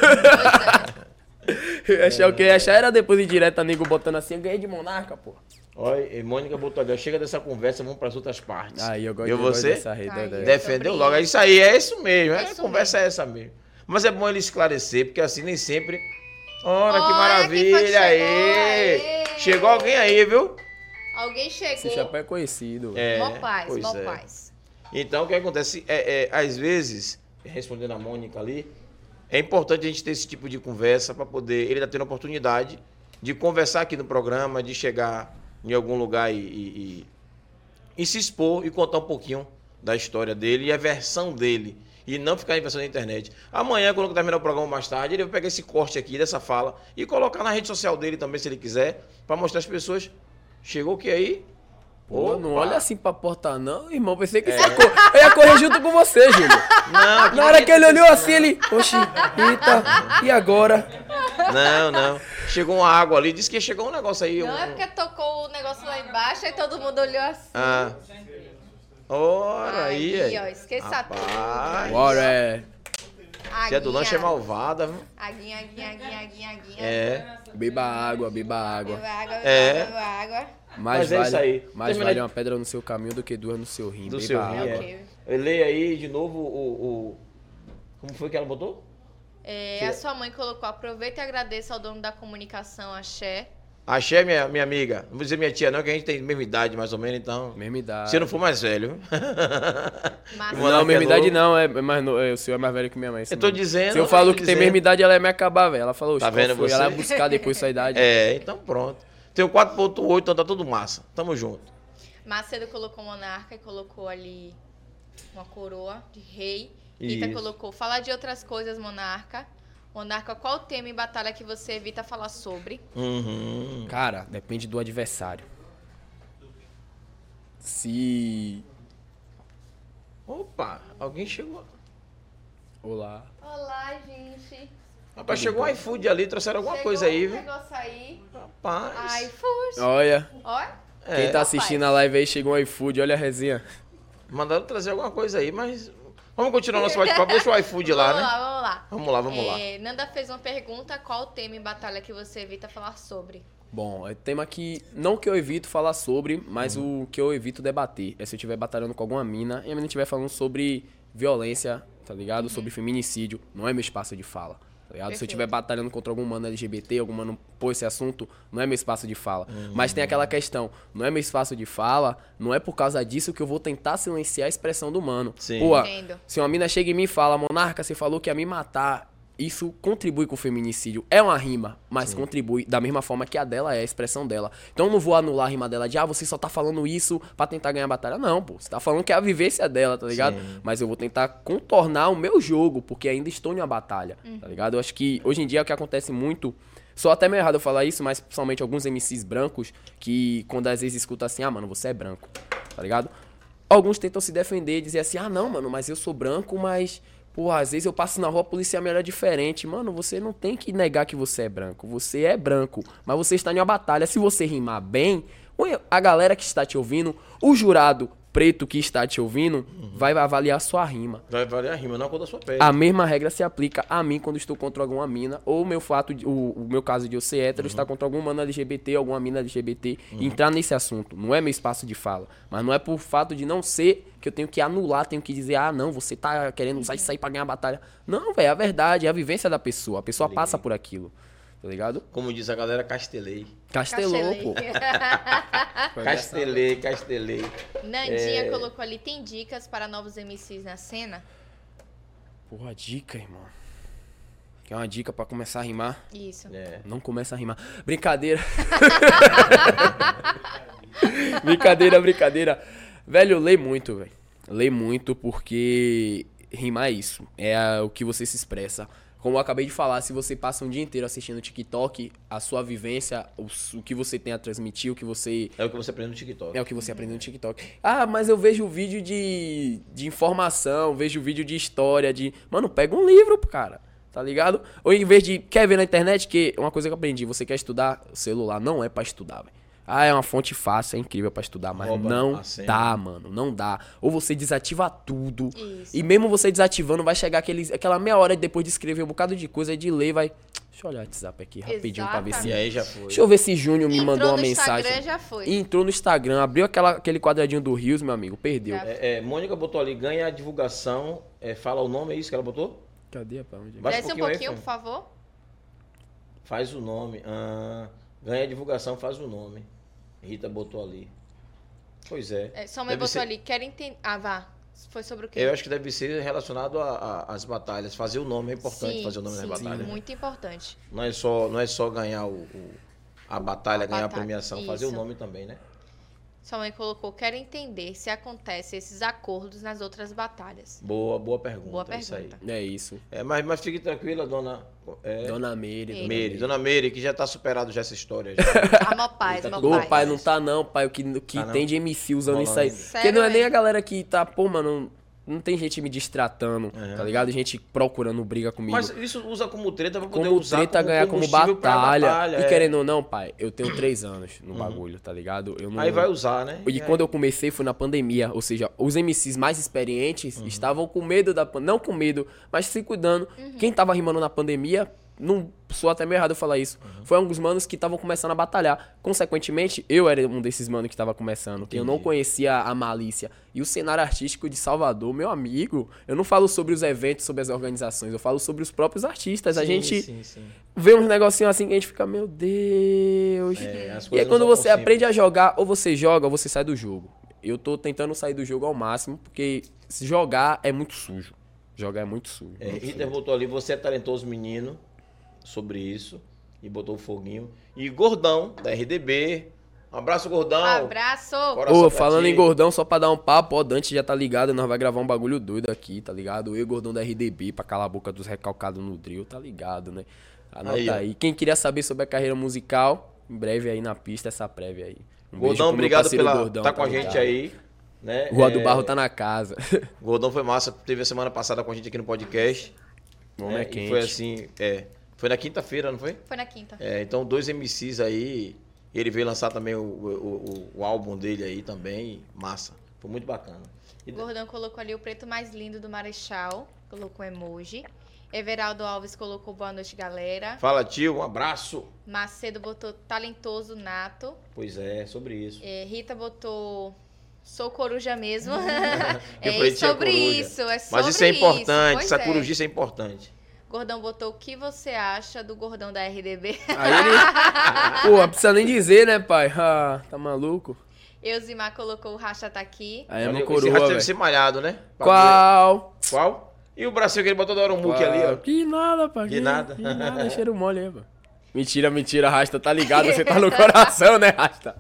S1: Pois é.
S3: Eu achar o quê? Eu Achar era depois de direta, nego botando assim, eu ganhei de monarca, pô.
S2: Olha, e Mônica botou ali, ó, chega dessa conversa, vamos para as outras partes.
S3: Aí eu gosto
S2: Eu
S3: eu gosto
S2: você?
S3: dessa rede.
S1: Aí.
S3: né?
S2: Defendeu
S1: Sobre
S2: logo. É isso aí, é isso mesmo. É,
S1: Isso
S2: conversa é essa mesmo. Mas é bom ele esclarecer, porque assim nem sempre. Ora, que
S1: Olha quem
S2: maravilha!
S1: foi que chegou,
S2: aê!
S1: aê!
S2: Chegou alguém aí, viu?
S1: Alguém
S3: Esse
S1: chegou.
S3: chapéu é conhecido. velho.
S2: É,
S1: mó paz,
S2: pois
S1: mó
S2: é.
S1: paz.
S2: Então, o que acontece? É, é, às vezes, respondendo a Mônica ali, é importante a gente ter esse tipo de conversa para poder. Ele está tendo a oportunidade de conversar aqui no programa, de chegar em algum lugar e, e- e- e se expor e contar um pouquinho da história dele e a versão dele. E não ficar em versão na internet. Amanhã, quando eu terminar o programa mais tarde, ele vai pegar esse corte aqui dessa fala e colocar na rede social dele também, se ele quiser, para mostrar às pessoas. Chegou o que aí?
S3: Pô, não
S2: Opa. É.
S3: olha assim pra porta, não, irmão. Pensei que você ia, cor... eu ia correr junto com você, Júlio.
S2: Não, aqui
S3: *laughs* Na hora que ele
S2: não.
S3: olhou assim, ele. Oxi, eita, e agora?
S2: Não, não. Chegou uma água ali, disse que chegou um negócio aí.
S1: Não
S2: um-
S1: é porque tocou o negócio lá embaixo e todo mundo olhou assim.
S2: Ah. Ora aí.
S1: Aí, ó, esqueça
S2: Rapaz.
S1: tudo.
S3: Agora é.
S2: Se é do lanche é malvada, viu?
S1: Aguinha, aguinha, aguinha, aguinha, aguinha.
S2: É.
S3: Beba água, beba água.
S1: Beba água, beba
S2: É.
S1: água, beba água.
S3: Mais
S2: Mas é
S3: vale,
S2: isso aí.
S3: Mais
S2: Termina-
S3: vale uma pedra no seu caminho do que duas no seu rim.
S2: Do
S3: beba
S2: seu
S3: água.
S2: rim,
S1: É,
S2: É.
S1: ok.
S2: Leia aí de novo o, o- Como foi que ela botou?
S1: É, a sua mãe colocou, aproveita e agradeça ao dono da comunicação, Axé.
S2: Axé, minha, minha amiga. Não vou dizer minha tia, não, que a gente tem a mesma idade, mais ou menos, então.
S3: Mesma idade.
S2: Se eu não for mais velho.
S1: Massa.
S2: Vou lá, que é
S3: Não, mesma idade
S2: novo.
S3: não, é mais no... é, o senhor é mais velho que minha mãe.
S2: Eu
S3: sim,
S2: tô
S3: mano.
S2: dizendo.
S3: Se eu falo
S2: tô
S3: que tem
S2: dizendo.
S3: mesma idade, ela ia me acabar, velho. Ela falou,
S2: Tá
S3: "Oxe, qual
S2: vendo
S3: foi?
S2: você?
S3: Ela ia buscar depois sua
S2: *laughs*
S3: idade.
S2: É, então pronto. Tenho 4.8, então tá tudo massa. Tamo junto.
S1: Macedo colocou monarca e colocou ali uma coroa de rei. Rita
S2: Isso.
S1: colocou, fala de outras coisas, monarca. Monarca, qual o tema em batalha que você evita falar sobre?
S2: Uhum.
S3: Cara, depende do adversário. Se.
S2: Opa, alguém chegou.
S3: Olá.
S1: Olá, gente.
S2: Rapaz, chegou
S3: Então.
S2: um iFood ali, trouxeram alguma
S1: Chegou
S2: coisa aí,
S1: um
S2: viu?
S1: negócio aí. Ai,
S2: Rapaz.
S1: fuxa.
S3: Olha,
S1: Olha,
S2: É,
S3: quem tá assistindo a live aí chegou um iFood, olha a resenha.
S2: Mandaram trazer alguma coisa aí, mas. Vamos continuar nosso bate-papo.
S1: *laughs*
S2: Deixa o iFood lá,
S1: vamos
S2: né?
S1: lá, vamos lá.
S2: Vamos lá, vamos lá.
S1: É, Nanda fez uma pergunta, qual o tema em batalha que você evita falar sobre?
S3: Bom, é tema que. Não que eu evito falar sobre, mas o que eu evito debater. É se eu estiver batalhando com alguma mina e a mina estiver falando sobre violência, tá
S2: Uhum.
S3: ligado? Sobre feminicídio. Não é meu espaço de fala. Tá ligado? Se eu
S1: Perfeito.
S3: estiver batalhando contra algum mano LGBT, algum mano pô esse assunto, não é meu espaço de fala. Mas tem aquela questão, não é meu espaço de fala, não é por causa disso que eu vou tentar silenciar a expressão do mano.
S2: Sim.
S3: Pô,
S1: Entendo.
S3: se uma mina chega em mim e fala, monarca, você falou que ia me matar. Isso contribui com o feminicídio. É uma rima, mas contribui da mesma forma que a dela é, a expressão dela. Então eu não vou anular a rima dela de, ah, você só tá falando isso pra tentar ganhar a batalha. Não, pô. Você tá falando que é a vivência dela, tá ligado? Mas eu vou tentar contornar o meu jogo, porque ainda estou em uma batalha, tá ligado? Eu acho que hoje em dia é o que acontece muito. Sou até meio errado eu falar isso, mas principalmente alguns MCs brancos que quando às vezes escuta assim, ah, mano, você é branco, tá ligado? Alguns tentam se defender e dizer assim: ah, não, mano, mas eu sou branco, mas. Pô, às vezes eu passo na rua, a polícia me olha diferente. Mano, você não tem que negar que você é branco. Você é branco, mas você está em uma batalha. Se você rimar bem, o- a galera que está te ouvindo, o jurado preto que está te ouvindo, vai avaliar sua rima.
S2: Vai valer a rima, não conta a sua pele.
S3: A mesma regra se aplica a mim quando estou contra alguma mina, ou o meu fato, de- o, o meu caso de eu ser hétero, estar contra algum mano LGBT, alguma mina LGBT, e entrar nesse assunto. Não é meu espaço de fala. Mas não é por fato de não ser que eu tenho que anular, tenho que dizer, ah, não, você tá querendo usar isso aí pra ganhar a batalha. Não, velho, é a verdade, é a vivência da pessoa. A pessoa passa por aquilo. Tá ligado?
S2: Como diz a galera, castelei.
S3: Castelou, pô.
S2: Castelei, castelei.
S1: *laughs*
S2: É.
S1: Nandinha colocou ali, tem dicas para novos MCs na cena?
S3: Porra, dica, irmão. Quer uma dica pra começar a rimar?
S1: Isso.
S2: É.
S3: Não começa a rimar. Brincadeira. *laughs* brincadeira, brincadeira. Velho, eu leio muito, velho. Leio muito porque rimar é isso. É a- o que você se expressa. Como eu acabei de falar, se você passa um dia inteiro assistindo TikTok, a sua vivência, o, s- o que você tem a transmitir, o que você
S2: É o que você aprende no TikTok.
S3: é o que você aprendeu no TikTok. Ah, mas eu vejo vídeo de, de informação, vejo vídeo de história, de. Mano, pega um livro, cara. Tá ligado? Ou em vez de. Quer ver na internet? Que uma coisa que eu aprendi, você quer estudar, o celular não é pra estudar, velho. Ah, é uma fonte fácil, é incrível pra estudar, mas
S2: Rouba
S3: não
S2: a senha.
S3: dá, mano, não dá. Ou você desativa tudo.
S2: É.
S1: Isso.
S3: E mesmo você desativando, vai chegar aquele, aquela meia hora depois de escrever um bocado de coisa, de ler, vai. Deixa eu olhar o WhatsApp aqui rapidinho pra ver
S1: Exatamente.
S3: se
S2: E aí já foi.
S3: Deixa eu ver se Júnior me
S1: Entrou
S3: mandou uma
S1: no Instagram,
S3: mensagem.
S1: já foi.
S3: Entrou no Instagram, abriu aquela- aquele quadradinho do Rios, meu amigo, perdeu.
S1: Já.
S2: É, é, Mônica botou ali, ganha a divulgação. É, fala o nome, é isso que ela botou?
S3: Cadê, pá? Onde é?
S2: Baixa
S1: Desce um
S2: pouquinho aí,
S1: pouquinho,
S2: Fran.
S1: por favor.
S2: Faz o nome. Ah, ganha a divulgação, faz o nome. Rita botou ali. Pois é.
S1: É, sua mãe
S2: Deve
S1: botou
S2: ser-
S1: ali, quero entender... Ah, vá. Foi sobre o quê?
S2: Eu acho que deve ser relacionado a- a- às batalhas. Fazer o nome é importante,
S1: Sim,
S2: fazer o nome
S1: sim,
S2: das batalhas.
S1: Muito importante.
S2: Não é só, não é só ganhar o, o- a batalha,
S1: A
S2: ganhar
S1: batalha,
S2: a premiação, fazer o
S1: isso.
S2: nome também, né?
S1: Sua mãe colocou, quero entender se acontecem esses acordos nas outras batalhas.
S2: Boa, boa pergunta.
S1: Boa
S2: é Isso aí.
S1: pergunta.
S3: É isso.
S2: É, mas, mas fique tranquila, dona. É,
S3: Dona Meire.
S1: Meire.
S2: Meire, dona Meire, que já está superado já essa *laughs* história. já.
S1: Arma Ah, paz,
S2: Tá
S1: meu
S2: tudo
S3: Ô,
S1: pai.
S2: bom,
S3: pai, não tá não, pai. O que, o que
S2: Tá não?
S3: tem de MC usando
S2: Rolando.
S3: isso aí?
S2: Sério,
S3: Porque não é nem
S1: hein?
S3: a galera que tá, pô, mano, não tem gente me distratando,
S2: É.
S3: tá ligado? Gente procurando briga comigo.
S2: mas isso usa como treta pra poder
S3: como
S2: usar
S3: treta
S2: como
S3: ganhar como
S2: combustível pra
S3: batalha.
S2: batalha,
S3: E
S2: é. Uhum.
S3: querendo ou não, pai, eu tenho três anos no bagulho, tá ligado? Eu não...
S2: Aí vai usar, né?
S3: E quando eu comecei foi na pandemia, ou seja, os MCs mais experientes
S2: Uhum.
S3: estavam com medo da pan- não com medo, mas se cuidando. Quem tava rimando na pandemia, não sou até meio errado eu falar isso.
S2: Uhum.
S3: Foi alguns manos que estavam começando a batalhar. Consequentemente, eu era um desses manos que tava começando. Eu não
S2: Entendi.
S3: conhecia a malícia. E o cenário artístico de Salvador, meu amigo, eu não falo sobre os eventos, sobre as organizações, eu falo sobre os próprios artistas. a
S2: Sim,
S3: gente
S2: sim, sim.
S3: vê uns negocinhos assim que a gente fica, meu Deus.
S2: É, as
S3: E aí
S2: coisas
S3: quando
S2: não são
S3: você
S2: simples.
S3: aprende a jogar, ou você joga ou você sai do jogo. Eu tô tentando sair do jogo ao máximo, porque se jogar é muito sujo. Jogar é muito sujo.
S2: É,
S3: muito
S2: Hitler
S3: sujo.
S2: botou ali, você é talentoso menino, sobre isso. E botou o foguinho. E Gordão, da RDB. Um abraço, Gordão.
S1: Abraço!
S2: Coração
S3: Ô,
S2: pra
S3: falando
S2: ti.
S3: em gordão, só pra dar um papo, ó, Dante já tá ligado, nós vai gravar um bagulho doido aqui, tá ligado? Eu e o gordão da RDB, pra calar a boca dos recalcados no drill, tá ligado, né? Anota
S2: Aí,
S3: aí.
S2: ó.
S3: Quem queria saber sobre a carreira musical, em breve aí na pista, essa prévia aí. Um beijo pro
S2: Gordão,
S3: meu
S2: obrigado
S3: parceiro
S2: pela.
S3: Gordão,
S2: tá com a
S3: ligado?
S2: gente aí. Né?
S3: Rua do
S2: É,
S3: Barro tá na casa.
S2: Gordão foi massa, teve a semana passada com a gente aqui no podcast.
S3: O homem
S2: né?
S3: é
S2: E
S3: quente.
S2: Foi assim, é. Foi na quinta-feira, não foi?
S1: Foi na quinta.
S2: É, então, dois MCs aí. Ele veio lançar também o, o- o- o álbum dele aí também. Massa. Foi muito bacana. E-
S1: Gordão colocou ali o preto mais lindo do Marechal. Colocou emoji. Everaldo Alves colocou boa noite, galera.
S2: Fala, tio. Um abraço.
S1: Macedo botou talentoso nato.
S2: Pois é, sobre isso.
S1: É, Rita botou sou coruja mesmo. *laughs*
S2: Eu
S1: é e
S2: falei, Uhum. "Tia
S1: sobre
S2: coruja".
S1: isso, é sobre
S2: Mas isso é importante,
S1: pois
S2: essa
S1: é.
S2: corujice é importante.
S1: Gordão botou o que você acha do gordão da *laughs* RDB?
S3: Aí ele. Pô, não precisa nem dizer, né, pai? Ah, tá maluco?
S1: Eusimar colocou o racha tá aqui.
S3: Aí é
S2: Olha,
S3: meu
S2: Esse
S3: coroa,
S2: rato deve
S3: velho.
S2: ser malhado, né? Pra
S3: Qual?
S2: dizer- Qual? E o bracinho que ele botou do Orumuque ali, ó.
S3: Que nada, pai.
S2: Que nada.
S3: Que nada, É cheiro mole aí, mano. Mentira, mentira, Rasta, tá ligado?
S1: *laughs*
S3: Você tá no coração, né, Rasta?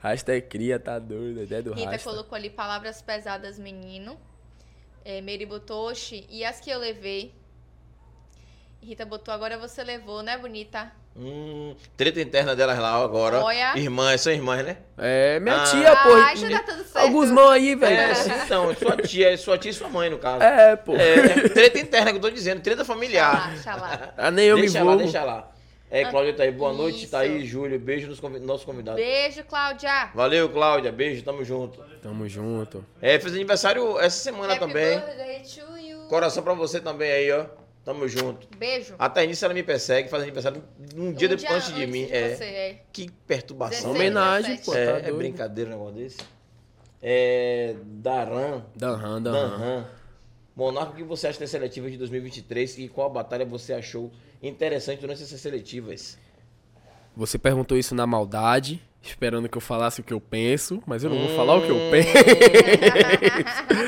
S3: Rasta é cria, tá doido, é do
S1: Rita
S3: Rasta.
S1: colocou ali palavras pesadas, menino. É, Mary botou "Oxi, e as que eu levei. Rita botou agora você levou, né, bonita?
S2: Hum, treta interna delas lá ó, agora.
S1: Olha.
S2: Irmãs, são irmãs, né?
S3: É, minha
S2: Ah.
S3: tia,
S1: Ai, já
S3: pô.
S1: tá tudo certo.
S3: Alguns mão aí,
S2: É,
S3: velho.
S2: sim, então, sua tia, sua tia e sua mãe, no caso.
S3: É, pô.
S2: É, treta interna que eu tô dizendo, treta
S1: Deixa lá,
S2: familiar.
S1: deixa lá.
S3: *laughs*
S2: *laughs*
S3: Ah, nem eu me
S2: deixa lá,
S3: vou.
S2: deixa lá. É, Cláudia tá aí, boa noite,
S1: Ah, Isso.
S2: tá aí, Júlio, beijo nos convi- nossos convidados.
S1: Beijo, Cláudia.
S2: Valeu, Cláudia, beijo, tamo junto.
S3: Tamo junto.
S2: É, fez aniversário essa semana
S1: Happy
S2: também.
S1: birthday to you.
S2: Coração pra você também aí, ó. Tamo junto.
S1: Beijo.
S2: A Thaís, ela me persegue, faz aniversário Ah, um dia depois antes de mim. é.
S1: você, é.
S2: Que perturbação.
S1: Dezesseis,
S2: né?
S3: Homenagem,
S1: dezessete.
S3: pô.
S2: é,
S3: tá
S2: é
S3: doido.
S2: brincadeira um negócio desse. É. Daran.
S3: Danhan, Danhan.
S2: Danhan. Monarca, o que você acha das seletivas de 2023 e qual batalha você achou interessante durante essas seletivas?
S3: Você perguntou isso na maldade, esperando que eu falasse o que eu penso, mas eu não vou falar o que eu
S2: Hum.
S3: *laughs* penso.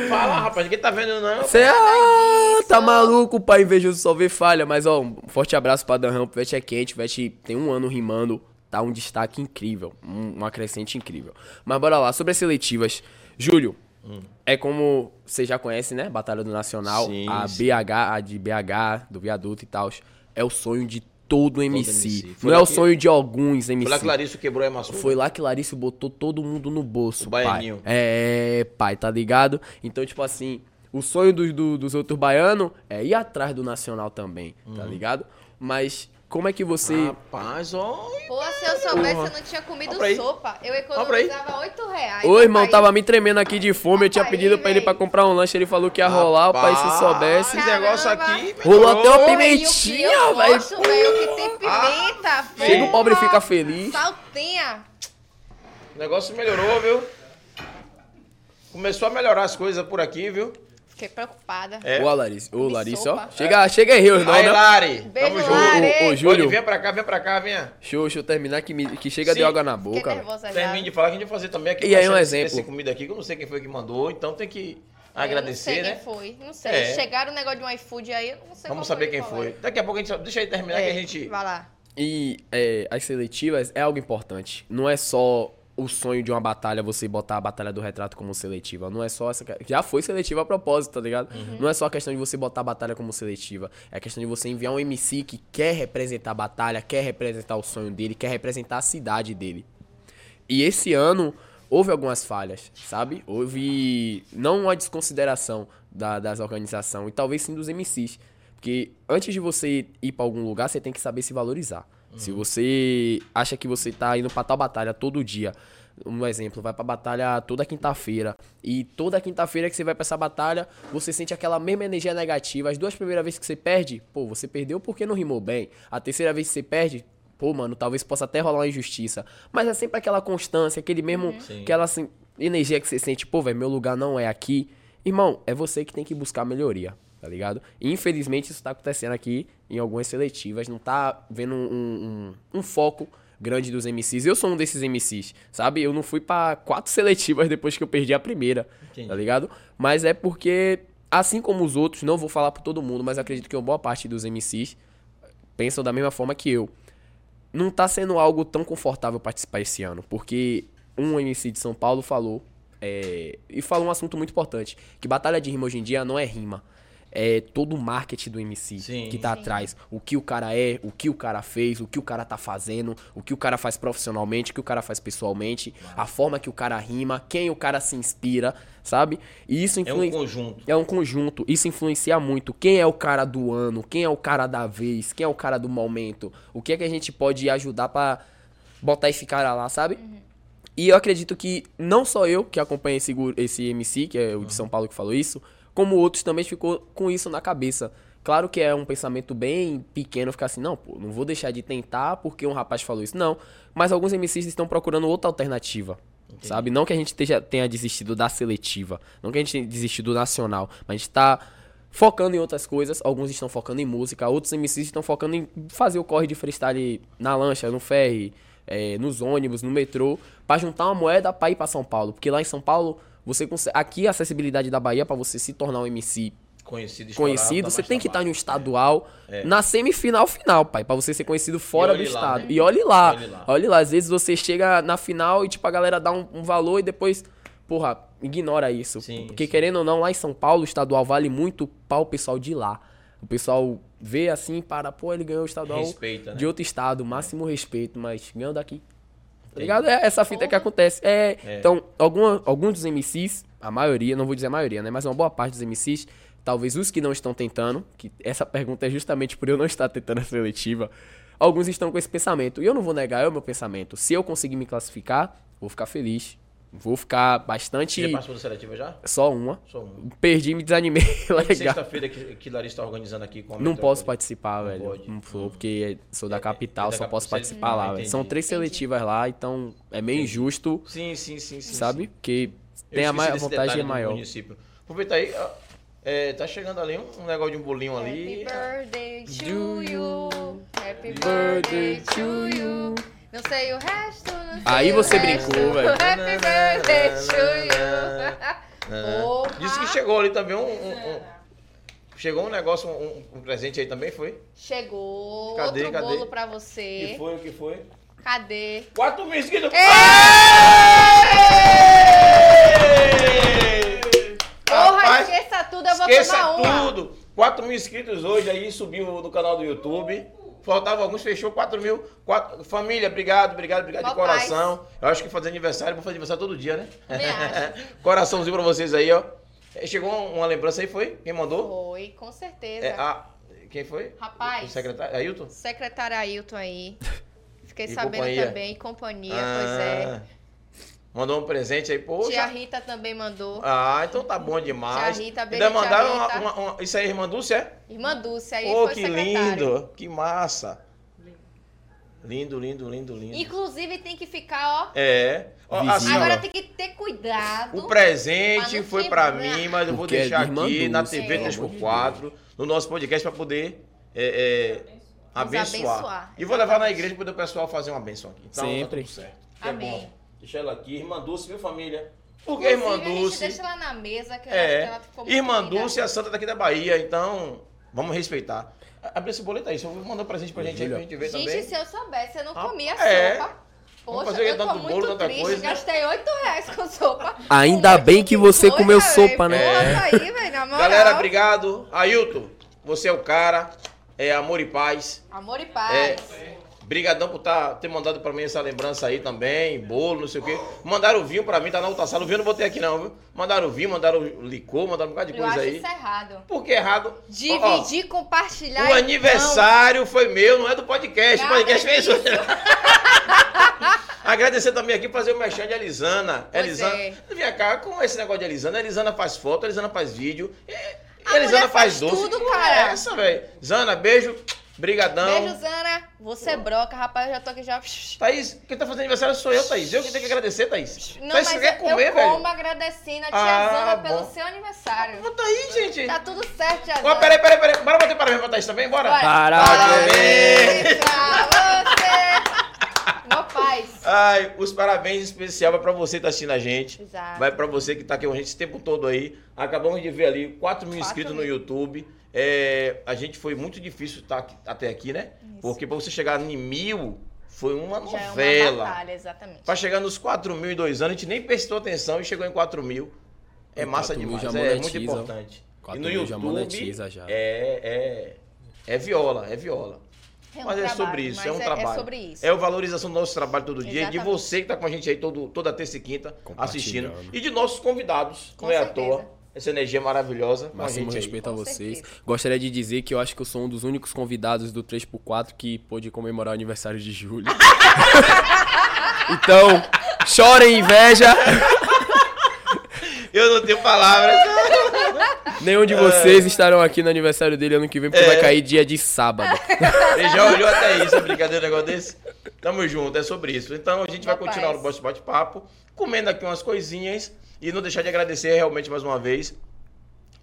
S2: Fala, rapaz, ninguém tá vendo, não.
S3: Você ah, tá maluco, pai invejoso só vê falha. Mas ó, um forte abraço pra Danham, Vete é quente, Vete tem um ano rimando, tá um destaque incrível, um, um acrescente incrível. Mas bora lá, sobre as seletivas. Júlio,
S2: Hum.
S3: é como você já conhece, né? Batalha do Nacional,
S2: Sim,
S3: a
S2: sim.
S3: BH, a de BH, do Viaduto e tal, é o sonho de todo MC.
S2: MC. Foi
S3: Não é
S2: lá
S3: o
S2: que-
S3: sonho de alguns MC.
S2: Foi lá que Larissa quebrou a maçã.
S3: é Foi lá que Larissa botou todo mundo no bolso,
S2: O
S3: pai.
S2: baianinho.
S3: É, pai, tá ligado? Então, tipo assim, o sonho dos, do- dos outros baianos é ir atrás do Nacional também, tá
S2: Uhum.
S3: ligado? Mas como é que você...
S2: Ah, Rapaz, ó.
S1: *laughs* Pô, se eu soubesse,
S3: Porra.
S1: eu não tinha comido
S2: Abra aí.
S1: sopa. Eu
S2: Abra aí.
S1: economizava 8 reais.
S3: Ô, irmão,
S1: papai.
S3: tava me tremendo aqui de fome, eu tinha
S1: Aí,
S3: pedido pra ele
S1: véi.
S3: pra comprar um lanche, ele falou que ia rolar, o pai, se soubesse...
S2: Esse negócio
S1: Caramba.
S2: aqui.
S3: Rolou até uma
S1: Pô, e o que eu
S2: melhorou.
S3: pimentinha, velho.
S1: gosto, velho, que
S2: Ah.
S1: tem pimenta, velho.
S3: Chega o pobre e fica feliz.
S1: Saltenha.
S2: O negócio melhorou, viu? Começou a melhorar as coisas por aqui, viu?
S1: Fiquei preocupada.
S2: É.
S3: Ô, Larissa, ô,
S1: Me
S3: Larissa,
S1: sopa.
S3: ó. Chega, chega aí, eu não,
S2: Aí,
S3: né?
S2: Lari.
S1: Beijo, Lari.
S2: tamo junto.
S3: Ô, ô, ô,
S2: Júlio.
S3: Júlio,
S2: Vem pra cá, vem pra cá, venha.
S3: deixa eu, deixa eu terminar que, me- que chega de
S2: Sim.
S3: água na
S1: Fiquei
S3: boca, velho.
S1: nervosa já.
S2: Termine de falar que a gente vai fazer também aqui.
S3: E aí,
S2: tá
S3: um
S2: achando
S3: exemplo.
S2: Essa comida aqui, que eu não sei quem foi que mandou, então tem que
S1: eu
S2: agradecer,
S1: não sei
S2: né?
S1: quem foi. Não sei.
S2: É.
S1: Chegaram o negócio de um iFood aí, eu não sei qual
S2: Vamos saber
S1: foi,
S2: quem
S1: qual
S2: foi. Daqui a pouco a gente só... Deixa aí terminar
S1: É,
S2: que a gente...
S1: Vai lá.
S3: E é, as seletivas é algo importante. Não é só o sonho de uma batalha, você botar a batalha do retrato como seletiva. Não é só essa. que- Já foi seletiva a propósito, tá ligado? Não é só a questão de você botar a batalha como seletiva. É a questão de você enviar um MC que quer representar a batalha, quer representar o sonho dele, quer representar a cidade dele. E esse ano houve algumas falhas, sabe? Houve não uma desconsideração da, das organizações e talvez sim dos MCs. Porque antes de você ir pra algum lugar, você tem que saber se valorizar. Se você acha que você tá indo pra tal batalha todo dia, um exemplo, vai pra batalha toda quinta-feira, e toda quinta-feira que você vai pra essa batalha, você sente aquela mesma energia negativa. As duas primeiras vezes que você perde, pô, você perdeu porque não rimou bem. A terceira vez que você perde, Pô, mano, talvez possa até rolar uma injustiça. Mas é sempre aquela constância, aquele mesmo.
S2: Uhum. Sim.
S3: Aquela assim, energia que você sente, pô, velho, meu lugar não é aqui. Irmão, é você que tem que buscar melhoria, tá ligado? E, infelizmente, isso tá acontecendo aqui em algumas seletivas. Não tá vendo um, um- um foco grande dos MCs. Eu sou um desses MCs, sabe? Eu não fui pra quatro *laughs* seletivas depois que eu perdi a primeira,
S2: Entendi.
S3: tá ligado? Mas é porque, assim como os outros, não vou falar por todo mundo, mas acredito que uma boa parte dos MCs pensam da mesma forma que eu não tá sendo algo tão confortável participar esse ano, porque um MC de São Paulo falou, é, e falou um assunto muito importante, que batalha de rima hoje em dia não é rima, é todo o marketing do MC
S2: Sim.
S3: que tá
S1: Sim.
S3: atrás, o que o cara é, o que o cara fez, o que o cara tá fazendo, o que o cara faz profissionalmente, o que o cara faz pessoalmente, a forma que o cara rima, quem o cara se inspira, sabe? E isso
S2: É um
S3: influencia...
S2: conjunto.
S3: É um conjunto, isso influencia muito. Quem é o cara do ano? Quem é o cara da vez? Quem é o cara do momento? O que é que a gente pode ajudar pra botar esse cara lá, sabe? E eu acredito que não só eu que acompanho esse, gu- esse MC, que é o de São Paulo que falou isso, como outros também ficou com isso na cabeça. Claro que é um pensamento bem pequeno ficar assim, não, pô, não vou deixar de tentar porque um rapaz falou isso. Não, mas alguns MCs estão procurando outra alternativa. Sabe? Não que a gente esteja- tenha desistido da seletiva, não que a gente tenha desistido do nacional, mas a gente tá focando em outras coisas. Alguns estão focando em música, outros MCs estão focando em fazer o corre de freestyle na lancha, no ferry, eh, nos ônibus, no metrô, pra juntar uma moeda pra ir pra São Paulo. Porque lá em São Paulo, você consegue. Aqui a acessibilidade da Bahia pra você se tornar um MC
S2: Conhecido, estourado,
S3: conhecido,
S2: dá
S3: você
S2: mais
S3: tem que estar
S2: trabalho.
S3: em um estadual na semifinal final, pai, pra você ser conhecido fora do
S2: É. olhe lá,
S3: estado.
S2: né?
S3: E olhe lá,
S2: Olhe
S3: olhe
S2: lá.
S3: lá. às vezes você chega na final e tipo a galera dá um, um valor e depois, porra, ignora isso.
S2: Sim,
S3: Porque
S2: sim.
S3: querendo ou não, lá em São Paulo, o estadual vale muito para o pessoal de lá. O pessoal vê assim, para, pô, ele ganhou o estadual
S2: Respeita, né?
S3: de outro estado, máximo respeito, mas ganhou daqui. Tá ligado? É essa fita que acontece. É,
S2: É.
S3: Então, alguma, alguns dos MCs, a maioria, não vou dizer a maioria, né? Mas uma boa parte dos MCs, talvez os que não estão tentando, que essa pergunta é justamente por eu não estar tentando a seletiva, alguns estão com esse pensamento. E eu não vou negar, é o meu pensamento. Se eu conseguir me classificar, vou ficar feliz. Vou ficar bastante.
S2: Você já passou da seletiva já?
S3: Só uma.
S2: Só um.
S3: Perdi, me desanimei. *laughs* Legal.
S2: Sexta-feira que, que Larissa está organizando aqui com a
S3: Não
S2: Metrópole.
S3: posso participar, velho.
S2: pode.
S3: Não vou, porque sou da
S2: é
S3: capital,
S2: da
S3: só
S2: capital,
S3: posso
S2: você-
S3: participar
S2: Ah,
S3: lá, velho.
S2: entendi.
S3: São três
S1: Entendi.
S3: seletivas lá, então é meio injusto,
S2: Sim, sim, sim, sim.
S3: sabe?
S2: sim.
S3: Porque
S2: Eu
S3: tem a,
S2: esqueci
S3: maior, a
S2: desse
S3: vantagem
S2: detalhe
S3: é
S2: do
S3: maior.
S2: Município. Aproveita aí, ó. É, tá chegando ali um, um negócio de um bolinho ali.
S1: Happy birthday to
S3: Do
S1: you. Happy birthday to you. Não sei o resto, não sei
S3: Aí
S1: o
S3: você
S1: resto. *laughs*
S3: brincou, velho.
S1: Happy birthday to
S2: É.
S1: you.
S2: *laughs*
S1: Porra.
S2: Disse que chegou ali também um.
S1: é.
S2: um- um- chegou um negócio, um, um- um presente aí também, foi?
S1: Chegou
S2: Cadê,
S1: outro
S2: cadê?
S1: bolo pra
S2: Que
S1: você.
S2: foi, o que foi?
S1: Cadê?
S2: Quatro meses que não.
S1: Porra,
S2: Rapaz,
S1: esqueça tudo, eu vou
S2: Esqueça
S1: tomar uma.
S2: tudo! 4 mil inscritos hoje aí, subiu no canal do YouTube. Faltava alguns, fechou 4 mil. Quatro- Família, obrigado, obrigado, obrigado de
S1: Mó
S2: coração. Eu acho que fazer aniversário, vou fazer aniversário todo dia, né? *laughs*
S1: Também acho.
S2: Coraçãozinho pra vocês aí, ó. É, Chegou uma lembrança aí, foi? Quem mandou?
S1: Foi, com certeza.
S2: É, a- Quem foi?
S1: Rapaz.
S2: O secretário? É Ailton?
S1: Secretário Ailton
S2: *laughs*
S1: aí. Fiquei
S2: E
S1: sabendo
S2: companhia. Ah.
S1: também, companhia, pois é.
S2: é. Mandou um presente aí, poxa.
S1: Tia Rita também mandou.
S2: Ah, então tá bom demais.
S1: Tia Rita, beijo,
S2: Ainda
S1: tia
S2: mandaram uma,
S1: Rita.
S2: uma- uma- Isso aí, irmã Dulce, é?
S1: Irmã Dulce aí
S2: Pô,
S1: foi
S2: que
S1: secretária.
S2: lindo! Que massa! Lindo, lindo, lindo, lindo.
S1: Inclusive tem que ficar, ó.
S2: É. Ó,
S3: Vizinho.
S2: assim, ó,
S1: Agora tem que ter cuidado.
S2: o presente
S1: pra não
S2: foi pra
S1: quebrar.
S2: mim, mas eu vou
S3: Porque é
S2: deixar
S3: de irmã
S2: aqui
S3: Dulce,
S2: na
S1: pelo
S2: TV
S1: amor de
S2: 3x4, no nosso podcast, pra poder é, é, abençoar.
S1: abençoar,
S2: E vou levar na igreja pra poder o pessoal fazer uma benção aqui. Então, tá
S3: Sempre.
S2: tudo certo. Que É
S1: Amém.
S2: bom. Deixa ela aqui. Irmã Dulce, viu, família? Porque a irmã
S1: Inclusive, A gente
S2: Dulce.
S1: deixa ela na mesa, que eu acho que
S2: É.
S1: ela ficou muito
S2: Irmã
S1: bem, né?
S2: Dulce é a santa daqui da Bahia, então vamos respeitar. A- Abre esse boleto aí, só vou mandar um presente pra gente aí pra gente ver
S1: Gente, é
S2: também.
S1: se eu soubesse, eu não
S2: Ah,
S1: comia
S2: é.
S1: sopa.
S2: Vamos
S1: Poxa,
S2: fazer
S1: eu tô
S2: tanto
S1: muito
S2: bolo, tanta
S1: triste.
S2: coisa.
S1: Gastei 8 reais com sopa.
S3: Ainda
S1: Com
S3: bem que você
S1: coisa,
S3: comeu
S1: véi.
S3: sopa, né?
S1: Porra, aí, velho, na moral.
S2: É. Galera, obrigado. Ailton, você é o cara. É amor e paz.
S1: Amor e paz.
S2: Brigadão por tá, ter mandado pra mim essa lembrança aí também, bolo, não sei o quê. Mandaram o vinho pra mim, tá na outra sala. O vinho eu não botei aqui não, viu? Mandaram o vinho, mandaram o licor, mandaram um bocado de
S1: eu
S2: coisa
S1: acho
S2: aí.
S1: isso errado.
S2: Por que errado? Ó, ó,
S1: Dividir, compartilhar. então,
S2: o
S1: e
S2: aniversário foi meu, não é do podcast. O
S1: Nada
S2: podcast fez isso. *laughs* Agradecer também aqui fazer o merchan de Elisana.
S1: Pois
S2: Elisana,
S1: é.
S2: vem cá com esse negócio de Elisana. Elisana faz foto, Elisana faz vídeo. e-
S1: A mulher faz tudo,
S2: Que porra
S1: cara.
S2: É essa, velho. Zana, beijo. Brigadão.
S1: não. Beijo, Zana. Você é broca, rapaz. Eu já tô aqui já.
S2: Thaís, quem tá fazendo aniversário sou eu, Thaís. Eu que tenho que agradecer, Thaís.
S1: Não,
S2: Thaís,
S1: mas é
S2: você quer
S1: eu-
S2: comer,
S1: eu
S2: velho?
S1: como agradecendo a tia
S2: Ah,
S1: Zana pelo
S2: bom.
S1: seu aniversário.
S2: Bota aí, gente.
S1: Tá tudo certo, tia Zana.
S2: Ó, peraí, peraí, peraí. Bora bater parabéns pra Thaís também? Bora.
S1: Bora.
S3: Parabéns!
S1: Parabéns pra você. Mó paz.
S2: Ai, os parabéns especial vai pra você que tá assistindo a gente.
S1: Exato.
S2: Vai pra você que tá aqui com a gente esse tempo todo aí. Acabamos de ver ali 4
S1: Quatro
S2: mil inscritos no
S1: mil.
S2: YouTube. É, a gente foi muito difícil estar aqui- até aqui, né? Porque pra você chegar em mil, foi uma
S1: Já é uma
S2: novela.
S1: batalha, exatamente.
S2: pra chegar nos 4 mil em dois anos, a gente nem prestou atenção e chegou em 4 mil. É
S3: E
S2: massa
S3: 4 mil
S2: demais,
S3: já
S2: é muito
S3: monetiza.
S2: importante.
S3: 4
S2: e no
S3: mil
S2: YouTube,
S3: já monetiza já.
S2: É, é, é viola, é viola.
S1: É um
S2: Mas é
S1: trabalho,
S2: sobre isso,
S1: mas
S2: é um trabalho.
S1: É sobre isso.
S2: É a valorização do nosso trabalho todo dia, e de
S1: Exatamente.
S2: você que tá com a gente aí todo, toda terça e quinta
S3: Compartilhando.
S2: assistindo. E de nossos convidados,
S1: Com
S2: não é à
S1: certeza.
S2: toa. Essa energia é maravilhosa com
S3: Máximo
S2: a gente
S3: respeito a
S1: Com
S3: vocês.
S1: certeza.
S3: Gostaria de dizer que eu acho que eu sou um dos únicos convidados do 3x4 que pôde comemorar o aniversário
S2: *laughs*
S3: de julho. então, chorem inveja.
S2: aí. Eu não tenho palavras.
S3: Nenhum
S2: É.
S3: de vocês estarão aqui no aniversário dele ano que vem, porque vai cair dia de sábado.
S2: Ele
S1: *laughs*
S2: já olhou até isso, é brincadeira, um negócio desse. Tamo junto, é sobre isso. Então a gente vai
S1: Rapaz.
S2: continuar o nosso bate-papo, comendo aqui umas coisinhas e não deixar de agradecer realmente mais uma vez.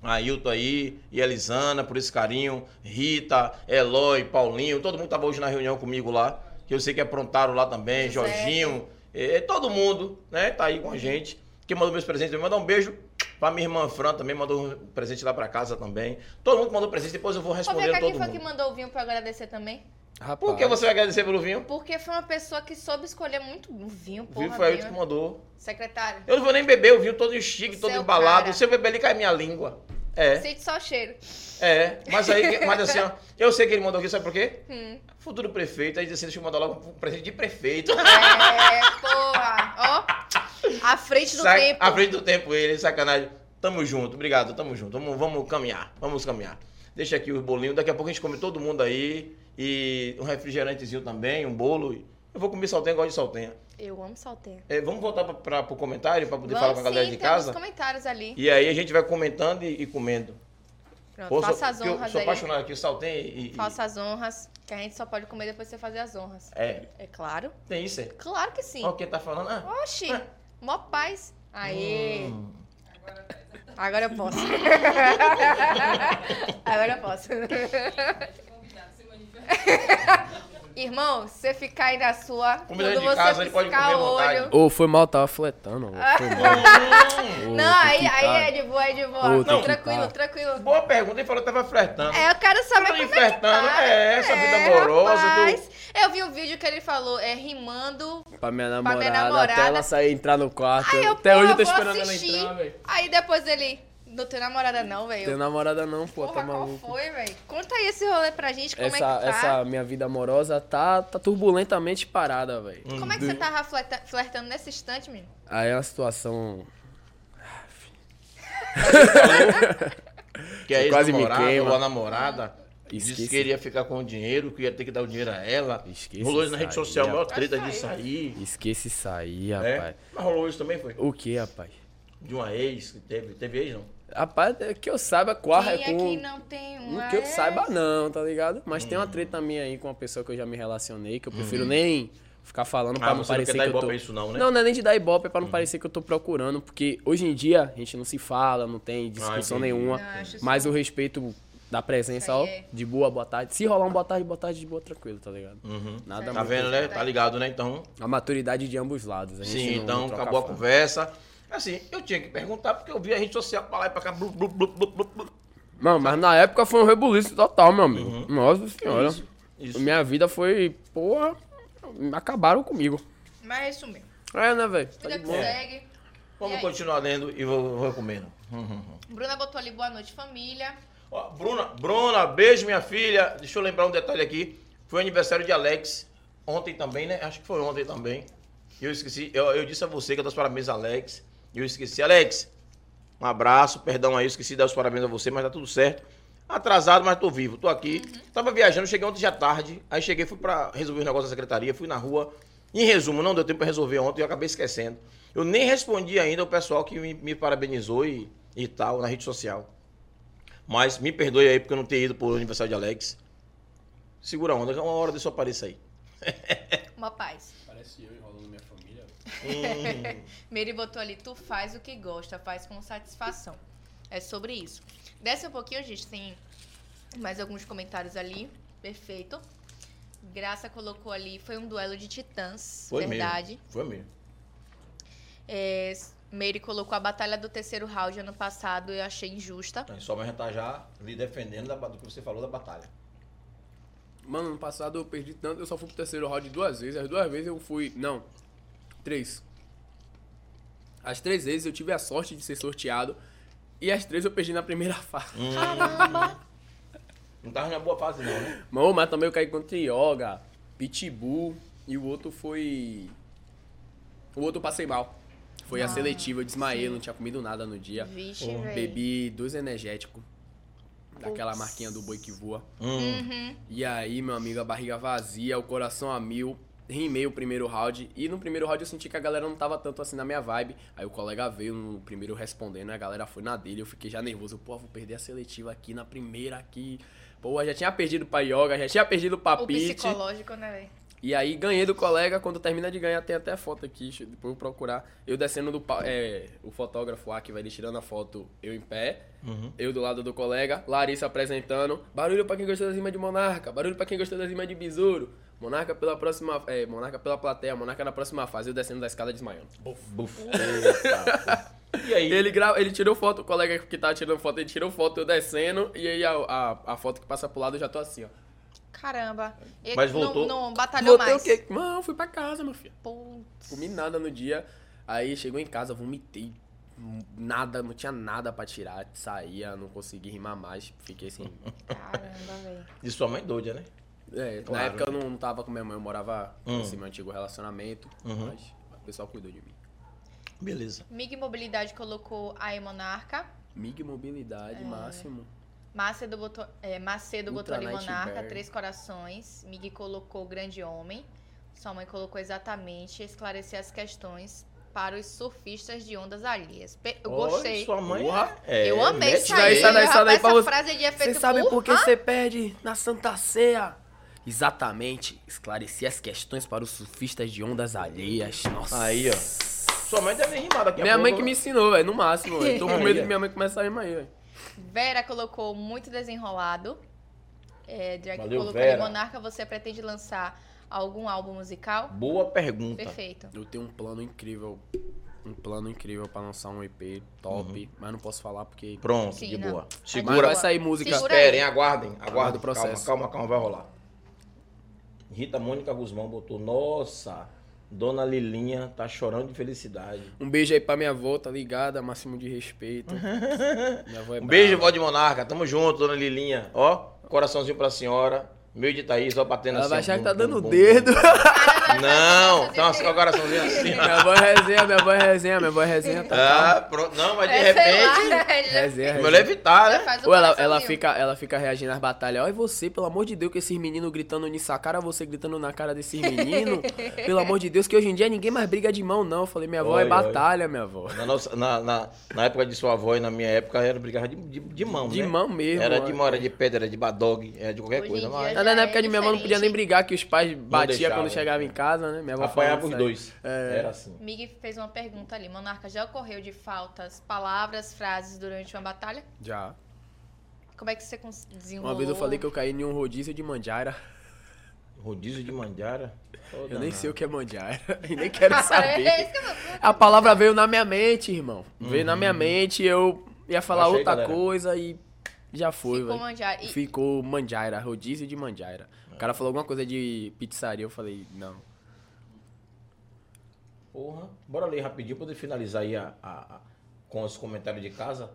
S2: A Ailton aí, e a Elisana, por esse carinho, Rita, Eloy, Paulinho, todo mundo tava hoje na reunião comigo lá, que eu sei que aprontaram lá também,
S1: Pois é.
S2: Jorginho, eh, todo mundo, né, tá aí com a gente. Quem mandou meus presentes, mandar um beijo pra minha irmã Fran também, mandou um presente lá pra casa também. Todo mundo que mandou presente, depois eu vou
S1: Ô, vem
S2: responder
S1: cá,
S2: todo
S1: quem foi
S2: mundo.
S1: que mandou o vinho pra eu agradecer também?
S3: Rapaz.
S2: Por que você vai agradecer pelo vinho?
S1: Porque foi uma pessoa que soube escolher muito o vinho,
S2: O vinho
S1: porra,
S2: foi aí
S1: vinho.
S2: que mandou.
S1: Secretário,
S2: Eu não vou nem beber, o vinho todo chique,
S1: é O
S2: todo
S1: seu
S2: embalado.
S1: cara.
S2: Se eu beber ali, cai minha língua. É,
S1: sente só o cheiro.
S2: é.
S1: *laughs*
S2: Mas aí, mas assim, ó, eu sei que ele mandou aqui, sabe por quê?
S1: Hum.
S2: Futuro prefeito, aí disse assim, deixa eu mandar logo um presente de prefeito.
S1: É, porra. Ó, à frente do
S2: Sa-
S1: tempo.
S2: À frente do tempo ele, sacanagem. Tamo junto, obrigado, tamo junto. Vamos, vamos caminhar, vamos caminhar. Deixa aqui o bolinho, daqui a pouco a gente come todo mundo aí. E um refrigerantezinho também, um bolo. Eu vou comer saltenha, eu gosto de saltenha.
S1: Eu amo salteiro.
S2: É, vamos voltar pra, pra, pro comentário, pra poder
S1: Vamos
S2: falar com a galera
S1: sim,
S2: de
S1: tem
S2: casa?
S1: uns comentários ali.
S2: E aí a gente vai comentando e, e comendo.
S1: Pronto,
S2: Pô,
S1: faça
S2: sou-
S1: as
S2: que eu
S1: honras
S2: sou
S1: aí.
S2: apaixonado aqui, saltei e, e-
S1: Faça as honras, que a gente só pode comer depois que você fazer as honras.
S2: É,
S1: É claro?
S2: tem isso, é.
S1: Claro que sim.
S2: Olha o que tá falando. Ah,
S1: Oxi, mó paz. Aê,
S2: hum.
S1: agora eu
S2: *laughs*
S1: posso. agora eu posso. *laughs* Irmão, se você ficar aí na sua,
S2: Combinando
S1: quando
S2: de
S1: você
S2: casa, ele pode
S1: piscar
S2: comer
S1: o
S2: à vontade.
S1: olho...
S3: Ô, foi mal, tava fletando. ó. Foi mal.
S2: Hum.
S3: Ô,
S1: *laughs* Não, aí,
S3: tem que tá.
S1: aí é de boa, é de boa.
S3: Ô, tem que
S1: tranquilo,
S3: tá.
S1: tranquilo.
S2: Boa pergunta, ele falou que tava flertando.
S1: É, eu quero saber
S2: Tá
S1: como é que
S2: flertando,
S1: tá.
S2: é, essa vida amorosa do-
S1: rapaz. Eu vi um vídio que ele falou, é rimando
S3: Pra minha
S1: minha
S3: namorada,
S1: namorada.
S3: até ela sair e entrar no quarto.
S1: Aí eu,
S3: até
S1: porra,
S3: hoje eu tô
S1: vou
S3: esperando
S1: assistir.
S3: ela entrar, velho.
S1: Aí depois ele. Não tem namorada, não,
S3: Tem
S1: velho.
S3: namorada não, pô,
S1: Porra,
S3: tá
S1: qual
S3: maluco.
S1: foi, velho? Conta aí esse rolê pra gente, como
S3: essa,
S1: é que tá?
S3: essa minha vida amorosa tá, tá turbulentamente parada, velho.
S1: Como é que você tava flerta- flertando nesse instante, menino?
S3: Aí é uma situação.
S2: Que é
S3: quase me
S2: ex-namorado
S3: queima.
S2: ou a namorada. Disse
S3: Esqueci.
S2: que ele ia ficar com o dinheiro, que ia ter que dar o dinheiro a ela.
S3: Esqueci
S2: rolou isso
S3: isso
S2: na rede
S3: aí,
S2: social, a maior
S1: rapaz.
S2: treta disso aí.
S3: Esqueci isso aí,
S2: É.
S3: rapaz.
S2: Mas rolou isso também, foi?
S3: O que, rapaz?
S2: De uma ex que teve. Teve ex, não?
S3: Rapaz, é que eu saiba, quarra
S1: Quem
S3: é
S1: é que
S3: com.
S1: não é? tem uma
S3: Não que eu
S1: ex?
S3: saiba, não, tá ligado? Mas
S2: Hum.
S3: tem uma treta minha aí com uma pessoa que eu já me relacionei, que eu prefiro nem ficar falando pra
S2: Uhum. Ah,
S3: não
S2: você não
S3: parecer
S2: quer
S3: que
S2: dar
S3: eu
S2: ibope
S3: tô.
S2: a isso não, né? Uhum.
S3: Não, não é nem de dar ibope, é pra não parecer que eu tô procurando, porque hoje em dia a gente não se fala, não tem discussão
S2: Ah, entendi.
S3: nenhuma,
S1: Não, acho isso
S3: mas o respeito da presença,
S1: Isso
S3: ó,
S1: aí é.
S3: de boa, boa tarde. Se rolar um boa tarde, boa tarde, de boa, tranquilo, tá ligado?
S2: Uhum.
S3: Nada
S2: Tá
S3: muito.
S2: vendo, né? Tá ligado, né? Então,
S3: A maturidade de ambos lados. A gente
S2: Sim,
S3: não- não
S2: então
S3: troca
S2: acabou a
S3: farpa.
S2: conversa. Assim, eu tinha que perguntar porque eu vi a rede social pra lá e pra cá. Blu, blu, blu, blu, blu, blu.
S3: Não, mas na época foi um rebuliço total, meu amigo. Nossa senhora.
S2: Uhum. Isso, isso.
S3: Minha vida foi. Porra. Acabaram comigo.
S1: Mas é isso mesmo.
S3: É, né, velho?
S1: Vida que
S2: bom.
S1: segue. E
S2: Vamos
S1: aí?
S2: continuar lendo e vou, Uhum. vou comendo.
S1: Bruna botou ali boa noite, família.
S2: Ó, Bruna, Bruna, beijo, minha filha. Deixa eu lembrar um detalhe aqui. Foi aniversário de Alex. Ontem também, né? Acho que foi ontem também. E Eu esqueci. Eu, eu disse a você que eu dou os parabéns, Alex. E eu esqueci. Alex, um abraço. Perdão aí, eu esqueci de dar os parabéns a você, mas tá tudo certo. Atrasado, mas tô vivo. Tô aqui. Tava viajando, cheguei ontem já tarde. Aí cheguei, fui pra resolver os negócios da secretaria, fui na rua. Em resumo, não deu tempo pra resolver ontem, eu acabei esquecendo. Eu nem respondi ainda o pessoal que me, me parabenizou e, e tal na rede social. Mas me perdoe aí porque eu não ter ido por aniversário de Alex. Segura a onda, que uma hora disso apareça aí.
S1: Uma paz.
S3: Parece eu enrolando minha família.
S1: Mary botou ali, tu faz o que gosta, faz com satisfação. É sobre isso. Desce um pouquinho, gente, tem mais alguns comentários ali. Perfeito. Graça colocou ali, foi um duelo de titãs,
S2: Foi
S1: verdade.
S2: mesmo. Foi mesmo.
S1: É, Mary colocou a batalha do terceiro round ano passado, eu achei injusta.
S2: Então, Só vai tá já lhe defendendo da- do que você falou da batalha.
S3: Mano, ano passado eu perdi tanto, eu só fui pro terceiro round duas vezes. As duas vezes eu fui. Não. Três. As três vezes eu tive a sorte de ser sorteado. E as três eu perdi na primeira *laughs* fase.
S2: Não tava na boa fase, não, né?
S3: Mano, mas também eu caí contra Yoga, Pitbull. E o outro foi. O outro eu passei mal. Foi a seletiva, eu desmaiei, eu não tinha comido nada no dia.
S1: Vixe,
S2: um
S1: velho.
S3: Bebi dois energéticos. Daquela marquinha do boi que voa. E aí, meu amigo, a barriga vazia, o coração a mil. Rimei o primeiro round. E no primeiro round eu senti que a galera não tava tanto assim na minha vibe. Aí o colega veio no primeiro respondendo, a galera foi na dele. Eu fiquei já nervoso. Pô, vou perder a seletiva aqui na primeira aqui. Pô, já tinha perdido pra Yoga, já tinha perdido pra
S1: O
S3: Pete.
S1: psicológico, né, velho?
S3: E aí ganhei do colega, quando termina de ganhar, tem até foto aqui, deixa- depois eu vou procurar. Eu descendo do pau- é, o fotógrafo lá que vai ele tirando a foto, eu em pé, eu do lado do colega, Larissa apresentando. Barulho pra quem gostou das rimas de Monarca, barulho pra quem gostou das rimas de Besouro. Monarca pela próxima, é, Monarca pela plateia, Monarca na próxima fase, eu descendo da escada desmaiando.
S2: Buf. Eita, pô. e aí?
S3: Ele, grava, ele tirou foto, o colega que tava tirando foto, ele tirou foto, eu descendo, e aí a, a, a foto que passa pro lado eu já tô assim, ó.
S1: Caramba. E
S2: Mas
S1: não-
S2: voltou?
S1: Não, batalhou
S3: Voltei o
S1: Tá, mais.
S3: quê? Não, fui pra casa, meu filho.
S1: Putz.
S3: Comi nada no dia. Aí chegou em casa, vomitei. Nada, não tinha nada pra tirar. Saía, não consegui rimar mais. Fiquei assim, sem.
S1: Caramba, velho.
S2: E sua mãe doida, né?
S3: É,
S2: Claro.
S3: Na época eu não, não tava com minha mãe, eu morava
S2: Hum.
S3: nesse meu antigo relacionamento.
S2: Uhum.
S3: Mas o pessoal cuidou de mim.
S2: Beleza.
S1: Mig Mobilidade colocou a Monarca.
S3: MIG Mobilidade Máximo.
S1: Macedo botou, é, Macedo botou
S3: Ultra
S1: ali
S3: Night
S1: Monarca,
S3: Bear.
S1: Três Corações. Mig colocou Grande Homem. Sua mãe colocou exatamente esclarecer as questões para os surfistas de ondas alheias. Pe- Eu
S2: Olha,
S1: gostei.
S2: Sua mãe.
S3: Porra.
S2: é-
S1: eu amei
S2: mete
S1: isso
S3: daí,
S1: aí.
S3: sai daí, sai
S1: rapaz,
S3: daí pra
S1: essa
S3: você.
S1: frase é de efeito
S3: Vocês sabem por que
S1: Wuhan.
S3: você perde na Santa Ceia? Exatamente. Esclarecer as questões para os surfistas de ondas alheias. Nossa.
S2: Aí, ó. Sua mãe deve rimar daqui a
S3: Minha
S2: pouco. né?
S3: mãe que me ensinou, velho, no máximo. velho. Tô
S2: *laughs*
S3: com
S2: Aí,
S3: medo
S2: ó.
S3: que minha mãe comece a rimar aí, velho.
S1: Vera colocou muito desenrolado. É, Drag
S2: Valeu,
S1: colocou
S2: Vera.
S1: ali, Monarca, você pretende lançar algum álbum musical?
S2: Boa pergunta.
S1: Perfeito.
S3: Eu tenho um plano incrível. Um plano incrível pra lançar um EP
S2: Uhum.
S3: top, mas não posso falar porque.
S2: Pronto,
S1: Sim,
S2: de
S1: não.
S2: boa.
S3: Mas
S2: Segura.
S3: vai sair música.
S1: Segura.
S2: Esperem, aguardem, aguardem
S3: do processo.
S2: Calma, calma, calma, vai rolar. Rita Mônica Guzmão botou, nossa, Dona Lilinha tá chorando de felicidade.
S3: Um beijo aí pra minha avó, tá ligada? Máximo de respeito. minha avó é
S2: Um beijo,
S3: brava.
S2: vó de Monarca, tamo junto, Dona Lilinha. Ó, coraçãozinho pra senhora, meio de Thaís, ó, batendo
S3: Ela
S2: assim.
S3: vai achar que tá
S2: bum,
S3: dando
S2: bum,
S3: o
S2: bum.
S3: dedo.
S2: Não, tá assim, com o coraçãozinho assim. ó.
S3: minha avó é resenha, minha avó é resenha, minha avó é resenha. *laughs* Tá,
S2: Ah, pronto, não, mas de
S1: É, sei lá,
S2: repente,
S1: né? Já-
S3: resenha,
S2: meu
S3: resenha.
S2: levitar,
S1: já
S2: né?
S1: faz o
S3: Ou ela, ela,
S1: coraçãozinho.
S3: fica, ela fica reagindo às batalhas. Olha você, pelo amor de Deus, que esses meninos gritando nisso, a cara, você gritando na cara
S1: *laughs*
S3: desses meninos. pelo amor de Deus, que hoje em dia ninguém mais briga de mão, não. Eu falei, minha avó
S2: Oi,
S3: é
S2: oi.
S3: batalha, minha avó.
S2: Na, nossa- na, na- na época de sua avó e na minha época, era brigar de, de, de mão,
S3: De
S2: né?
S3: mão mesmo,
S2: Era
S3: ó.
S2: de mão, era de pedra, era de badog, era de qualquer
S1: Hoje em
S2: coisa.
S1: dia
S2: Mas...
S3: Na,
S1: Já
S3: na
S1: é
S3: época de minha avó não podia nem
S1: diferente.
S3: brigar, que os pais batiam
S2: deixava,
S3: quando chegava em casa, né? Minha avó
S2: Apanhava
S3: falava
S2: os dois.
S3: isso aí. É.
S2: Era assim.
S1: Mig fez uma pergunta ali. Monarca, já ocorreu de faltas, palavras, frases durante uma batalha?
S3: Já.
S1: Como é que você cons- desenrolou?
S3: Uma vez eu falei que eu caí em um rodízio de Manjara.
S2: Rodízio de Mandiara.
S3: Eu nem sei o que é mandiara *laughs* e nem quero
S1: É
S3: saber.
S1: isso que eu não-
S3: A palavra veio na minha mente, irmão. Veio na minha mente, eu ia falar
S2: Uhum. Achei,
S3: outra
S2: galera.
S3: coisa e já foi,
S1: Ficou
S3: velho.
S1: mandiara. E-
S3: Ficou Manjaira, rodízio de Manjaira. O cara falou alguma coisa de pizzaria, eu falei, não.
S2: Porra. Bora ler rapidinho pra poder finalizar aí a, a- a- com os comentários de casa.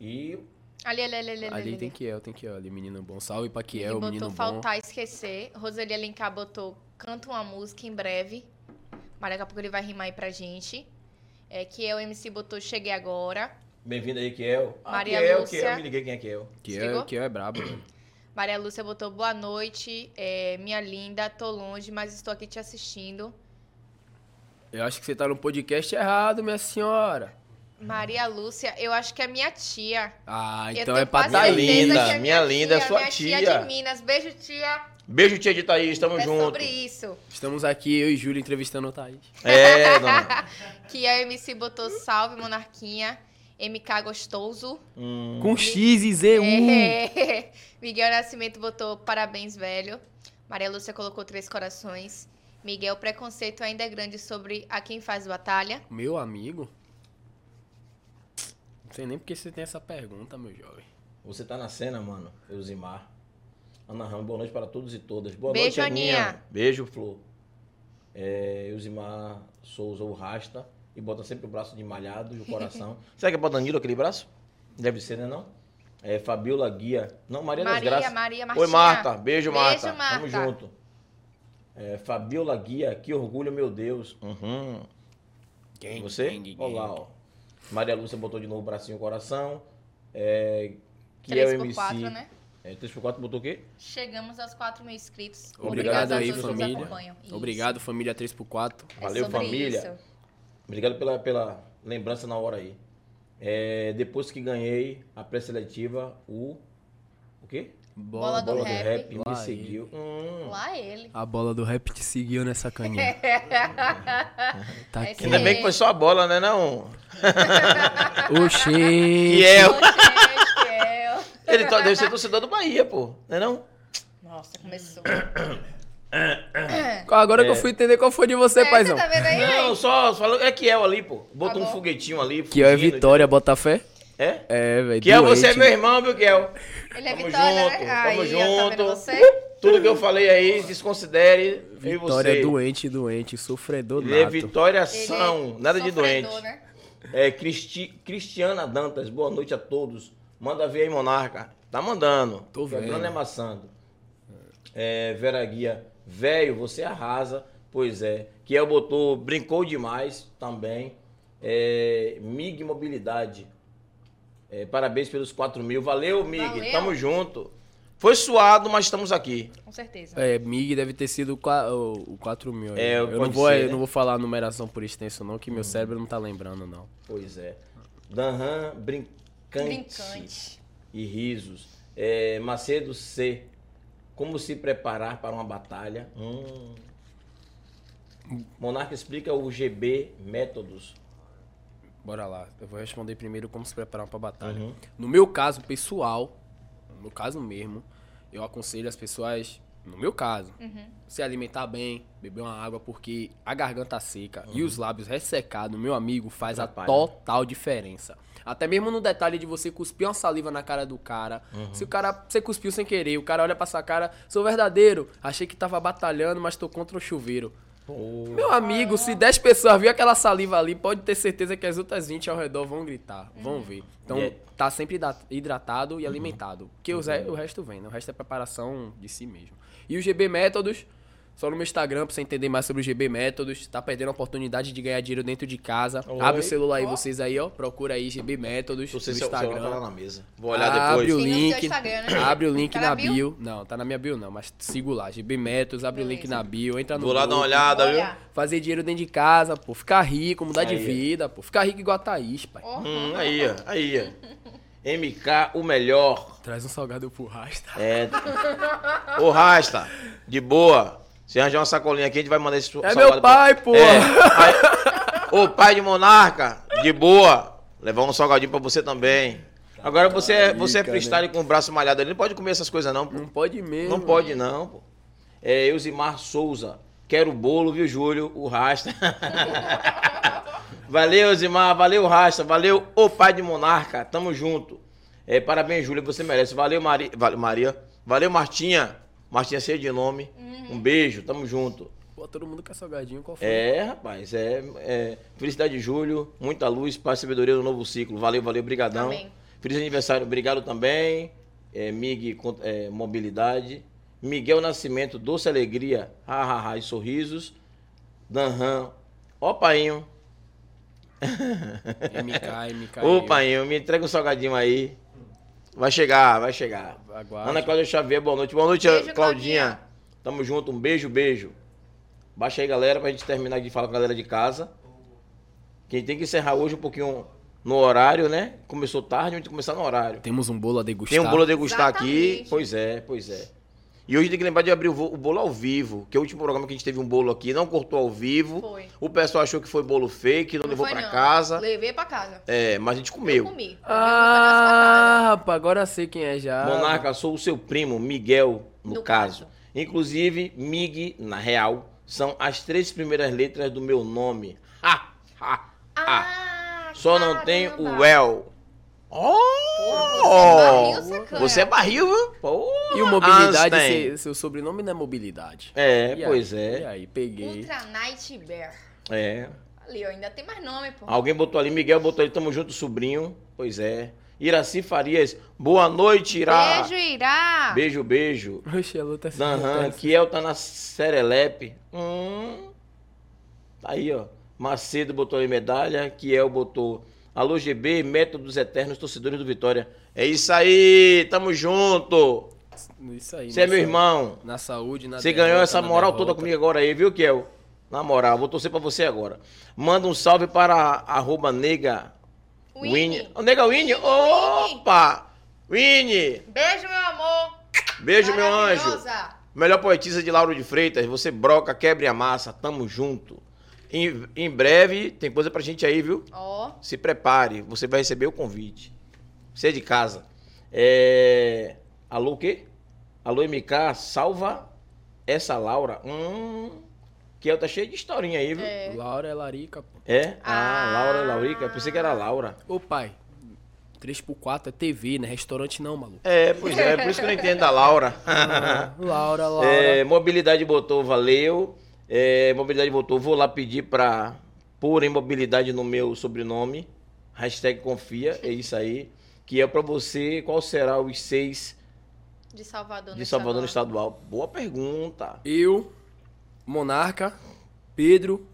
S2: E
S1: Ali, ali, ali, ali, ali.
S3: Ali
S1: ali.
S3: tem Kiel, tem Kiel ali, menino bom. Salve pra
S1: Que
S3: Kiel,
S1: botou
S3: menino bom.
S1: faltar esquecer. Roseli Alencar botou canta uma música em breve. Mas daqui a pouco ele vai rimar aí pra gente. É, que é o MC botou Cheguei Agora.
S2: bem-vindo aí, Kiel. Ah,
S1: Maria
S2: Kiel,
S1: Lúcia.
S2: Kiel. Me liguei quem é Kiel.
S1: Chegou?
S3: Kiel, Kiel é brabo, velho.
S1: Maria Lúcia botou boa noite, é, minha linda, tô longe, mas estou aqui te assistindo.
S3: Eu acho que você tá no podcast errado, minha senhora.
S1: Maria Lúcia, eu acho que é minha tia.
S3: Ah,
S1: Eu
S3: então
S1: tenho
S3: é pra
S1: quase
S3: tá
S1: certeza
S3: linda.
S1: que
S2: Minha linda, é
S1: tia,
S2: sua
S1: minha
S2: tia.
S1: de Minas. Beijo, tia.
S2: Beijo, tia de Thaís. Tamo
S1: é
S2: junto.
S1: sobre isso.
S3: Estamos aqui, eu e Júlio, entrevistando o Thaís.
S1: *laughs*
S2: É, dona.
S1: que a MC botou salve, monarquinha. MK gostoso.
S2: Hum.
S3: Com X e Z, um.
S1: É. *laughs* Miguel Nascimento botou parabéns, velho. Maria Lúcia colocou três corações. Miguel, preconceito ainda é grande sobre a quem faz batalha.
S3: Meu amigo? Não sei nem porque você tem essa pergunta, meu jovem.
S2: Você tá na cena, mano. Eusimar. Ana Ramos, boa noite para todos e todas. Boa
S1: Beijo,
S2: noite, Aninha.
S1: Aninha.
S2: Beijo, Flor. É, Eusimar Souza, o Rasta. E bota sempre o braço de malhado e o
S1: *laughs*
S2: coração. Será que é pra Danilo aquele braço? Deve ser, né não? É, Fabiola Guia. Não, Maria, das
S1: Maria,
S2: Graças.
S1: Maria, Martinha.
S2: Oi, Marta. Beijo,
S1: Beijo,
S2: Marta.
S1: Marta.
S2: Tamo junto. É, Fabiola Guia, que orgulho, meu Deus. Uhum.
S3: Gang,
S2: Você?
S3: gang, gang.
S2: Olá, ó. Maria Lúcia botou de novo o bracinho e o coração. É, que é o MC.
S1: 3x4, né?
S2: É, 3x4 botou o quê?
S1: Chegamos aos 4 mil inscritos.
S3: Obrigado,
S1: a
S3: aí,
S1: todos que nos
S3: família.
S1: acompanham. Isso.
S3: Obrigado, família 3x4.
S1: É
S2: Valeu,
S1: sobre
S2: família.
S1: isso.
S2: Obrigado pela, pela lembrança na hora aí. É, depois que ganhei a pré-seletiva, o. O quê?
S1: Bola do
S2: Bola
S1: rap.
S2: do rap me
S3: Lá
S2: seguiu. Hum.
S1: Lá *laughs* ele.
S3: A bola do rap te seguiu nessa caninha. Tá
S1: É
S3: aqui.
S1: isso
S2: Ainda
S1: aí.
S2: bem que foi só a bola, né? Não.
S3: Oxê.
S2: E é.
S1: Hum. Oxente, eu.
S2: Ele to- deve ser torcedor do Bahia, pô. Né não?
S1: Nossa, começou.
S3: Agora
S2: É.
S3: que eu fui entender qual foi de você, um.
S1: É,
S3: paizão.
S1: Você tá vendo aí,
S2: Não,
S1: velho?
S2: só falou. É Kiel ali, pô.
S1: Tá
S2: Botou um
S1: bom.
S2: foguetinho ali.
S3: Que é
S2: fugindo.
S3: Vitória, Botafé?
S2: É?
S3: É, velho.
S2: Kiel, você é
S3: doente.
S2: meu irmão, viu, Kiel?
S1: Ele é
S2: Tamo
S1: Vitória, né?
S2: junto,
S1: Aí, ó,
S2: tamo
S1: tá vendo
S2: junto.
S1: você?
S2: Tudo que eu falei aí, desconsidere. eu e
S3: Vitória
S2: você.
S3: doente, doente, sofredor
S2: Ele é
S3: nato.
S2: Vitória
S1: Ele
S2: São, nada de
S1: sofredor,
S2: doente.
S1: né?
S2: É, Cristi- Cristiana Dantas, boa noite a todos. Manda ver aí, Monarca. Tá mandando.
S3: Tô vendo.
S2: Quebrando é maçando. É, Vera Guia, velho, você arrasa. Pois é. Kiel botou, brincou demais também. É, Mig Mobilidade. É, parabéns pelos 4 mil. Valeu, Mig.
S1: Valeu.
S2: Tamo junto. Foi suado, mas estamos aqui.
S1: Com certeza.
S3: É, MIG deve ter sido o qua- o 4 mil.
S2: É,
S3: eu
S2: pode
S3: não vou,
S2: ser, Hum.
S3: eu
S2: né?
S3: não vou falar a numeração por extenso, não, que meu cérebro não tá lembrando, não.
S2: Pois é. Danhan, brincante.
S1: Brincante.
S2: e risos. É, Macedo C. Como se preparar para uma batalha. Hum. Monarca explica o GB Métodos.
S3: Bora lá. Eu vou responder primeiro como se preparar pra batalha.
S2: Uhum.
S3: No meu caso pessoal, no caso mesmo, eu aconselho as pessoas, no meu caso, se alimentar bem, beber uma água, porque a garganta seca e os lábios ressecados, meu amigo, faz
S2: Atrapalha.
S3: a total diferença. Até mesmo no detalhe de você cuspir uma saliva na cara do cara. Se o cara, você cuspiu sem querer, o cara olha pra sua cara, sou verdadeiro, achei que tava batalhando, mas tô contra o chuveiro.
S2: Pô,
S3: Meu amigo, se 10 pessoas viu aquela saliva ali, pode ter certeza que as outras 20 ao redor vão gritar,
S1: Uhum.
S3: vão ver. Então,
S2: Yeah.
S3: tá sempre hidra- hidratado e
S2: Uhum.
S3: alimentado. Porque os re- o resto vem, né? O resto é preparação de si mesmo. E o GB Métodos, só no meu Instagram pra você entender mais sobre o GB Métodos. Tá perdendo a oportunidade de ganhar dinheiro dentro de casa.
S2: Oi.
S3: Abre o celular aí,
S1: Ó.
S3: vocês aí, ó. Procura aí GB Métodos
S2: Não sei
S3: no
S2: se o celular tá lá
S3: Instagram.
S2: na mesa. Vou olhar
S3: abre
S2: depois.
S3: O
S1: Sim, no seu
S3: link,
S1: Instagram, né?
S3: Abre o link
S1: Tá na
S3: na
S1: bio?
S3: bio? Não, tá na minha bio não, mas sigo lá. GB Métodos, abre o link
S1: Beleza.
S3: na bio, entra tá no
S2: Vou lá dar uma
S3: grupo.
S2: olhada, viu?
S1: Olha.
S3: Fazer dinheiro dentro de casa, pô. Ficar rico, mudar de
S2: Aí.
S3: vida, pô. Ficar rico igual a Thaís, pai.
S1: Ó,
S2: Hum, aí, ó, aí, ó. MK, o melhor.
S3: Traz um salgado pro rasta.
S2: É. Ô, Rasta, de boa. Se arranjar uma sacolinha aqui, a gente vai mandar esse
S3: É
S2: salgado
S3: meu
S2: pra-
S3: pai, pô.
S2: É. Aí- Ô, pai de monarca, de boa. Levar um salgadinho pra você também. Agora você é, você é
S3: Caraca,
S2: freestyle com o braço malhado ali. Não pode comer essas coisas, não, pô.
S3: Não pode mesmo.
S2: Não pode, não, pô. é, Eusimar Souza. Quero o bolo, viu, Júlio? O Rasta. *laughs* valeu, Eusimar. Valeu, Rasta. Valeu, o pai de Monarca. Tamo junto. É, parabéns, Júlio. Você merece. Valeu, Mari... valeu, Maria. Valeu, Martinha. Martinha, cheia de nome. Um beijo. Tamo junto.
S3: Pô, todo mundo quer salgadinho, qual foi?
S2: É, rapaz, é, é. Felicidade, Júlio. Muita luz, paz e sabedoria no novo ciclo. Valeu, valeu, brigadão.
S1: Amém.
S2: Feliz aniversário, obrigado também. É, MIG con- é, Mobilidade. Miguel Nascimento, Doce Alegria, ha, ha, ha e Sorrisos. Danhan, ó painho. *laughs*
S3: MK, MK.
S2: Ô painho, me entrega um salgadinho aí. Vai chegar, vai chegar.
S3: Aguarde.
S2: Ana Cláudia Xavier, boa noite. Boa noite,
S1: Beijo,
S2: Claudinha.
S1: Claudinha.
S2: Tamo junto, um beijo, beijo. Baixa aí, galera, pra gente terminar de falar com a galera de casa. Quem tem que encerrar hoje um pouquinho no horário, né? Começou tarde, a gente começar no horário.
S3: Temos um bolo a degustar.
S2: Tem um bolo a degustar aqui.
S1: Exatamente.
S2: Pois é, pois é. E hoje tem que lembrar de abrir o vo- o bolo ao vivo, que é o último programa que a gente teve um bolo aqui, não cortou ao vivo.
S1: Foi.
S2: O pessoal achou que foi bolo fake, não,
S1: Não
S2: levou
S1: foi,
S2: pra
S1: não.
S2: casa.
S1: Levei pra casa.
S2: É, mas a gente
S1: Eu
S2: comeu.
S1: comi. um
S3: Ah, rapaz, agora eu sei quem é já.
S2: Monarca, sou o seu primo, Miguel, no,
S1: No
S2: caso.
S1: caso.
S2: Inclusive, MIG, na real, são as três primeiras letras do meu nome. Ha, ha, ha.
S1: Ah,
S2: Só não tem
S1: caramba.
S2: o El.
S1: Pô, você é
S2: Oh!
S1: barril, sacana.
S2: Você é barril, viu? Pô,
S3: E o mobilidade,
S2: Einstein.
S3: se- seu sobrenome não é mobilidade.
S2: É,
S3: E aí?
S2: pois
S3: E
S2: é.
S3: aí, peguei.
S1: Ultra Night Bear.
S2: É.
S1: Ali, ó, ainda tem mais nome, pô.
S2: Alguém botou ali, Miguel botou ali, tamo junto, sobrinho. Pois é. Iraci Farias, boa noite, Ira.
S1: Beijo, Irá.
S2: Beijo, beijo.
S3: Oxe, a luta é
S2: Zanhan,
S3: sinistra.
S2: Kiel tá na Serelepe. Hum. Tá Aí, ó. Macedo botou aí medalha. Kiel botou. Alô, GB, método dos eternos torcedores do Vitória. É isso aí, tamo junto.
S3: Isso aí.
S2: Você é
S3: na
S2: meu
S3: sa-
S2: irmão.
S3: Na saúde, na
S2: Você ganhou
S3: derrota,
S2: essa
S3: na
S2: moral
S3: derrota.
S2: toda comigo agora aí, viu, Kiel? Na moral, vou torcer pra você agora. Manda um salve para a- arroba nega
S1: Winnie.
S2: Winnie. Ô, Nega
S1: Winnie,
S2: Winnie?
S1: Winnie.
S2: Opa! Winnie!
S1: Beijo, meu amor.
S2: Beijo, meu anjo.
S1: Maravilhosa.
S2: Melhor poetisa de Lauro de Freitas, você broca, quebre a massa, tamo junto. Em, em breve tem coisa pra gente aí, viu?
S1: Ó,
S2: Se prepare, você vai receber o convite. Você é de casa. É... Alô, o quê? Alô, MK, salva essa Laura. Hum, que ela tá cheia de historinha aí, viu? É.
S1: é.
S3: Laura é larica, pô.
S2: Ah,
S1: Ah.
S2: Laura, Laurica, pensei que era Laura.
S3: Ô, pai, 3x4 é TV, né? Restaurante não, maluco.
S2: É, pois é, por isso que eu não entendo a *laughs* Laura.
S3: Ah, Laura, Laura.
S2: É, mobilidade botou, valeu. É, mobilidade botou, vou lá pedir pra pôr em mobilidade no meu sobrenome. Hashtag confia, é isso aí. Que é pra você, qual será os seis
S1: De Salvador.
S2: de Salvador no Estadual? Boa pergunta.
S3: Eu, Monarca, Pedro,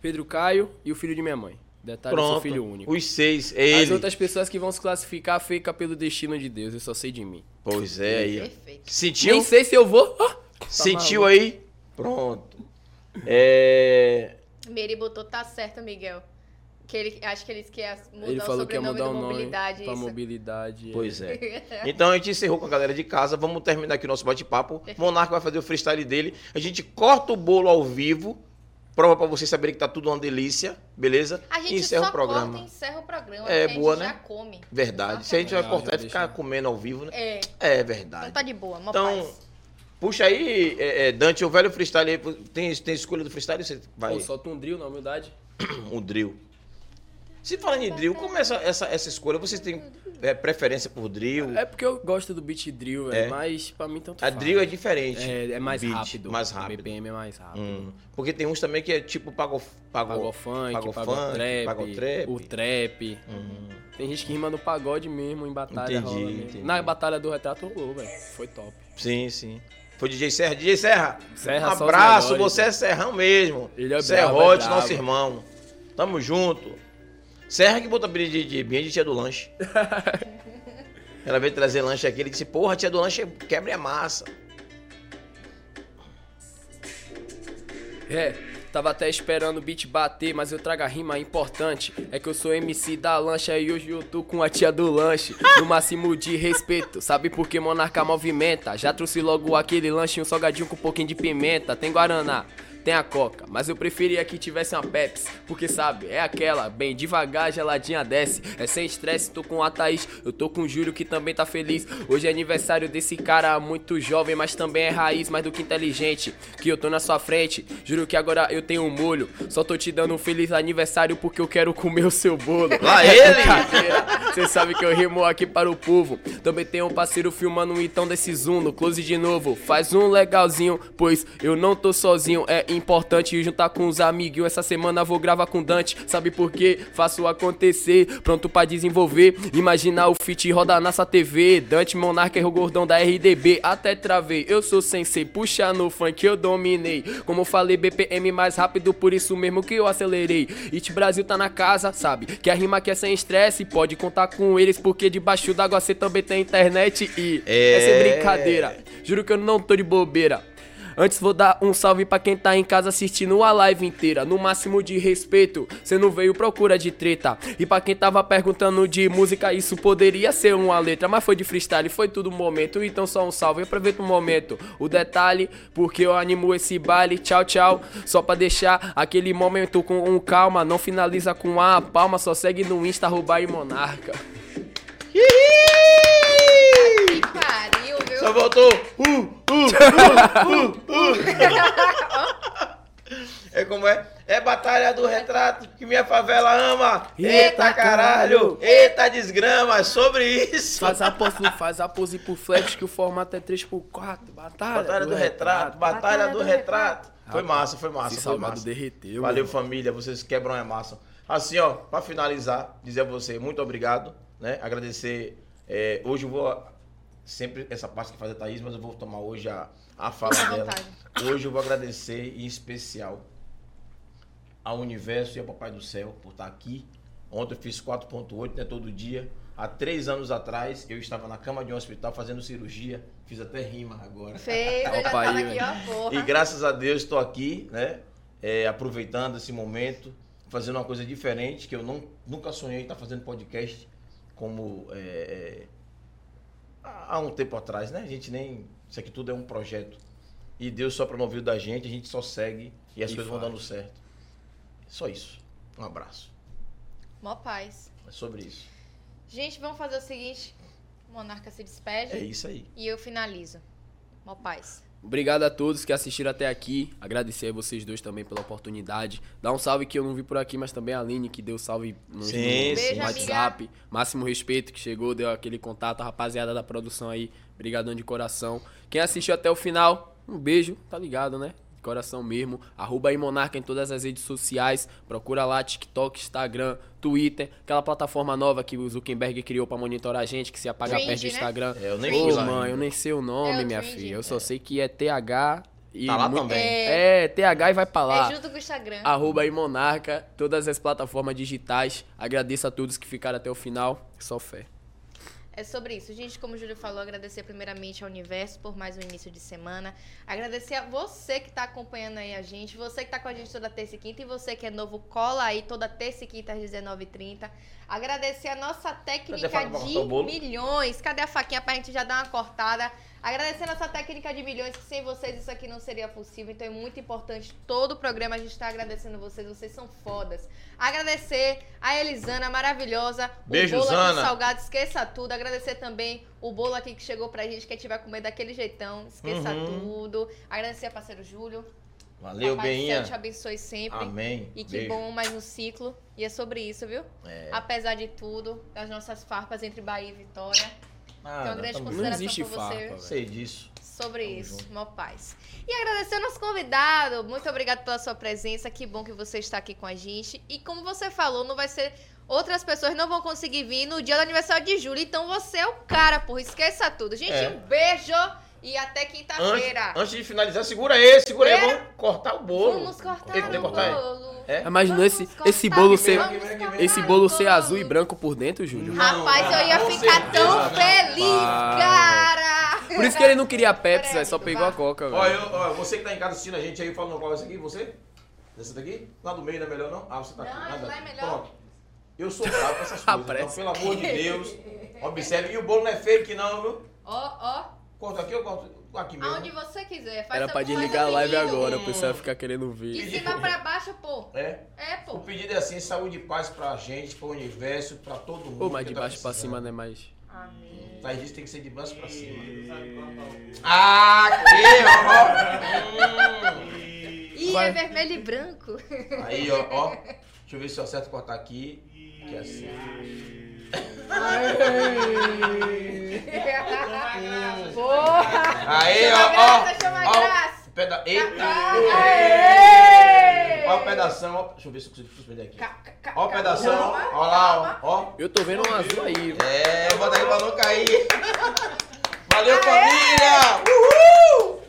S3: Pedro Caio e o filho de minha mãe. Detalhe, eu sou
S2: Pronto,
S3: Tá filho único.
S2: os seis, é
S3: As
S2: ele.
S3: outras pessoas que vão se classificar fica pelo destino de Deus, eu só sei de mim.
S2: Pois é, aí. ó.
S1: Perfeito.
S2: Sentiu?
S3: Nem sei se eu vou. Ah, tá
S2: Sentiu
S3: maluco.
S2: aí? Pronto. É...
S1: Meri botou, tá certo, Miguel. Que ele, acho que ele disse que ia mudar
S3: Ele falou
S1: o sobrenome
S3: que ia mudar
S1: do
S3: o nome
S1: Mobilidade.
S3: pra
S1: isso.
S3: mobilidade.
S2: Pois é. Então a gente encerrou com a galera de casa. Vamos terminar aqui o nosso bate-papo. Monarca vai fazer o freestyle dele. A gente corta o bolo ao vivo. Prova pra vocês saberem que tá tudo uma delícia, beleza?
S1: *laughs* A gente
S2: E encerra
S1: só
S2: o programa.
S1: corta e encerra o programa.
S2: É,
S1: porque
S2: boa,
S1: a gente
S2: né?
S1: já come.
S2: Verdade. Se a gente vai
S3: Legal,
S2: cortar e
S3: já
S2: ficar
S3: deixa.
S2: comendo ao vivo, né?
S1: É,
S2: É
S1: então
S2: verdade.
S1: tá de boa, mó
S2: Então,
S1: paz.
S2: puxa aí, é, é, Dante, o velho freestyle aí. Tem, tem escolha do freestyle? Você vai.
S3: Pô, solta um drill na humildade. um.
S2: o drill. Se falando em drill, como é essa, essa, essa escolha? Vocês têm é, preferência por drill?
S3: É porque eu gosto do beat drill, velho,
S2: É.
S3: mas pra mim tanto
S2: A
S3: faz.
S2: drill é diferente.
S3: É, é mais
S2: Beat,
S3: rápido.
S2: Mais
S3: O
S2: rápido.
S3: BPM é mais rápido.
S2: Hum, Porque tem uns também que é tipo pago, pago,
S3: Pagou funk,
S2: pago
S3: pagou,
S2: funk,
S3: trap,
S2: pago trap. Hum.
S3: o trap. Tem gente que rima no pagode mesmo, em batalha
S2: Entendi,
S3: rola mesmo.
S2: entendi.
S3: Na batalha do retrato rolou, velho. Foi top.
S2: Sim, sim. Foi DJ Serra. DJ Serra,
S3: Serra,
S2: um
S3: só os
S2: abraço.
S3: melhores. né?
S2: Você é Serrão mesmo.
S3: Ele é brabo, é
S2: Serrote,
S3: brabo.
S2: nosso irmão. Tamo junto. Serra que botou apelido de, de minha de tia do
S3: *laughs*
S2: lanche. Ela veio trazer lanche aqui. Ele disse, porra, tia do lanche quebra a massa.
S3: É, tava até esperando o beat bater, mas eu trago a rima importante. É que eu sou MC da lancha e hoje eu tô com a tia do *laughs* lanche. No máximo de respeito, sabe por que monarca movimenta? Já trouxe logo aquele lanche, um salgadinho com um pouquinho de pimenta. Tem guaraná, tem a Coca, mas eu preferia que tivesse uma Pepsi, porque sabe, é aquela, bem devagar, geladinha desce. É sem estresse, tô com a Thaís, eu tô com o Júlio que também tá feliz. Hoje é aniversário desse cara muito jovem, mas também é raiz, mais do que inteligente. Que eu tô na sua frente, juro que agora eu tenho um molho. Só tô te dando um feliz aniversário porque eu quero comer o seu bolo.
S2: Lá
S3: *laughs* É
S2: ele!
S3: brincadeira, *laughs* Cê sabe que eu rimo aqui para o povo. Também tem um parceiro filmando então desse zoom no close de novo. Faz um legalzinho, pois eu não tô sozinho. É importante juntar com os amiguinhos. Essa semana vou gravar com Dante. Sabe por quê? Faço acontecer, pronto pra desenvolver. Imaginar o feat rodar nessa TV. Dante Monarca e o gordão da RDB. Até travei, eu sou sensei. Puxa no funk, eu dominei. Como eu falei, BPM mais rápido, por isso mesmo que eu acelerei. It Brasil tá na casa, sabe? Que a rima que é sem estresse, pode contar com eles, porque debaixo d'água você também tem internet e.
S2: É.
S3: Essa é brincadeira, juro que eu não tô de bobeira. Antes vou dar um salve pra quem tá em casa assistindo a live inteira. No máximo de respeito, cê não veio procura de treta. E pra quem tava perguntando de música, isso poderia ser uma letra, mas foi de freestyle, foi tudo momento. Então só um salve, aproveita o momento. O detalhe, porque eu animo esse baile. Tchau, tchau. Só pra deixar aquele momento com um calma. Não finaliza com a palma, só segue no Insta, roubar e monarca.
S1: Que pariu, viu? *laughs*
S2: Só voltou. Uh, uh, uh, uh, uh. É como é? É batalha do retrato que minha favela ama. Eita
S3: Eita,
S2: caralho,
S3: caralho.
S2: eita desgrama, É sobre isso.
S3: Faz a pose, faz a pose pro flex que o formato é 3x4. Batalha,
S2: Batalha do retrato, batalha do retrato. Foi massa, foi massa,
S3: Esse
S2: foi
S3: salgado
S2: massa.
S3: derreteu,
S2: Valeu,
S3: mano.
S2: família. Vocês quebram a massa. Assim, ó, pra finalizar, dizer a você muito obrigado, né? Agradecer. é, hoje eu vou. Sempre essa parte que faz a Thaís, mas eu vou tomar hoje a,
S1: *laughs*
S2: a fala
S1: Fica à
S2: dela.
S1: vontade.
S2: Hoje eu vou agradecer em especial ao universo e ao Papai do Céu por estar aqui. Ontem eu fiz 4.8, né? Todo dia. Há três anos atrás, eu estava na cama de um hospital fazendo cirurgia. Fiz até rima agora.
S1: Fez, eu já
S3: Opa,
S1: tava aqui,
S3: aí,
S1: ó, porra.
S2: E graças a Deus estou aqui, né? é, aproveitando esse momento, fazendo uma coisa diferente, que eu não, nunca sonhei estar fazendo podcast como é, é, há há um tempo atrás, né? A gente nem. Isso aqui tudo é um projeto. E Deus só promoveu da gente, a gente só segue e as
S3: E
S2: coisas vão
S3: faz.
S2: dando certo. Só isso. Um abraço.
S1: Mó paz.
S2: É sobre isso.
S1: Gente, vamos fazer o seguinte. O Monarca se despede
S2: É isso aí.
S1: e eu finalizo. Mó paz.
S3: Obrigado a todos que assistiram até aqui. Agradecer a vocês dois também pela oportunidade. Dá um salve que eu não vi por aqui, mas também a Aline, que deu salve no,
S2: Sim,
S3: no
S2: Beijo,
S1: amiga.
S3: WhatsApp. Máximo respeito que chegou, deu aquele contato. A rapaziada da produção aí, brigadão de coração. Quem assistiu até o final, um beijo, tá ligado, né? De Coração mesmo. Arroba aí Monarca em todas as redes sociais. Procura lá TikTok, Instagram, Twitter. Aquela plataforma nova que o Zuckerberg criou pra monitorar a gente, que se apagar
S1: Trend,
S3: perde o
S1: né?
S3: Instagram.
S2: É, eu nem
S3: Ô,
S2: fui lá
S3: mãe,
S2: ainda.
S3: eu nem sei o nome,
S1: É o
S3: minha
S1: Trend,
S3: filha.
S1: é.
S3: Eu só sei que é TH e.
S2: Tá lá
S3: muito-
S2: também.
S3: É, TH e vai pra lá.
S1: É junto com o Instagram.
S3: Arroba aí Monarca, todas as plataformas digitais. Agradeço a todos que ficaram até o final. Só fé.
S1: É sobre isso. Gente, como o Júlio falou, agradecer primeiramente ao Universo por mais um início de semana. Agradecer a você que está acompanhando aí a gente, você que está com a gente toda terça e quinta e você que é novo, cola aí toda terça e quinta às 19h30. Agradecer a nossa técnica
S2: faca pra cortar o
S1: de
S2: bolo?
S1: milhões. Cadê a faquinha pra gente já dar uma cortada? Agradecer a nossa técnica de milhões, que sem vocês isso aqui não seria possível. Então é muito importante. Todo o programa a gente tá agradecendo vocês, vocês são fodas. Agradecer a Elisana maravilhosa.
S2: Beijo,
S1: o bolo aqui,
S2: Zana.
S1: salgado, esqueça tudo. Agradecer também o bolo aqui que chegou pra gente, que a gente vai comer daquele jeitão. Esqueça
S2: Uhum.
S1: tudo. Agradecer ao parceiro Júlio. Papai
S2: Valeu,
S1: do
S2: Beinha.
S1: Céu te abençoe sempre.
S2: Amém.
S1: Tá E que
S2: Beijo.
S1: bom mais um ciclo. E é sobre isso, viu?
S2: É.
S1: Apesar de tudo, das nossas farpas entre Bahia e Vitória.
S2: Nada,
S1: Tem uma grande
S2: tamo
S3: bom.
S2: junto.
S1: consideração
S3: Não existe
S1: por
S3: farpa,
S1: você.
S3: velho.
S2: Sei disso.
S1: Sobre
S2: Tamo
S1: isso,
S2: junto.
S1: mó paz. E agradecer ao nosso convidado. Muito obrigado pela sua presença. Que bom que você está aqui com a gente. E como você falou, não vai ser. Outras pessoas não vão conseguir vir no dia do aniversário de julho. Então você é o cara, porra. Esqueça tudo. Gente,
S2: É.
S1: um beijo e até
S2: Antes,
S1: quinta-feira.
S2: antes de finalizar, segura aí, segura aí.
S1: Pera.
S2: Vamos cortar o bolo.
S1: Vamos cortar
S2: Tem que ter
S1: o
S2: cortar aí.
S1: bolo.
S2: É?
S3: Imaginou esse,
S1: Vamos
S3: esse
S1: cortar o
S3: bolo ser,
S1: bolo. Vamos
S3: esse
S1: cortar
S3: bolo
S1: o
S3: ser
S1: bolo.
S3: azul e branco por dentro, Júlio?
S2: Não,
S1: Rapaz, eu ia
S2: com
S1: ficar
S2: certeza né?
S1: tão
S2: não.
S1: feliz,
S3: Para.
S1: cara.
S3: Por isso que ele não queria a Pepsi,
S1: Credo,
S3: velho, só pegou
S1: vai.
S3: a Coca,
S2: Ó,
S3: velho.
S2: eu, ó, você que tá em casa assistindo a gente aí, falando qual é esse aqui, você? Esse daqui? Lá do meio não é melhor não? Ah, você tá aqui.
S1: Não,
S2: nada.
S1: esse lá é melhor.
S2: Pronto. Eu sou bravo com essas coisas,
S1: *laughs*
S2: então
S3: Parece.
S2: pelo amor de Deus, observe. E o bolo não é fake não, viu?
S1: Ó, ó.
S2: Corto aqui, eu corto aqui mesmo.
S1: Aonde você quiser. Faz
S3: Era
S1: essa porra,
S3: pra desligar a live
S1: menino.
S3: agora, o pessoal ia ficar querendo
S1: De
S3: ver.
S1: cima pra baixo, pô.
S2: É.
S1: É,
S2: O
S1: pô.
S2: pedido é assim, saúde e paz pra gente, pro universo, pra todo mundo.
S3: Pô, mas
S2: que
S3: de
S2: tá
S3: baixo pra
S2: precisando.
S3: cima não é mais.
S1: Amém.
S2: Mas isso tem que ser de baixo pra cima.
S4: Sabe quanto
S2: Ah, *laughs* que Hum. ó.
S1: Ih,
S3: Vai.
S1: é vermelho e
S2: *laughs*
S1: branco.
S2: Hum. Aí, ó, ó. Deixa eu ver se eu acerto cortar aqui. Que é assim.
S1: Porra!
S2: Aí,
S1: Chama
S2: ó,
S1: graça,
S2: ó.
S1: chama
S2: ó.
S1: graça.
S2: o Peda...
S1: Aê!
S2: Eita! Ó o pedação, ó. Deixa eu ver se eu consigo suspender aqui.
S1: Ca- ca- ca-
S2: Ó o pedação,
S1: calma,
S2: ó. Ó lá,
S1: calma.
S2: ó. ó.
S3: Eu tô vendo um azul aí.
S2: É, bota aí pra não cair. Valeu, família! Uhul!